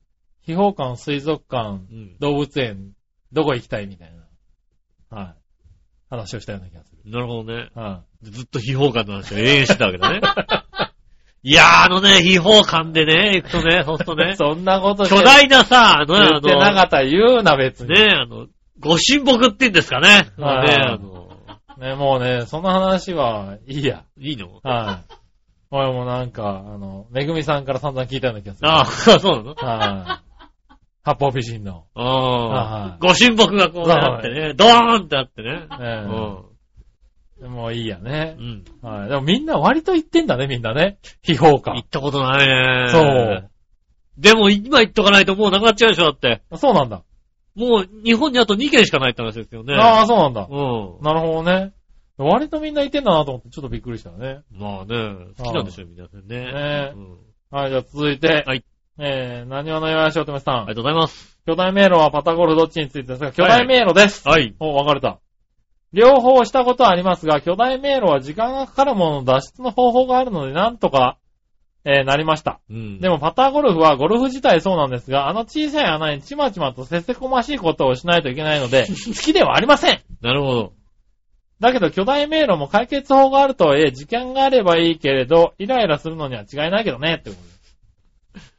Speaker 3: い。秘宝館、水族館、
Speaker 2: うん。
Speaker 3: 動物園、どこ行きたいみたいな。はい。話をしたような気がする。
Speaker 2: なるほどね。
Speaker 3: は
Speaker 2: ずっと秘宝館の話を永遠してたわけだね。 <laughs> いやー、あのね、秘宝館でね、行くとね、ほんと
Speaker 3: い。
Speaker 2: ね、
Speaker 3: そんなこと
Speaker 2: 巨大なさ、あの、
Speaker 3: 言
Speaker 2: あ
Speaker 3: ってな
Speaker 2: の、
Speaker 3: かったら言うな、別に。
Speaker 2: ねえ、あの、ご神木って言うんですかね。ね
Speaker 3: はい
Speaker 2: あの、
Speaker 3: ねもうね、その話はいいや。
Speaker 2: いいの <laughs>
Speaker 3: はい。俺もなんか、あの、めぐみさんから散々聞いたような気がする。
Speaker 2: ああ、そうなの
Speaker 3: はい。八方美人の。
Speaker 2: あ
Speaker 3: は
Speaker 2: あ、ご神木がこうね、
Speaker 3: はい
Speaker 2: あってね、ドーンってあってね。う
Speaker 3: え
Speaker 2: ん。
Speaker 3: えもういいやね
Speaker 2: う。ん。
Speaker 3: はい。でもみんな割と言ってんだね、みんなね。秘宝
Speaker 2: 行
Speaker 3: 館
Speaker 2: っ。たことないね。
Speaker 3: そう。。
Speaker 2: でも今行っとかないともうなくなっちゃうでしょ、だって。
Speaker 3: あそうなんだ。
Speaker 2: もう日本にあと2軒しかないって話ですよね。
Speaker 3: ああ、そうなんだ
Speaker 2: う。ん。
Speaker 3: なるほどね。割とみんな言ってんだなと思ってちょっとびっくりしたよね。
Speaker 2: まあね、好きなんでしょう、皆さんね。
Speaker 3: ね
Speaker 2: うん
Speaker 3: はい、じゃあ続いて。
Speaker 2: はい。
Speaker 3: えー、何話の岩橋乙女
Speaker 2: あ
Speaker 3: さん
Speaker 2: り。がとうございます。
Speaker 3: 巨大迷路はパタゴルフどっちについてですが、巨大迷路です。
Speaker 2: はい。
Speaker 3: お、分かれた。両方したことはありますが、巨大迷路は時間がかかるものの脱出の方法があるので、なんとか、えーなりました。
Speaker 2: うん。
Speaker 3: でもパターゴルフはゴルフ自体そうなんですが、あの小さい穴にちまちまとせせこましいことをしないといけないの
Speaker 2: <laughs>
Speaker 3: で、好きではありません
Speaker 2: なるほど。
Speaker 3: だけど巨大迷路も解決法があるとはいえ、時間があればいいけれど、イライラするのには違いないけどね、ってことです。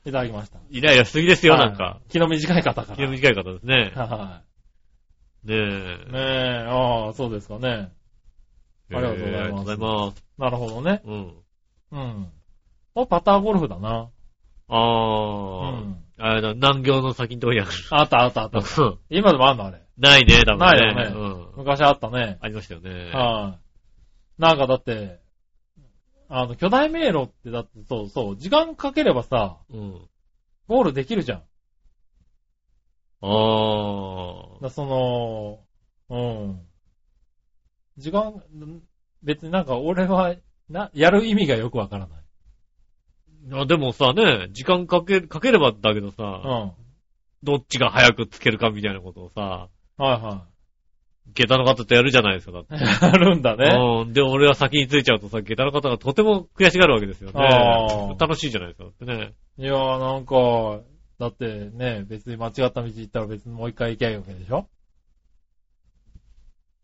Speaker 3: いただきました。
Speaker 2: イライラしすぎですよ、なん
Speaker 3: は
Speaker 2: か。
Speaker 3: い。気の短い方から。
Speaker 2: 気の短い方ですね。
Speaker 3: は
Speaker 2: ね
Speaker 3: い。
Speaker 2: え。
Speaker 3: ねえ、ああ、そうですかね。ありがとうござ
Speaker 2: え
Speaker 3: います
Speaker 2: ーありがとうございます。
Speaker 3: なるほどね。
Speaker 2: うん。
Speaker 3: うん。お、パターゴルフだな。う
Speaker 2: あー。
Speaker 3: ん。
Speaker 2: あれだ、難行の先のとこにある。 <laughs>
Speaker 3: あったあった <laughs> あった。
Speaker 2: うん
Speaker 3: 今でもあんのあれ。
Speaker 2: ないね、多分ね。
Speaker 3: ないよね
Speaker 2: うん。
Speaker 3: 昔あったね。
Speaker 2: ありましたよね。
Speaker 3: はい。なんかだって、あの、巨大迷路ってだって、そうそう、時間かければさ、
Speaker 2: うん。
Speaker 3: ゴールできるじゃん。だか
Speaker 2: あー。
Speaker 3: らその、うん。時間、ん別になんか俺は、な、やる意味がよくわからない。
Speaker 2: あでもさ、ね、時間かけ、かければだけど
Speaker 3: う
Speaker 2: さ、
Speaker 3: ん。
Speaker 2: どっちが早くつけるかみたいなことをさ、
Speaker 3: はいは
Speaker 2: 下駄の方とやるじゃないですか、だって。
Speaker 3: い。あるんだね。
Speaker 2: うん。で、俺は先についちゃうとさ、下駄の方がとても悔しがるわけですよ
Speaker 3: あ
Speaker 2: ね。
Speaker 3: ー
Speaker 2: 楽しいじゃないですか、だってね。
Speaker 3: いやーなんか、だってね、別に間違った道行ったら別にもう一回行きゃいいわけでしょ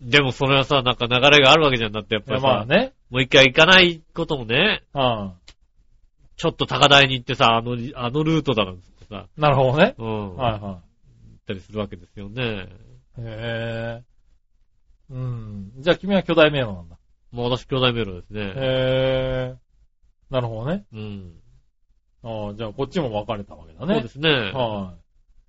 Speaker 2: でもそれはさ、なんか流れがあるわけじゃんだって、やっ
Speaker 3: い
Speaker 2: ぱ
Speaker 3: や
Speaker 2: り
Speaker 3: まあ
Speaker 2: さ、
Speaker 3: ね。
Speaker 2: もう一回行かないこともね、
Speaker 3: うん。
Speaker 2: ちょっと高台に行ってさ、あの、あのルートだなんつってさ、
Speaker 3: なるほどね。
Speaker 2: うん。
Speaker 3: は
Speaker 2: 行
Speaker 3: いはい。
Speaker 2: ったりするわけですよね。
Speaker 3: へぇー。うん。じゃあ君は巨大迷路なんだ。
Speaker 2: もう私、兄弟迷路ですね。
Speaker 3: へぇー。なるほどね。
Speaker 2: うん。
Speaker 3: ああ、じゃあこっちも分かれたわけだね。
Speaker 2: そうですね。
Speaker 3: は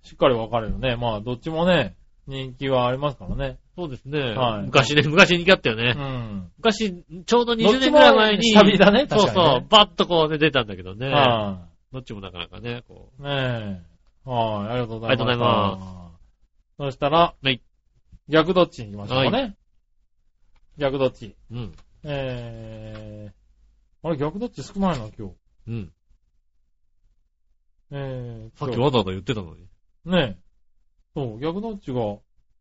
Speaker 3: い。しっかり分かれるね。まあ、どっちもね、人気はありますからね。
Speaker 2: そうですね
Speaker 3: はい。
Speaker 2: 昔ね、昔に行きあったよ
Speaker 3: う
Speaker 2: ね。
Speaker 3: ん。
Speaker 2: 昔、ちょうど
Speaker 3: ど
Speaker 2: 20
Speaker 3: っち
Speaker 2: 年ぐ
Speaker 3: も
Speaker 2: らい前に、
Speaker 3: 下火だね、
Speaker 2: そう
Speaker 3: 確かに、ね。
Speaker 2: そう、バッとこうね、出たんだけどね。
Speaker 3: は
Speaker 2: どっちもなかなかね、こ
Speaker 3: い。ねえ。はい。ありがとうございます。
Speaker 2: ありがとうございま
Speaker 3: そしたら、
Speaker 2: はい
Speaker 3: 逆どっちに行きましょうかね。逆どっち。
Speaker 2: う。うん。
Speaker 3: えー、あれ、逆どっち少ないな、今日。
Speaker 2: うん。
Speaker 3: えー、
Speaker 2: さっきわざわざ言ってたのに。
Speaker 3: ねえ。そう、逆どっちが、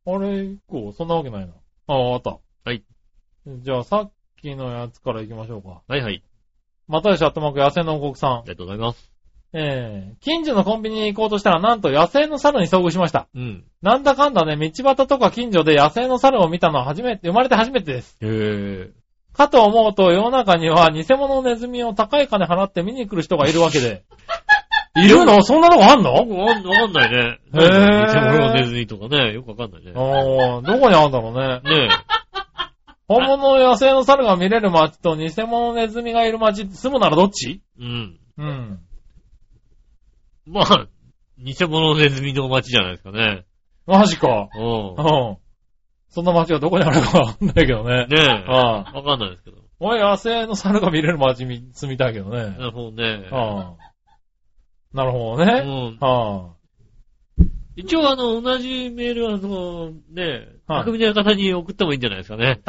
Speaker 3: あれ以降、そんなわけないな。ああ、わかった。
Speaker 2: はい。
Speaker 3: じゃあ、さっきのやつから行きましょうか。
Speaker 2: はいはい。
Speaker 3: またよし、あっとまく野生の王国
Speaker 2: あ
Speaker 3: さん。
Speaker 2: りがとうございます。
Speaker 3: ええ近所のコンビニに行こうとしたら、なんと野生の猿に遭遇しました。
Speaker 2: うん。
Speaker 3: なんだかんだね、道端とか近所で野生の猿を見たのは初めて、生まれて初めてです。
Speaker 2: へえ。
Speaker 3: かと思うと、世の中には偽物のネズミを高い金払って見に来る人がいるわけで。いるのそんなのがあんの
Speaker 2: なんかわかんわかんないね。
Speaker 3: へー
Speaker 2: 偽物のネズミとかね、よくわかんないね。ね
Speaker 3: ああ、どこにあるんだろうね。
Speaker 2: え。
Speaker 3: 本物の野生の猿が見れる街と偽物のネズミがいる街って住むならどっち
Speaker 2: うん。
Speaker 3: うん。
Speaker 2: まあ、偽物のネズミの街じゃないですかね。
Speaker 3: マジか。
Speaker 2: うん
Speaker 3: う。ん。そんな街がどこにあるかわかんないけど
Speaker 2: ね
Speaker 3: ね。
Speaker 2: え。
Speaker 3: ああ。
Speaker 2: わかんないですけど。
Speaker 3: おい、野生の猿が見れる街に住みたいけどね
Speaker 2: な。るほどね。
Speaker 3: ああ。なるほどね。
Speaker 2: うん。
Speaker 3: あ
Speaker 2: 一応あの、同じメールは、あの、ね、
Speaker 3: はい
Speaker 2: 匠の館に送ってもいいんじゃないですかね。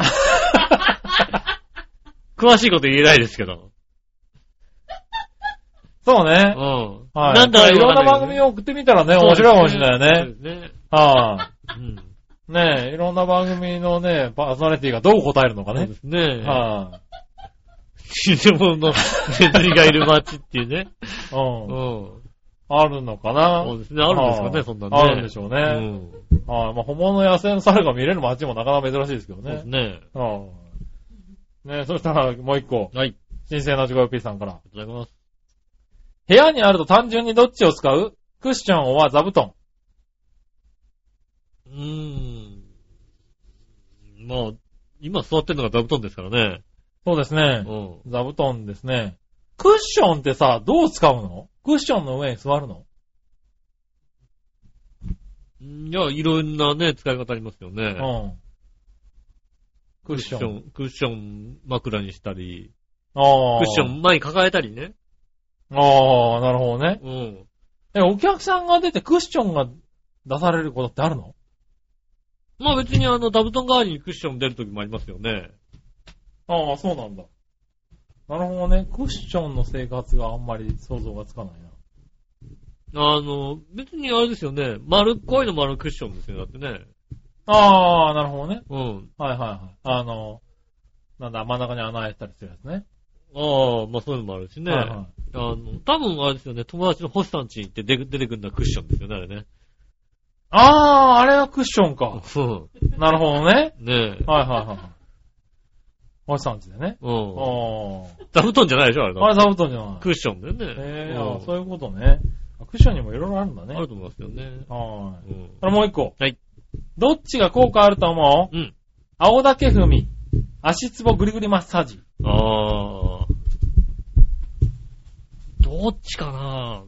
Speaker 2: <laughs> 詳しいこと言えないですけど。
Speaker 3: あ。そう
Speaker 2: うん
Speaker 3: ね。。はい。
Speaker 2: なんだか
Speaker 3: いろんな
Speaker 2: わ
Speaker 3: 番
Speaker 2: か
Speaker 3: 組
Speaker 2: い
Speaker 3: を送ってみたらね、面白いかもしれないよね。
Speaker 2: そうですね。
Speaker 3: ああ。
Speaker 2: そうですね
Speaker 3: ねえ、いろんな番組のね、パーソナリティがどう答えるのか
Speaker 2: うん。そう
Speaker 3: ね
Speaker 2: で。すね。
Speaker 3: あ
Speaker 2: 偽物のネズミがいる街っていうね。
Speaker 3: あ。
Speaker 2: う
Speaker 3: うん。
Speaker 2: ん。
Speaker 3: あるのかな。
Speaker 2: そうですね。あるんですか
Speaker 3: は
Speaker 2: ね、
Speaker 3: い
Speaker 2: そんなんね。
Speaker 3: あるんでしょうね。
Speaker 2: うん。
Speaker 3: ああ、まあ、本物の野生の猿が見れる街もなかなか珍しいですけど
Speaker 2: そうです
Speaker 3: ね。
Speaker 2: ね。
Speaker 3: ああ。ねそしたらもう一個、
Speaker 2: はい。
Speaker 3: 新鮮な自己 UP さんから。
Speaker 2: ありがとうございます。
Speaker 3: 部屋にあると単純にどっちを使うクッションは座布団。
Speaker 2: うーん。まあ、今座ってんのが座布団ですからね。
Speaker 3: そうです
Speaker 2: う
Speaker 3: ね。
Speaker 2: ん。
Speaker 3: 座布団ですね。クッションってさ、どう使うのクッションの上に座るの
Speaker 2: いや、いろんなね、使い方ありますよ
Speaker 3: う
Speaker 2: ね。
Speaker 3: ん。クッション。
Speaker 2: クッション。クッション枕にしたり、ク
Speaker 3: ああ。
Speaker 2: ッショ。ン前に抱えたりね。
Speaker 3: ああ、なるほどね。
Speaker 2: うん。
Speaker 3: え、お客さんが出てクッションが出されることってあるの
Speaker 2: まあ別にあの、座布団代わりにクッション出るときもありますよね。
Speaker 3: ああ、そうなんだ。なるほどね。クッションの生活があんまり想像がつかないな。
Speaker 2: あの、別にあれですよね。丸っこいの丸クッションですよ。だってね。
Speaker 3: ああ、なるほどね。
Speaker 2: うん。
Speaker 3: はいはいはい。あの、なんだ、真ん中に穴開いてたりするやつね。
Speaker 2: ああ、まあそういうのもあるしね。
Speaker 3: はいは
Speaker 2: あの、多分あれですよね。友達の星さん家行って出出てくるのはクッションですよね、あれね。
Speaker 3: ああ、あれがクッションか。
Speaker 2: そ
Speaker 3: なるほどね。
Speaker 2: う。ねえ。
Speaker 3: はいはいはい。おじさんちでね。
Speaker 2: うん。
Speaker 3: あ
Speaker 2: 座布団じゃないでしょ、あれ
Speaker 3: あ。
Speaker 2: の。
Speaker 3: あれ座布団じゃない。
Speaker 2: クッションだよね。
Speaker 3: ええ
Speaker 2: うん
Speaker 3: そういうことね。クッションにもいろいろあるんだね。
Speaker 2: あると思いますよね。
Speaker 3: は
Speaker 2: う
Speaker 3: い。
Speaker 2: ん。
Speaker 3: あれもう一個。
Speaker 2: はい。
Speaker 3: どっちが効果あると思う
Speaker 2: うん。
Speaker 3: 青竹踏み。足つぼぐりぐりマッサージ。
Speaker 2: ああ。どっちかな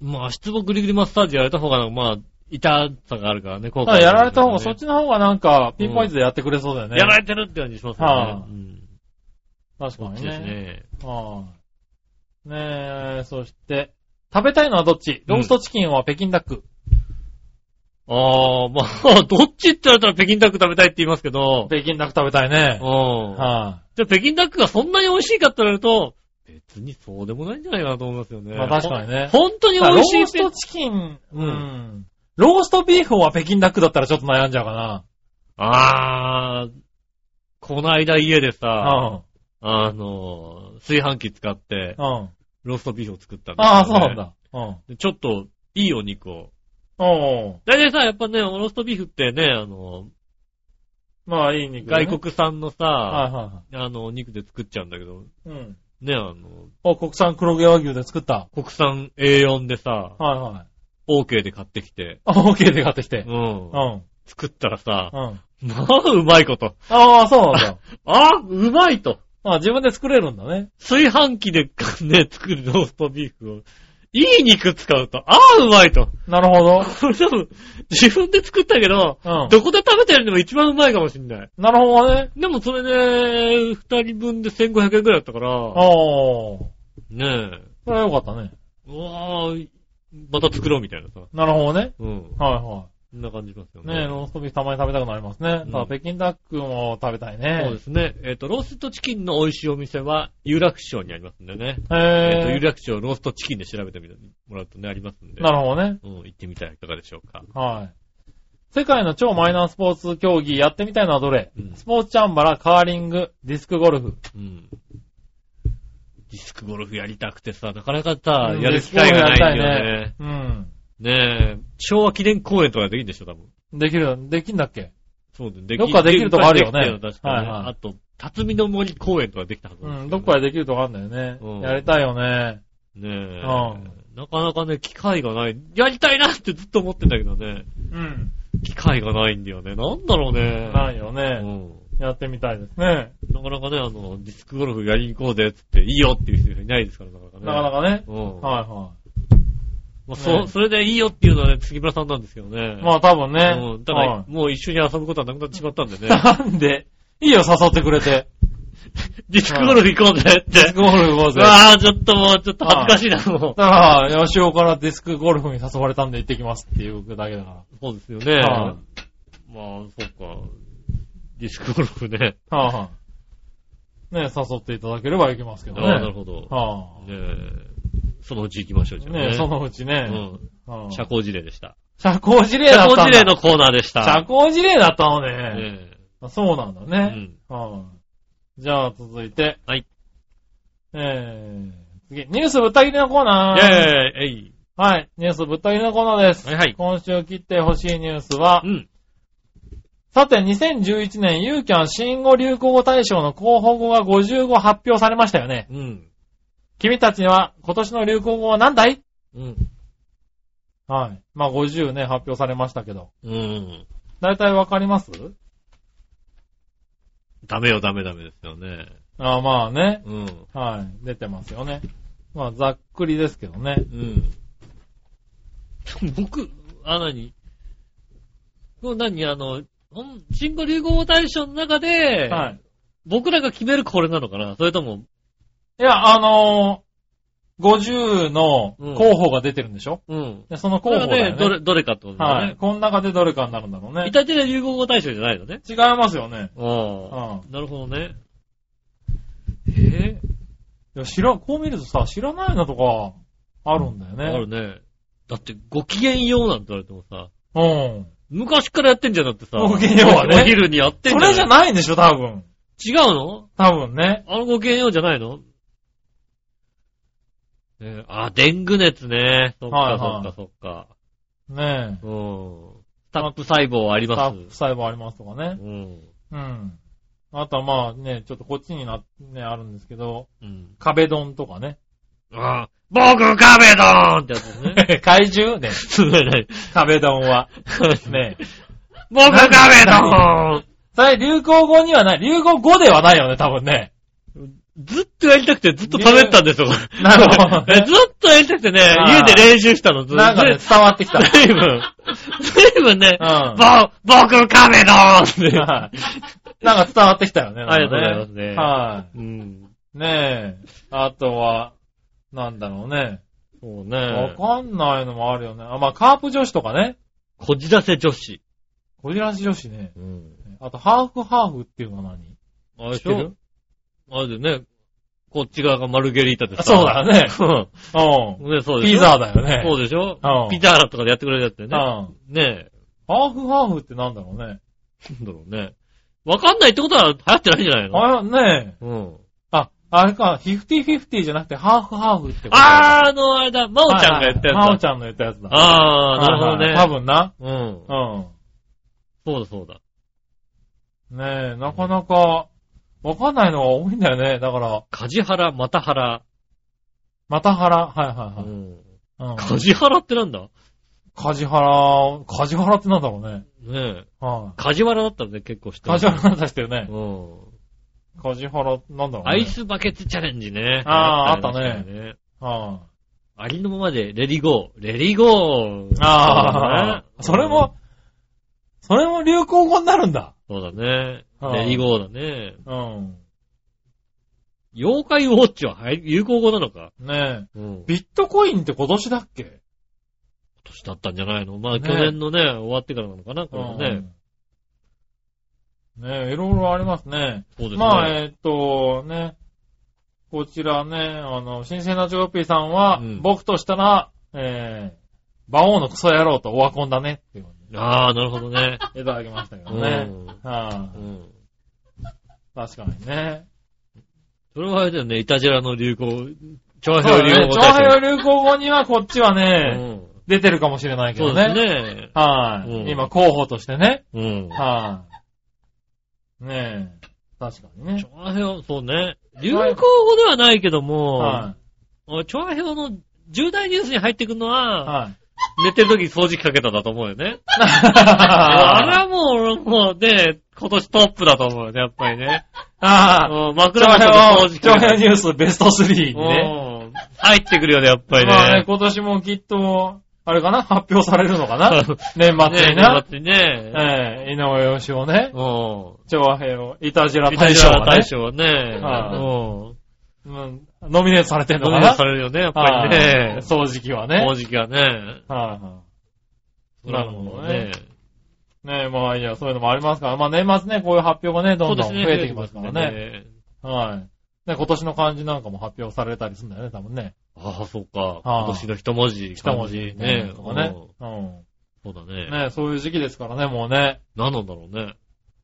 Speaker 2: まあ、足つぼぐりぐりマッサージやられた方が、まあ、痛さがあるからね、効果
Speaker 3: た
Speaker 2: あ
Speaker 3: だ
Speaker 2: る
Speaker 3: やられた方が、そっ
Speaker 2: ね
Speaker 3: ちの方がなんか、ピンポイントでやってくれそうだよね。
Speaker 2: やられてるって感じしますよね。
Speaker 3: はあ
Speaker 2: うん。
Speaker 3: 確
Speaker 2: こ
Speaker 3: か
Speaker 2: っ
Speaker 3: に
Speaker 2: ちです
Speaker 3: ね。
Speaker 2: ね。
Speaker 3: はい。ねえ、そして、食べたいのはどっちローストチキンは北京ダック。
Speaker 2: ああ、まあ、 <laughs> どっちって言われたら北京ダック食べたいって言いますけど、
Speaker 3: 北京ダック食べたいうね。
Speaker 2: ん。
Speaker 3: は
Speaker 2: じゃあ北京ダックがそんなに美味しいかって言われると、別にそうでもないんじゃないかなと思いますよ
Speaker 3: い。
Speaker 2: ね。
Speaker 3: まあ確かにね。
Speaker 2: ほん。本当に
Speaker 3: ロ
Speaker 2: 美味しい
Speaker 3: ー
Speaker 2: っ
Speaker 3: ス
Speaker 2: て
Speaker 3: ト。チキン、う。
Speaker 2: うん
Speaker 3: ローストビーフは北京ダックだったらちょっと悩んじゃうかな。
Speaker 2: ああ、この間家でさ、
Speaker 3: うん。
Speaker 2: あの、炊飯器使って、
Speaker 3: うん。
Speaker 2: ローストビーフを作ったんですよね
Speaker 3: ああ、そうなん。だ。うん。
Speaker 2: でちょっと、いいお肉を。
Speaker 3: おー。
Speaker 2: 大体さ、やっぱね、ローストビーフってね、あの、
Speaker 3: まあ、いい肉、ね。
Speaker 2: 外。国産のさ、
Speaker 3: はいは
Speaker 2: あの、お肉で作っちゃうんだけど、
Speaker 3: いはい。うん。
Speaker 2: ね、あの、
Speaker 3: あ、国産黒毛和牛で作った。
Speaker 2: 国産 A4 でさ、
Speaker 3: はい <laughs> はい。
Speaker 2: OK で買ってきて、
Speaker 3: あ、OK で買ってきて
Speaker 2: う。ん
Speaker 3: う。ん。
Speaker 2: 作ったらさ、
Speaker 3: うん。
Speaker 2: まあ、うまいこと。
Speaker 3: ああ、そうなんだ。
Speaker 2: あうまいと。
Speaker 3: あ自分で作れるんだね。
Speaker 2: 炊飯器でね、作るローストビーフを、いい肉使うと、ああ、うまいと。
Speaker 3: なるほど。
Speaker 2: これ多分、自分で作ったけど、
Speaker 3: うん。
Speaker 2: どこで食べてるのも一番うまいかもしんない。
Speaker 3: なるほどね。
Speaker 2: でもそれで、二人分で1500円くらいだったから、
Speaker 3: おー。
Speaker 2: ねえ、
Speaker 3: それはよかったね。
Speaker 2: うわあ、また作ろうみたいなさ。
Speaker 3: なるほどね。
Speaker 2: うん。
Speaker 3: はいは
Speaker 2: そんな感じしますよ
Speaker 3: い。
Speaker 2: ね。
Speaker 3: ねえ、ローストビーフたまに食べたくなりますね。
Speaker 2: うん
Speaker 3: ただ、北京ダックも食べたい
Speaker 2: そうで
Speaker 3: ね。
Speaker 2: すね。えっ、と、ローストチキンの美味しいお店は、有楽町にありますんでね。えっ、と、有
Speaker 3: へえ。
Speaker 2: 楽町ローストチキンで調べてみてもらうとね、ありますんで。
Speaker 3: なるほどね。
Speaker 2: うん、行ってみたらいかがでしょうか。
Speaker 3: はい。世界の超マイナースポーツ競技、やってみたいのはどれ
Speaker 2: うん
Speaker 3: スポーツチャンバラ、カーリング、ディスクゴルフ。
Speaker 2: うん。ディスクゴルフやりたくてさ、なかなかさ、
Speaker 3: うん
Speaker 2: やる機会がないんだよね。
Speaker 3: うん。
Speaker 2: ねえ、昭和記念公園とかできるんでしょ、多分。
Speaker 3: できる、できんだっけ
Speaker 2: そうだよね。
Speaker 3: どっかできるとこあるよね
Speaker 2: できた確かね
Speaker 3: はいはい
Speaker 2: あと、辰巳の森公園とかできたはず
Speaker 3: う
Speaker 2: なん
Speaker 3: ん、
Speaker 2: ですよ
Speaker 3: どっかでできるとこあるんだよね。
Speaker 2: うん
Speaker 3: やりたいよね。
Speaker 2: ねえ、
Speaker 3: う
Speaker 2: なかなかね、機会がない。やりたいなってずっと思ってんだけどね。
Speaker 3: うん。
Speaker 2: 機会がないんだよね。なんだろうね。
Speaker 3: ないよ
Speaker 2: う
Speaker 3: ね。
Speaker 2: ん。
Speaker 3: やってみたいですね。
Speaker 2: なかなかね、あの、ディスクゴルフやりに行こうぜっつって、いいよっていう人いないですから、なかなかね。
Speaker 3: なかなかね。
Speaker 2: うん。
Speaker 3: はいは
Speaker 2: まあ、そ
Speaker 3: ね
Speaker 2: う、それでいいよっていうのはね、杉村さんなんですけどね。
Speaker 3: い。まあ多分ね。
Speaker 2: うん。ただ、
Speaker 3: はい
Speaker 2: もう一緒に遊ぶことはなくなってしまったんでね。
Speaker 3: なんでいいよ、誘ってくれて。
Speaker 2: <laughs> ディスクゴルフ行こうぜっ
Speaker 3: ディス
Speaker 2: て。
Speaker 3: クゴルフ行こうぜ。だ
Speaker 2: わあ、ちょっともう、ちょっと恥ずかしいな、もう。
Speaker 3: から、吉尾からディスクゴルフに誘われたんで行ってきますっていうだけだか
Speaker 2: そうですよね。
Speaker 3: は
Speaker 2: まあ、そっか。ディスクゴルフね。
Speaker 3: ら。はいはい。ね、誘っていただければ行きますけどね。
Speaker 2: ああ、なるほど。
Speaker 3: は
Speaker 2: ねえ。そのうち行きましょう、じ
Speaker 3: い
Speaker 2: ゃあね。
Speaker 3: ね、そのうち
Speaker 2: う
Speaker 3: ね。
Speaker 2: ん。
Speaker 3: うん
Speaker 2: 社交辞令でした。
Speaker 3: 社交辞令
Speaker 2: 社
Speaker 3: だったんだ。
Speaker 2: 交辞令のコーナーでした。
Speaker 3: 社交辞令だったのね。
Speaker 2: ねえ
Speaker 3: あそうなんだ
Speaker 2: う
Speaker 3: ね。
Speaker 2: ん。
Speaker 3: はい。じゃあ、続いて。
Speaker 2: はい。
Speaker 3: えー、次、ニュースぶった切りのコー
Speaker 2: イ
Speaker 3: ナー。
Speaker 2: ェーイえい。
Speaker 3: はい、ニュースぶった切りのコーナーです。
Speaker 2: はいはい。
Speaker 3: 今週切ってほしいニュースは
Speaker 2: う、ん。
Speaker 3: さて、2011年、ユーキャン新語・流行語大賞の候補語が55発表されましたよね。
Speaker 2: うん。
Speaker 3: 君たちは、今年の流行語は何だい
Speaker 2: うん。
Speaker 3: はい。まあ、50ね、発表されましたけど。
Speaker 2: うん。
Speaker 3: だいたいわかります
Speaker 2: ダメよ、ダメダメですよね。
Speaker 3: ああ、まあね。
Speaker 2: うん。
Speaker 3: はい。出てますよね。まあ、ざっくりですけどね。
Speaker 2: うん。僕、あ、なにこれ何あの、ほん新語・流行語大賞の中で、
Speaker 3: はい。
Speaker 2: 僕らが決めるこれなのかなそれとも、
Speaker 3: いや、あのー、50の候補が出てるんでしょ、
Speaker 2: うん。
Speaker 3: でその
Speaker 2: こ
Speaker 3: 候補
Speaker 2: れがね
Speaker 3: だよね。
Speaker 2: どれ、どれかってことだ
Speaker 3: は
Speaker 2: よ
Speaker 3: い。
Speaker 2: ね。
Speaker 3: この中でどれかになるんだろうね
Speaker 2: イ。タチラ流行語大賞じゃないのね。
Speaker 3: 違いますよね。
Speaker 2: あ
Speaker 3: う
Speaker 2: あ。なるほどね。え
Speaker 3: ん。いや、知ら、こう見るとさ、知らないのとか、あるんだよね。
Speaker 2: あるね。だって、ご機嫌ようなんて言われてもさ、
Speaker 3: うん。
Speaker 2: 昔からやってんじゃなくてさ、
Speaker 3: ごきげんようはね
Speaker 2: お昼にやってんじゃ
Speaker 3: そ
Speaker 2: ない
Speaker 3: れじゃないんでしょ、多分。
Speaker 2: 違うの
Speaker 3: 多分ね。
Speaker 2: あのご機嫌ようじゃないのねあ、デング熱ね。そっ
Speaker 3: は
Speaker 2: か
Speaker 3: い
Speaker 2: そっ
Speaker 3: は
Speaker 2: か
Speaker 3: い
Speaker 2: そっか。
Speaker 3: ねえ。
Speaker 2: うん。スタップ細胞あり
Speaker 3: タ
Speaker 2: ま
Speaker 3: ップ
Speaker 2: す。
Speaker 3: 細胞ありますとかね
Speaker 2: う。ん。
Speaker 3: うん。あとはまあね、ちょっとこっちにな、ね、あるんですけど、
Speaker 2: うん。
Speaker 3: 壁ドンと
Speaker 2: <laughs>
Speaker 3: かね。
Speaker 2: あ僕カメドーンってやつです <laughs> ね。
Speaker 3: 怪獣ね。
Speaker 2: すごいね。
Speaker 3: 壁ドンは。ねえ。
Speaker 2: 僕カメドーン
Speaker 3: それ流行語にはない。流行語ではないよね、多分ね。
Speaker 2: ずっとやりたくてずっと食べてたんですよ、これ
Speaker 3: なるほど
Speaker 2: <laughs> えずっとやりたくてね、
Speaker 3: あー
Speaker 2: 家で練習したの、ずっと。
Speaker 3: なんかね、伝わっ
Speaker 2: <laughs>
Speaker 3: てきた。
Speaker 2: ずいぶん、ずいぶんね、
Speaker 3: うん
Speaker 2: ぼ、僕カメドーンって。
Speaker 3: はいなんか伝わってきたよね。
Speaker 2: ありがとうございますね
Speaker 3: なんかは
Speaker 2: うん。
Speaker 3: い。ねえ。あとは、なんだろうね。
Speaker 2: そう
Speaker 3: わ
Speaker 2: ね。
Speaker 3: かんないのもあるよね。あ、まあ、カープ女子とかね。
Speaker 2: こじらせ女子。
Speaker 3: こじらし女子ね。
Speaker 2: うん。
Speaker 3: あと、ハーフハーフっていうのは何
Speaker 2: あれでし
Speaker 3: 知って
Speaker 2: ょ
Speaker 3: る
Speaker 2: あれだよね。こっち側がマルゲリータで
Speaker 3: あ
Speaker 2: す
Speaker 3: そうだよね。。
Speaker 2: うん。ね、そううんでしょ。
Speaker 3: ピザだよね。
Speaker 2: そうでしょ
Speaker 3: うん
Speaker 2: ピザーラとかでやってくれるやつだ
Speaker 3: う
Speaker 2: よ
Speaker 3: ん。
Speaker 2: ね。ね
Speaker 3: ハーフハーフってなんだろうね。
Speaker 2: え。なんだろうね。わかんないってことは流行ってないんじゃないの
Speaker 3: あれねえ。
Speaker 2: うん。
Speaker 3: あ、あれか、フィフティフィフティじゃなくて、ハーフハーフってこと
Speaker 2: あー、あの、あれだ、まおちゃんがやったやつだ。
Speaker 3: はいはい真央ちゃんの言ったやつだ。
Speaker 2: あー、なるほど
Speaker 3: は
Speaker 2: ね。
Speaker 3: いはい多分な。
Speaker 2: うん。
Speaker 3: うん。
Speaker 2: そうだそうだ。
Speaker 3: ねえ、なかなか、わかんないのが多いんだよね。だから、
Speaker 2: 梶原、また原。
Speaker 3: またはら、はいは
Speaker 2: う
Speaker 3: いはい。
Speaker 2: ん。
Speaker 3: うん。
Speaker 2: 梶原ってなんだ
Speaker 3: カジハラ、カジハラってなんだろうね。
Speaker 2: ねえ。
Speaker 3: は
Speaker 2: 梶原だったらね、結構知っ
Speaker 3: い。
Speaker 2: て
Speaker 3: カ
Speaker 2: る。
Speaker 3: ジハラ出してるね。
Speaker 2: うん。
Speaker 3: カジハラ、なんだろうね。
Speaker 2: アイスバケツチャレンジね。
Speaker 3: あー
Speaker 2: 流行りまし
Speaker 3: あった
Speaker 2: よね。
Speaker 3: は
Speaker 2: ありのままで、レディゴー。レディゴー。
Speaker 3: いああ、それも、それも流行語になるんだ。
Speaker 2: そうだね。
Speaker 3: うん
Speaker 2: レディゴーだね。
Speaker 3: うん。
Speaker 2: 妖怪ウォッチははい有効語なのか。
Speaker 3: ねえ。
Speaker 2: うん。今
Speaker 3: ビットコインって今年だっけ
Speaker 2: 年だったんじゃないのまあ、
Speaker 3: ね
Speaker 2: 去年のね、終わってからなのかな、これもね。
Speaker 3: うん。ねえ、いろいろありますね。
Speaker 2: そうですね。
Speaker 3: まあ、えーっと、ね、こちらね、あの、新鮮なジョーピーさんは、
Speaker 2: うん
Speaker 3: 僕としたら、えー、馬王のクソ野郎とオワコンだねっていう
Speaker 2: ああ、なるほどね。
Speaker 3: のをいただきましたけど
Speaker 2: うん。
Speaker 3: ね。は
Speaker 2: う
Speaker 3: い
Speaker 2: ん。
Speaker 3: 確かにね。
Speaker 2: それはあれだよね、イタジェラの流行、長
Speaker 3: そ
Speaker 2: 平
Speaker 3: うだ
Speaker 2: 流行
Speaker 3: ね
Speaker 2: 語
Speaker 3: 長
Speaker 2: 大賞
Speaker 3: 平流行語にはこっちはね、
Speaker 2: うん
Speaker 3: 出てるかもしれないけ
Speaker 2: そ
Speaker 3: ど
Speaker 2: う
Speaker 3: ね。
Speaker 2: ですね。
Speaker 3: はい、
Speaker 2: うん
Speaker 3: 今候補としてね。
Speaker 2: うん。
Speaker 3: はい、ねえ。確かにね。
Speaker 2: 長平、そうね。流行語ではないけども、
Speaker 3: は
Speaker 2: 俺、調和表の重大ニュースに入ってくるの
Speaker 3: い。
Speaker 2: は、
Speaker 3: はい。
Speaker 2: 寝てる時に掃除機かけただと思うよね。あれ
Speaker 3: <laughs>
Speaker 2: は
Speaker 3: あ
Speaker 2: もう、俺もうね、今年トップだと思うよね、やっぱりね。
Speaker 3: あー。
Speaker 2: うん
Speaker 3: 長
Speaker 2: 枕元で掃除
Speaker 3: 平
Speaker 2: 機かけ
Speaker 3: 長
Speaker 2: た
Speaker 3: 平。ニュースベスト3にね。
Speaker 2: うん入ってくるよね、やっぱりね。
Speaker 3: まあね、今年もきっと、あれかな発表されるの
Speaker 2: <laughs>
Speaker 3: かな年末
Speaker 2: ね
Speaker 3: にな。
Speaker 2: 年末にね。
Speaker 3: ええ、井上義雄ね。
Speaker 2: う
Speaker 3: 調和平を、いたじら
Speaker 2: ん。イタ
Speaker 3: 大
Speaker 2: ジ
Speaker 3: 賞
Speaker 2: ア
Speaker 3: がね
Speaker 2: 大。賞はね。
Speaker 3: はい
Speaker 2: うん。
Speaker 3: うんノミネートされてんの
Speaker 2: ノ
Speaker 3: か
Speaker 2: ミネートさ
Speaker 3: な
Speaker 2: れるよね、やっぱり
Speaker 3: はい
Speaker 2: ね。
Speaker 3: 掃除機はね。
Speaker 2: 掃除機がね。
Speaker 3: はいはなるほど
Speaker 2: そ
Speaker 3: ね
Speaker 2: う
Speaker 3: いねえ、まあいいや、そういうのもありますから。まあ年末ね、こういう発表がね、どんどん増えてきますからね。。はい。ね、今年の漢字なんかも発表されたりするんだよね、多分ね。
Speaker 2: ああ、そうか。
Speaker 3: あ
Speaker 2: 今年の一文字。
Speaker 3: 一文字
Speaker 2: ね
Speaker 3: ね。。とかね。うん。
Speaker 2: うんそうだね。
Speaker 3: ねそういう時期ですからね、もうね。
Speaker 2: 何なんだろうね。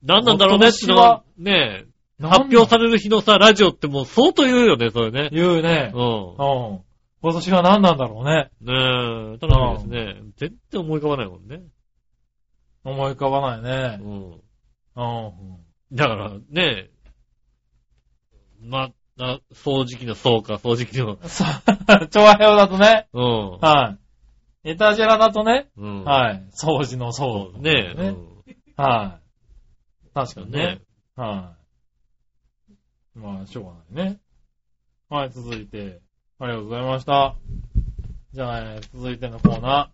Speaker 2: 何なんだろうねってのは、ねえ、
Speaker 3: なんだ
Speaker 2: 発表される日のさ、ラジオってもう相当言うよね、それね。
Speaker 3: 言うね。
Speaker 2: うん
Speaker 3: う。ん。今年は何なんだろうね。
Speaker 2: ねえ、楽しみですね。全然思い浮かばないもんね。
Speaker 3: 思い浮かばないうね。
Speaker 2: ん。
Speaker 3: うん。
Speaker 2: だから、ねえ、ま、あ掃除機のそうか、掃除機の、
Speaker 3: そう、 <laughs> 調和表だとね。
Speaker 2: うん。
Speaker 3: はい。エタジェラだとね。
Speaker 2: うん。
Speaker 3: はい。掃除の掃。
Speaker 2: ねえ、
Speaker 3: はい。確か
Speaker 2: うん。
Speaker 3: に
Speaker 2: ね
Speaker 3: ね。はい。まあ、しょうがないね。はい、続いて、ありがとうございました。じゃあ、えー続いてのコーナー。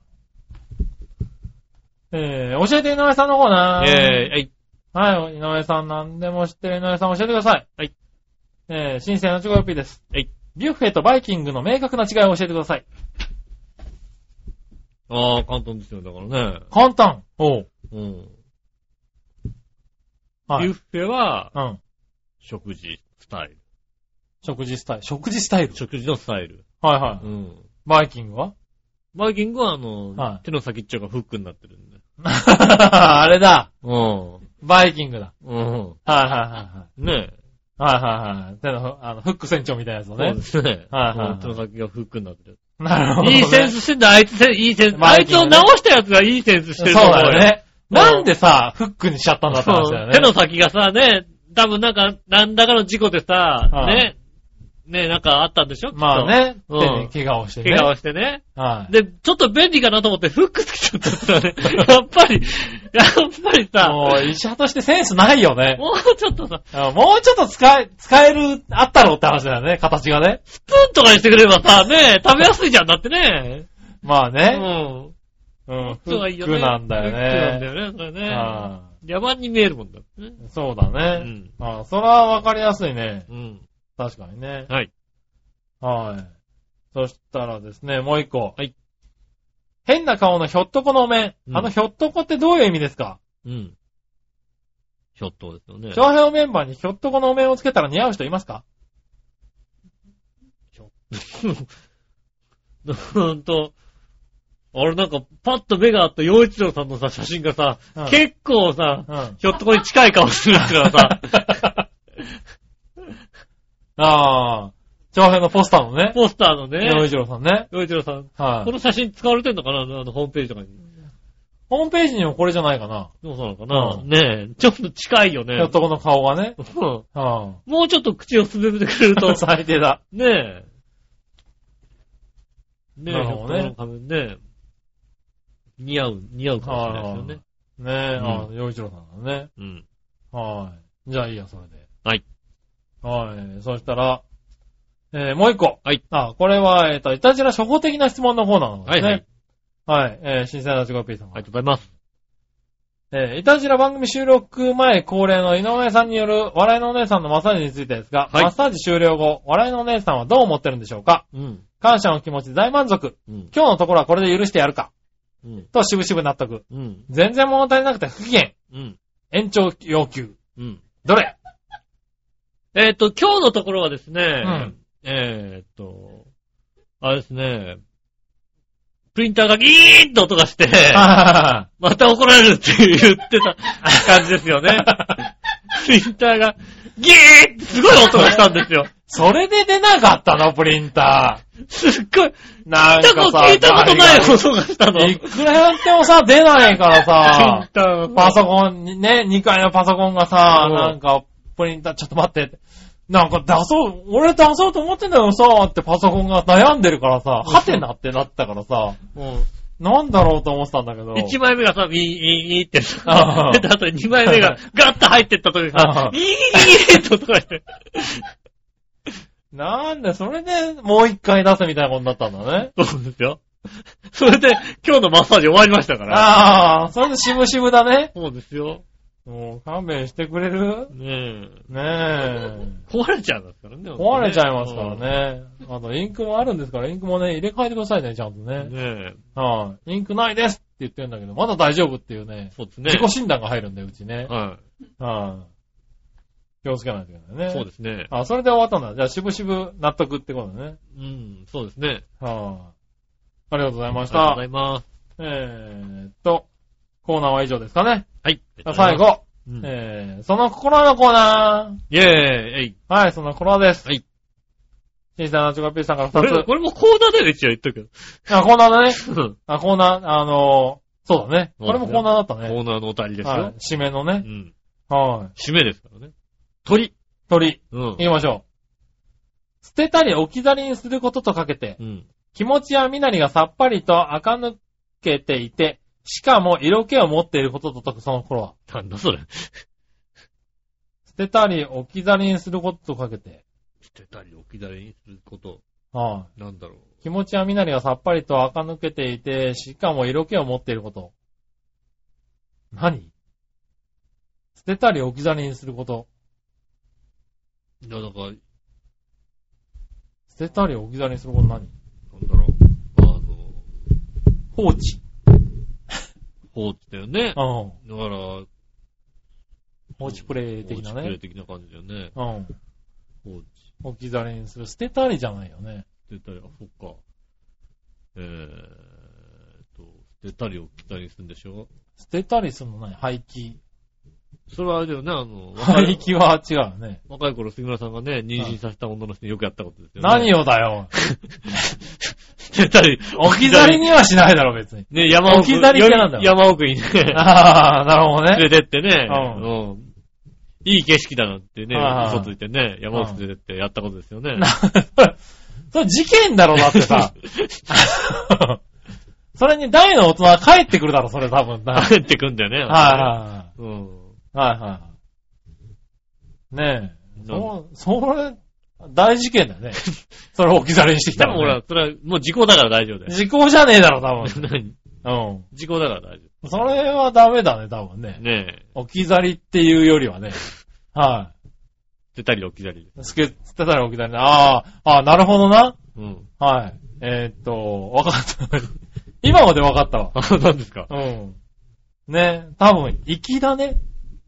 Speaker 3: えー、教えて井上さんのコーナー。
Speaker 2: え。ええ、はい。
Speaker 3: はい、井上さん何でも知ってる井上さん教えてください。
Speaker 2: はい。
Speaker 3: えー、新鮮なチョコヨッピーです。
Speaker 2: はい。
Speaker 3: ビュッフェとバイキングの明確な違いを教えてください。
Speaker 2: ああ、簡単ですよ、だからね。
Speaker 3: 簡単。おう。
Speaker 2: うん。
Speaker 3: は
Speaker 2: ビュ
Speaker 3: い。
Speaker 2: ッフェは、
Speaker 3: うん。
Speaker 2: 食事、スタイル。
Speaker 3: 食事スタイル。食事スタイル
Speaker 2: 食事のスタイル。
Speaker 3: はいは
Speaker 2: うん。
Speaker 3: い。バイキングは
Speaker 2: バイキングはあの、
Speaker 3: はい
Speaker 2: 手の先っちょがフックになってるんで。
Speaker 3: <laughs> あれだ。
Speaker 2: うん。
Speaker 3: バイキングだ。
Speaker 2: うん。
Speaker 3: はいはいはいはい。
Speaker 2: ねえ。
Speaker 3: はいはいはい。手のあの、フック船長みたいなやつをね
Speaker 2: そうで。すね。
Speaker 3: はいはいはい
Speaker 2: うん手の先がフックになって
Speaker 3: <laughs>
Speaker 2: る。
Speaker 3: なるほど、ね。
Speaker 2: いいセンスしてんだ、あいつせ、いいセンス。
Speaker 3: バ
Speaker 2: あ
Speaker 3: イ
Speaker 2: い
Speaker 3: キ
Speaker 2: つ
Speaker 3: ング
Speaker 2: を
Speaker 3: ね
Speaker 2: 直したやつがいいセンスしてると
Speaker 3: そう
Speaker 2: 思
Speaker 3: だよ
Speaker 2: よ。
Speaker 3: ね。なんでさ、フックにしちゃったんだって話だよ
Speaker 2: そう
Speaker 3: ね。
Speaker 2: 手の先がさ、ね、多分なんか、何らかの事故でさ、
Speaker 3: はい
Speaker 2: ね、ね、なんかあったんでしょきっと
Speaker 3: まあね、
Speaker 2: うん
Speaker 3: 手に怪我をしてね。
Speaker 2: 怪我をしてね。
Speaker 3: はい。
Speaker 2: で、ちょっと便利かなと思ってフックつけちゃったんだよね。やっぱり、やっぱりさ、
Speaker 3: もう医者としてセンスないよね。
Speaker 2: もうちょっとさ、
Speaker 3: うんもうちょっと使え、使える、あったろうって話だよね、形がね。
Speaker 2: スプーンとかにしてくれればさ、
Speaker 3: <laughs>
Speaker 2: ね、食べやすいじゃんだってね。
Speaker 3: まあ
Speaker 2: う
Speaker 3: ね。
Speaker 2: ん。
Speaker 3: うん。フ
Speaker 2: そうがいい
Speaker 3: ッ
Speaker 2: よ
Speaker 3: ク
Speaker 2: ね。
Speaker 3: なんだよね。
Speaker 2: フックなんだよね、それね。
Speaker 3: あ
Speaker 2: 野蛮に見えるもんだってね。
Speaker 3: あそうだ
Speaker 2: う
Speaker 3: ね。
Speaker 2: ん。
Speaker 3: ああそれはわかりやすいね。
Speaker 2: うん。
Speaker 3: 確かにね。
Speaker 2: はい。
Speaker 3: はい。そしたらですね、もう一個。
Speaker 2: はい。
Speaker 3: 変な顔のひょっとこのお面。
Speaker 2: うん
Speaker 3: あのひょっとこってどういう意味ですか
Speaker 2: うん。ひょっとですよね。
Speaker 3: 長編メンバーにひょっとこのお面をつけたら似合う人いますか
Speaker 2: <laughs> ほんと、あれなんか、パッと目があった洋一郎さんのさ、写真がさ、
Speaker 3: うん
Speaker 2: 結構さ、
Speaker 3: うん。
Speaker 2: ひょっとこに近い顔するからさ、
Speaker 3: <laughs> ああ、長編のポスターのね。
Speaker 2: ポスターの
Speaker 3: 洋
Speaker 2: ね、
Speaker 3: 一郎さんね。
Speaker 2: 洋一郎さん、
Speaker 3: は
Speaker 2: こ
Speaker 3: い。
Speaker 2: の写真使われてんのかなあの、ホームページとかに。
Speaker 3: ホームページにもこれじゃないかな。
Speaker 2: どうなのかな、
Speaker 3: うん
Speaker 2: ねえ、ちょっと近いよね。
Speaker 3: ひょっとこの顔がね。
Speaker 2: うん
Speaker 3: は
Speaker 2: もうちょっと口を滑めてくれると
Speaker 3: い。、 <laughs> 最低だ。
Speaker 2: ねえ。ねえ、
Speaker 3: なるほどね
Speaker 2: ひょっとこの仮面ね。似合う、似合うかもしれないですよね。
Speaker 3: ねえ、ああ、洋一郎さんだね。
Speaker 2: うん。
Speaker 3: はい。じゃあいいや、それで。
Speaker 2: はい。
Speaker 3: はい。そしたら、えー、もう一個。
Speaker 2: はい。
Speaker 3: あ、これは、えっ、と、いたじら初歩的な質問の方なので
Speaker 2: はい
Speaker 3: すね。
Speaker 2: はい。
Speaker 3: はい。えー、新鮮なちごぴーさん
Speaker 2: あ
Speaker 3: が
Speaker 2: りがとうございます。
Speaker 3: えー、いたじら番組収録前恒例の井上さんによる笑いのお姉さんのマッサージについてですが、
Speaker 2: はい
Speaker 3: マッサージ終了後、笑いのお姉さんはどう思ってるんでしょうか
Speaker 2: うん。
Speaker 3: 感謝の気持ち大満足。
Speaker 2: うん。
Speaker 3: 今日のところはこれで許してやるか。
Speaker 2: うん。
Speaker 3: と、しぶしぶ納得。
Speaker 2: うん。
Speaker 3: 全然物足りなくて不機嫌。
Speaker 2: うん。
Speaker 3: 延長要求。
Speaker 2: うん。
Speaker 3: どれ
Speaker 2: えっ、と、今日のところはですね、
Speaker 3: ん
Speaker 2: えっ、と、あれですね、プリンターがギーッと音がして、
Speaker 3: あ
Speaker 2: また怒られるって言ってた感じですよ
Speaker 3: <laughs>
Speaker 2: ね。プリンターがギーッってすごい音がしたんですよ。
Speaker 3: <laughs> それで出なかったの、プリンタ
Speaker 2: すっごい、
Speaker 3: ー。なん
Speaker 2: 多
Speaker 3: か
Speaker 2: 分
Speaker 3: さ、
Speaker 2: 聞いたことない
Speaker 3: ガリ
Speaker 2: 音がしたの。
Speaker 3: ガリ
Speaker 2: プ
Speaker 3: いくらやってもさ、出ないから <laughs> さ
Speaker 2: リン。ター
Speaker 3: パソコンに、ね、2階のパソコンがさ、
Speaker 2: うん
Speaker 3: なんか、プリンター、ちょっと待って、なんか出そう、俺出そうと思ってんだよさ、ってパソコンが悩んでるからさ、ハテナってなったからさ、
Speaker 2: うん
Speaker 3: なんだろうと思ってたんだけど。
Speaker 2: 一枚目がさ、ウィーン、イーン、イーンって
Speaker 3: あ
Speaker 2: さ
Speaker 3: あ、
Speaker 2: 出た後に二枚
Speaker 3: <laughs>
Speaker 2: 目がガッと入ってった時
Speaker 3: ああ
Speaker 2: さ、イーン、イーンって音がして。
Speaker 3: なんで、それでもう一回出すみたいなことになったんだね。
Speaker 2: そうですよ。それで、今日のマッサージ終わりましたから。
Speaker 3: ああ、それで渋々だね。
Speaker 2: そうですよ。
Speaker 3: もう勘弁してくれる
Speaker 2: ねえ。
Speaker 3: ねえ。
Speaker 2: 壊れちゃいますからね。
Speaker 3: 壊れちゃいますからね。あと、インクもあるんですから、インクもね、入れ替えてくださいね、ちゃんと
Speaker 2: う
Speaker 3: ね
Speaker 2: ん。。ねえ。
Speaker 3: はい。インクないですって言ってるんだけど、まだ大丈夫っていうね。
Speaker 2: そうですね。
Speaker 3: 自己診断が入るんだよ、うちね。
Speaker 2: は
Speaker 3: はい。気をつけないといけな
Speaker 2: い。
Speaker 3: いね。。
Speaker 2: そうですすね。
Speaker 3: あ、それで終わったんだ。じゃあ、しぶしぶ納得ってことね。
Speaker 2: うん、そうですね。
Speaker 3: はい。ありがとうござい
Speaker 2: あ
Speaker 3: ま
Speaker 2: り
Speaker 3: し
Speaker 2: がとう
Speaker 3: た
Speaker 2: ござ。います。
Speaker 3: えーっと、コーナーは以上ですかね。
Speaker 2: はい。
Speaker 3: じゃあ最。後、
Speaker 2: うん、イェ
Speaker 3: えー、その心のコーナ
Speaker 2: ーイえい。
Speaker 3: ー。はい、その心です。
Speaker 2: はい。
Speaker 3: 新鮮なチョコピーさんから
Speaker 2: これ、
Speaker 3: 2
Speaker 2: これもコーナーだよね、一応言っとく
Speaker 3: つ。あ、コーナーだね。
Speaker 2: けど。
Speaker 3: あ、コーナー、あのー、そうだね。これもコーナーだった
Speaker 2: コ
Speaker 3: ね。
Speaker 2: ーナーのおたりです
Speaker 3: は
Speaker 2: よ
Speaker 3: い。。締めの
Speaker 2: う
Speaker 3: ね。
Speaker 2: ん。
Speaker 3: はい。
Speaker 2: 締めですからね。鳥。
Speaker 3: 鳥。
Speaker 2: うん
Speaker 3: 行。きましょう。捨てたり置き去りにすることとかけて、
Speaker 2: うん。
Speaker 3: 気持ちや身なりがさっぱりと垢抜けていて、しかも色気を持っていることと解くその頃は。
Speaker 2: なんだそれ。
Speaker 3: 捨てたり置き去りにすることとかけて、
Speaker 2: 捨てたり置き去りにすること、
Speaker 3: は
Speaker 2: なんだろう。
Speaker 3: い気持ちや身なりがさっぱりと垢抜けていて、しかも色気を持っていること。何捨てたり置き去りにすること。
Speaker 2: いや、なんか、なん
Speaker 3: 捨てたり置き去りにすること何
Speaker 2: だろう。あの、
Speaker 3: 放置。
Speaker 2: 放置だよね。
Speaker 3: う
Speaker 2: だか
Speaker 3: ん。
Speaker 2: ら、放
Speaker 3: 放置プレイ的な
Speaker 2: 置プレイ
Speaker 3: ね。
Speaker 2: 的な感じだよね。
Speaker 3: うん。
Speaker 2: 放置。
Speaker 3: 置き去りにする。捨てたりじゃないよね。
Speaker 2: 捨てたり、あ、そっか。えーっと、捨てたり置きたりするんでしょ
Speaker 3: 捨てたりするのね、廃棄。
Speaker 2: それはあれだよね、あの、若
Speaker 3: 廃
Speaker 2: い
Speaker 3: 棄は違うよね。
Speaker 2: 若い頃杉村さんがね、妊娠させた女の人によくやったことですよね。 <laughs>
Speaker 3: 何をだよ。
Speaker 2: 捨てたり、
Speaker 3: 置き去りにはしないだろ、別に。
Speaker 2: ね、山奥、
Speaker 3: 置き去りじゃなんだ
Speaker 2: より山奥にね、
Speaker 3: <laughs> ああ、なるほどね。
Speaker 2: 連れてってね、
Speaker 3: う
Speaker 2: うんいい景色だなんてね
Speaker 3: はいはい、
Speaker 2: 嘘ついてね、山奥連れてってやったことですよね。
Speaker 3: <laughs> それ事件だろ、だってさ。 <laughs> それに大の大人は帰ってくるだろ、それ多 <laughs> 分な。はい
Speaker 2: 帰ってくんだよね。
Speaker 3: は
Speaker 2: うん。
Speaker 3: いはい。はいはい。ねえ。
Speaker 2: な
Speaker 3: そ、それ、大事件だよ <laughs> ね。それ置き去りにしてき
Speaker 2: で
Speaker 3: たら、
Speaker 2: もほら
Speaker 3: ね。、
Speaker 2: それはもう時効だから大丈夫だよ。
Speaker 3: 時効じゃねえだろ、多
Speaker 2: 何
Speaker 3: 分。
Speaker 2: 時効だから大丈
Speaker 3: うん。それはダメだね、多分ね
Speaker 2: 夫。。ねえ、
Speaker 3: 置き去りっていうより
Speaker 2: <laughs>
Speaker 3: はね。は
Speaker 2: 出たり置き去りで。
Speaker 3: い。すけ、捨てたら置き去りね。ああ、ああ、なるほどな。
Speaker 2: うん。
Speaker 3: はい。えーっと、わかった。 <laughs> 今までわかったわ。
Speaker 2: あ、何ですか
Speaker 3: うん。ね、多分、息だね。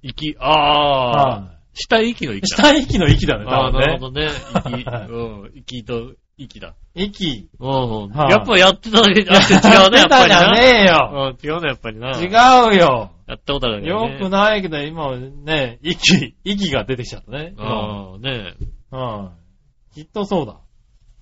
Speaker 2: 息、ああ、
Speaker 3: は
Speaker 2: 死体息の
Speaker 3: い。
Speaker 2: 息だ。
Speaker 3: 下息の息だね、
Speaker 2: あ
Speaker 3: 多
Speaker 2: あ、なる
Speaker 3: 分
Speaker 2: ほ
Speaker 3: ね。
Speaker 2: どね。 <laughs> 息、
Speaker 3: はい
Speaker 2: うん、息と息だ。
Speaker 3: 息。
Speaker 2: うん、うん。
Speaker 3: はい
Speaker 2: やっぱやってただけじゃなくて違うね、やっぱり
Speaker 3: <laughs> 下手じゃ
Speaker 2: な。
Speaker 3: ねえよ。
Speaker 2: うん、違うね、やっぱりな。
Speaker 3: 違。うよ。
Speaker 2: やったことあるよ
Speaker 3: よ
Speaker 2: ね。
Speaker 3: くないけど、今ね、息、息が出てきちゃったね。
Speaker 2: ああ、ねえ。
Speaker 3: うん。きっとそうだ。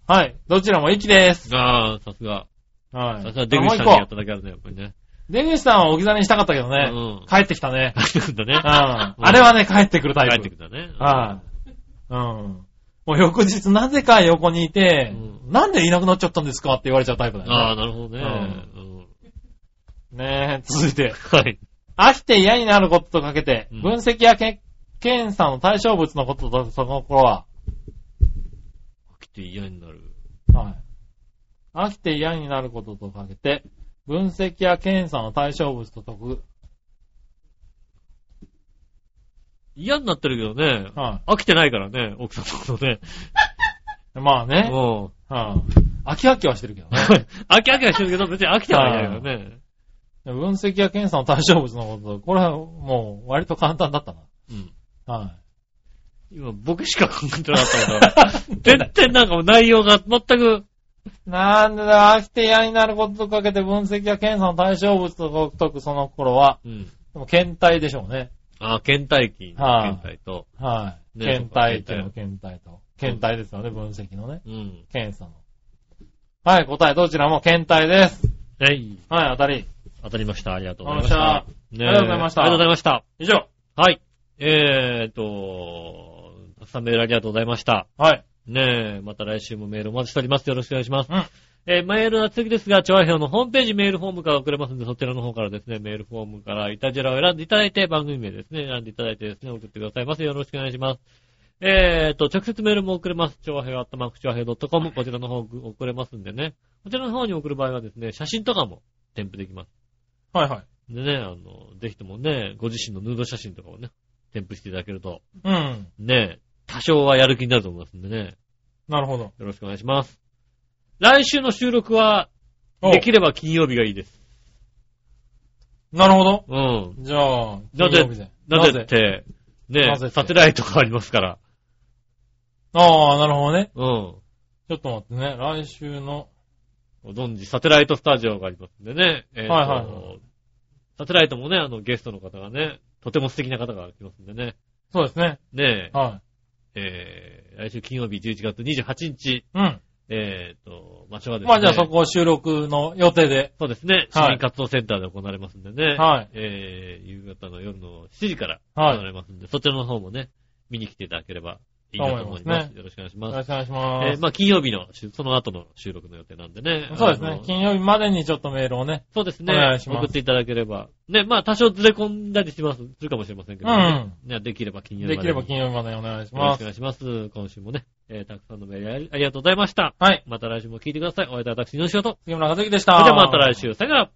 Speaker 3: はい。どちらも息です。
Speaker 2: ああ、さすが。
Speaker 3: はい。
Speaker 2: さすが出口さんに
Speaker 3: もう
Speaker 2: や
Speaker 3: 一
Speaker 2: っただけあるね、やっぱりね。
Speaker 3: 個出口さんは置き去りにしたかったけどね。
Speaker 2: うん
Speaker 3: 帰ってき
Speaker 2: <laughs>
Speaker 3: たね。
Speaker 2: 帰ってくんだ
Speaker 3: う
Speaker 2: ね
Speaker 3: ん。。あれはね、帰ってくるタイプ。
Speaker 2: 帰ってくんだね。
Speaker 3: はい。うん。もう翌日なぜか横にいて、
Speaker 2: う
Speaker 3: なんでいなくなっちゃったんですかって言われちゃうタイプだ
Speaker 2: ああ、
Speaker 3: よね。
Speaker 2: なるほどね。うん
Speaker 3: ねえ、続いて。
Speaker 2: はい。
Speaker 3: 飽きて嫌になることとかけて、
Speaker 2: うん
Speaker 3: 分析やけ検査の対象物のことだとその頃は、
Speaker 2: 来て嫌になる。
Speaker 3: はい。飽きて嫌になることとかけて、分析や検査の対象物と解く。
Speaker 2: 嫌になってるけどね。
Speaker 3: は
Speaker 2: 飽きてないからね、奥さんのことね。
Speaker 3: い。まあ
Speaker 2: う
Speaker 3: ね。
Speaker 2: ん。
Speaker 3: はい。飽き飽きはしてるけどね。
Speaker 2: 飽き飽きはしてるけど、別に飽きてはいないからね。
Speaker 3: 分析や検査の対象物のこと、これはもう割と簡単だった
Speaker 2: うん。
Speaker 3: な。はい。
Speaker 2: 今、僕しか考えてなかった
Speaker 3: <laughs>
Speaker 2: から。全然なんかもう内容が全く、
Speaker 3: なんでだ、飽きて嫌になることとかけて分析や検査の対象物と解くその頃は、
Speaker 2: うん。
Speaker 3: でも検体でしょうね。
Speaker 2: ああ、倦怠期の
Speaker 3: はい
Speaker 2: 倦怠と。
Speaker 3: はい。
Speaker 2: ね
Speaker 3: 検体っていうの検体と。検体ですよね、分析のね。
Speaker 2: うん。
Speaker 3: 検査の。はい、答えどちらも検体です。
Speaker 2: はい。
Speaker 3: はい、当たり。
Speaker 2: 当たりました。ありがとうご
Speaker 3: あ
Speaker 2: ざ
Speaker 3: り
Speaker 2: いましたねえ
Speaker 3: がとうございま。ありがとうございました
Speaker 2: ありがとうございました。
Speaker 3: 以上。
Speaker 2: はい。えーっと、たくさんメールありがとうございました。
Speaker 3: はい。
Speaker 2: ねえ、また来週もメールお待ちしております。よろしくお願いします。
Speaker 3: うん
Speaker 2: えーメールは次ですが、調和表のホームページメールフォームから送れますので、そちらの方からですね、メールフォームからイタジェラを選んでいただいて、番組名ですね、選んでいただいてですね、送ってくださいませ。よろしくお願いします。えーと、直接メールも送れます。調和表、あったまく調和表 .com、こちらの方送れますんでね。こちらの方に送る場合はですね、写真とかも添付できます。
Speaker 3: はいはい。
Speaker 2: でね、あの、ぜひともね、ご自身のヌード写真とかをね、添付していただけると、
Speaker 3: うん。
Speaker 2: ね、多少はやる気になると思いますんでね。
Speaker 3: なるほど。
Speaker 2: よろしくお願いします。来週の収録は、
Speaker 3: お
Speaker 2: できれば金曜日がいいです。
Speaker 3: なるほど。
Speaker 2: うん。
Speaker 3: じゃあ、
Speaker 2: な
Speaker 3: 金
Speaker 2: ぜ
Speaker 3: 曜日で、
Speaker 2: なぜって、ね
Speaker 3: なぜ、って
Speaker 2: サテライトがありますから。
Speaker 3: ああ、なるほどね。
Speaker 2: うん。
Speaker 3: ちょっと待ってね。来週の、
Speaker 2: ご存知、サテライトスタジオがありますんでね。えーと
Speaker 3: はいはいは
Speaker 2: サテライトもね、あの、ゲストの方がね、とても素敵な方が来ますんでね。
Speaker 3: そうですね。
Speaker 2: ね
Speaker 3: は
Speaker 2: え、えー来週金曜日11月28日、
Speaker 3: い。うん。
Speaker 2: えーと、場所はですね。
Speaker 3: まあじゃあそこを収録の予定で。
Speaker 2: そうですね。市
Speaker 3: はい
Speaker 2: 民活動センターで行われますんでね。
Speaker 3: はい。
Speaker 2: えー、夕方の夜の7時から行
Speaker 3: はい
Speaker 2: われますんで、そちらの方もね、見に来ていただければいいなと思います。
Speaker 3: と思いますね
Speaker 2: よろしくお願いし
Speaker 3: よ
Speaker 2: ま
Speaker 3: ろ
Speaker 2: す。
Speaker 3: しくお願いし
Speaker 2: え
Speaker 3: ま
Speaker 2: ー、
Speaker 3: す。
Speaker 2: まあ金曜日の収、その後の収録の予定なんでね。
Speaker 3: そうです
Speaker 2: あ
Speaker 3: ね
Speaker 2: の。
Speaker 3: 金曜日までにちょっとメールをね。
Speaker 2: そうですね。
Speaker 3: お願いします
Speaker 2: 送っていただければ。ね、まあ多少ずれ込んだりします、するかもしれませんけどね。ねできれば金曜日
Speaker 3: で
Speaker 2: ま
Speaker 3: き
Speaker 2: で
Speaker 3: れ
Speaker 2: に。
Speaker 3: ば金曜日までお願いし
Speaker 2: よろしく
Speaker 3: ま
Speaker 2: お
Speaker 3: す。
Speaker 2: 願いします。今週もね、えー、たくさんのメールありありがとうございました。
Speaker 3: はい。
Speaker 2: また来週も聞いてください。お会いいたい私、の仕事。
Speaker 3: 杉村和之でした。
Speaker 2: それではまた来。週。さよなら。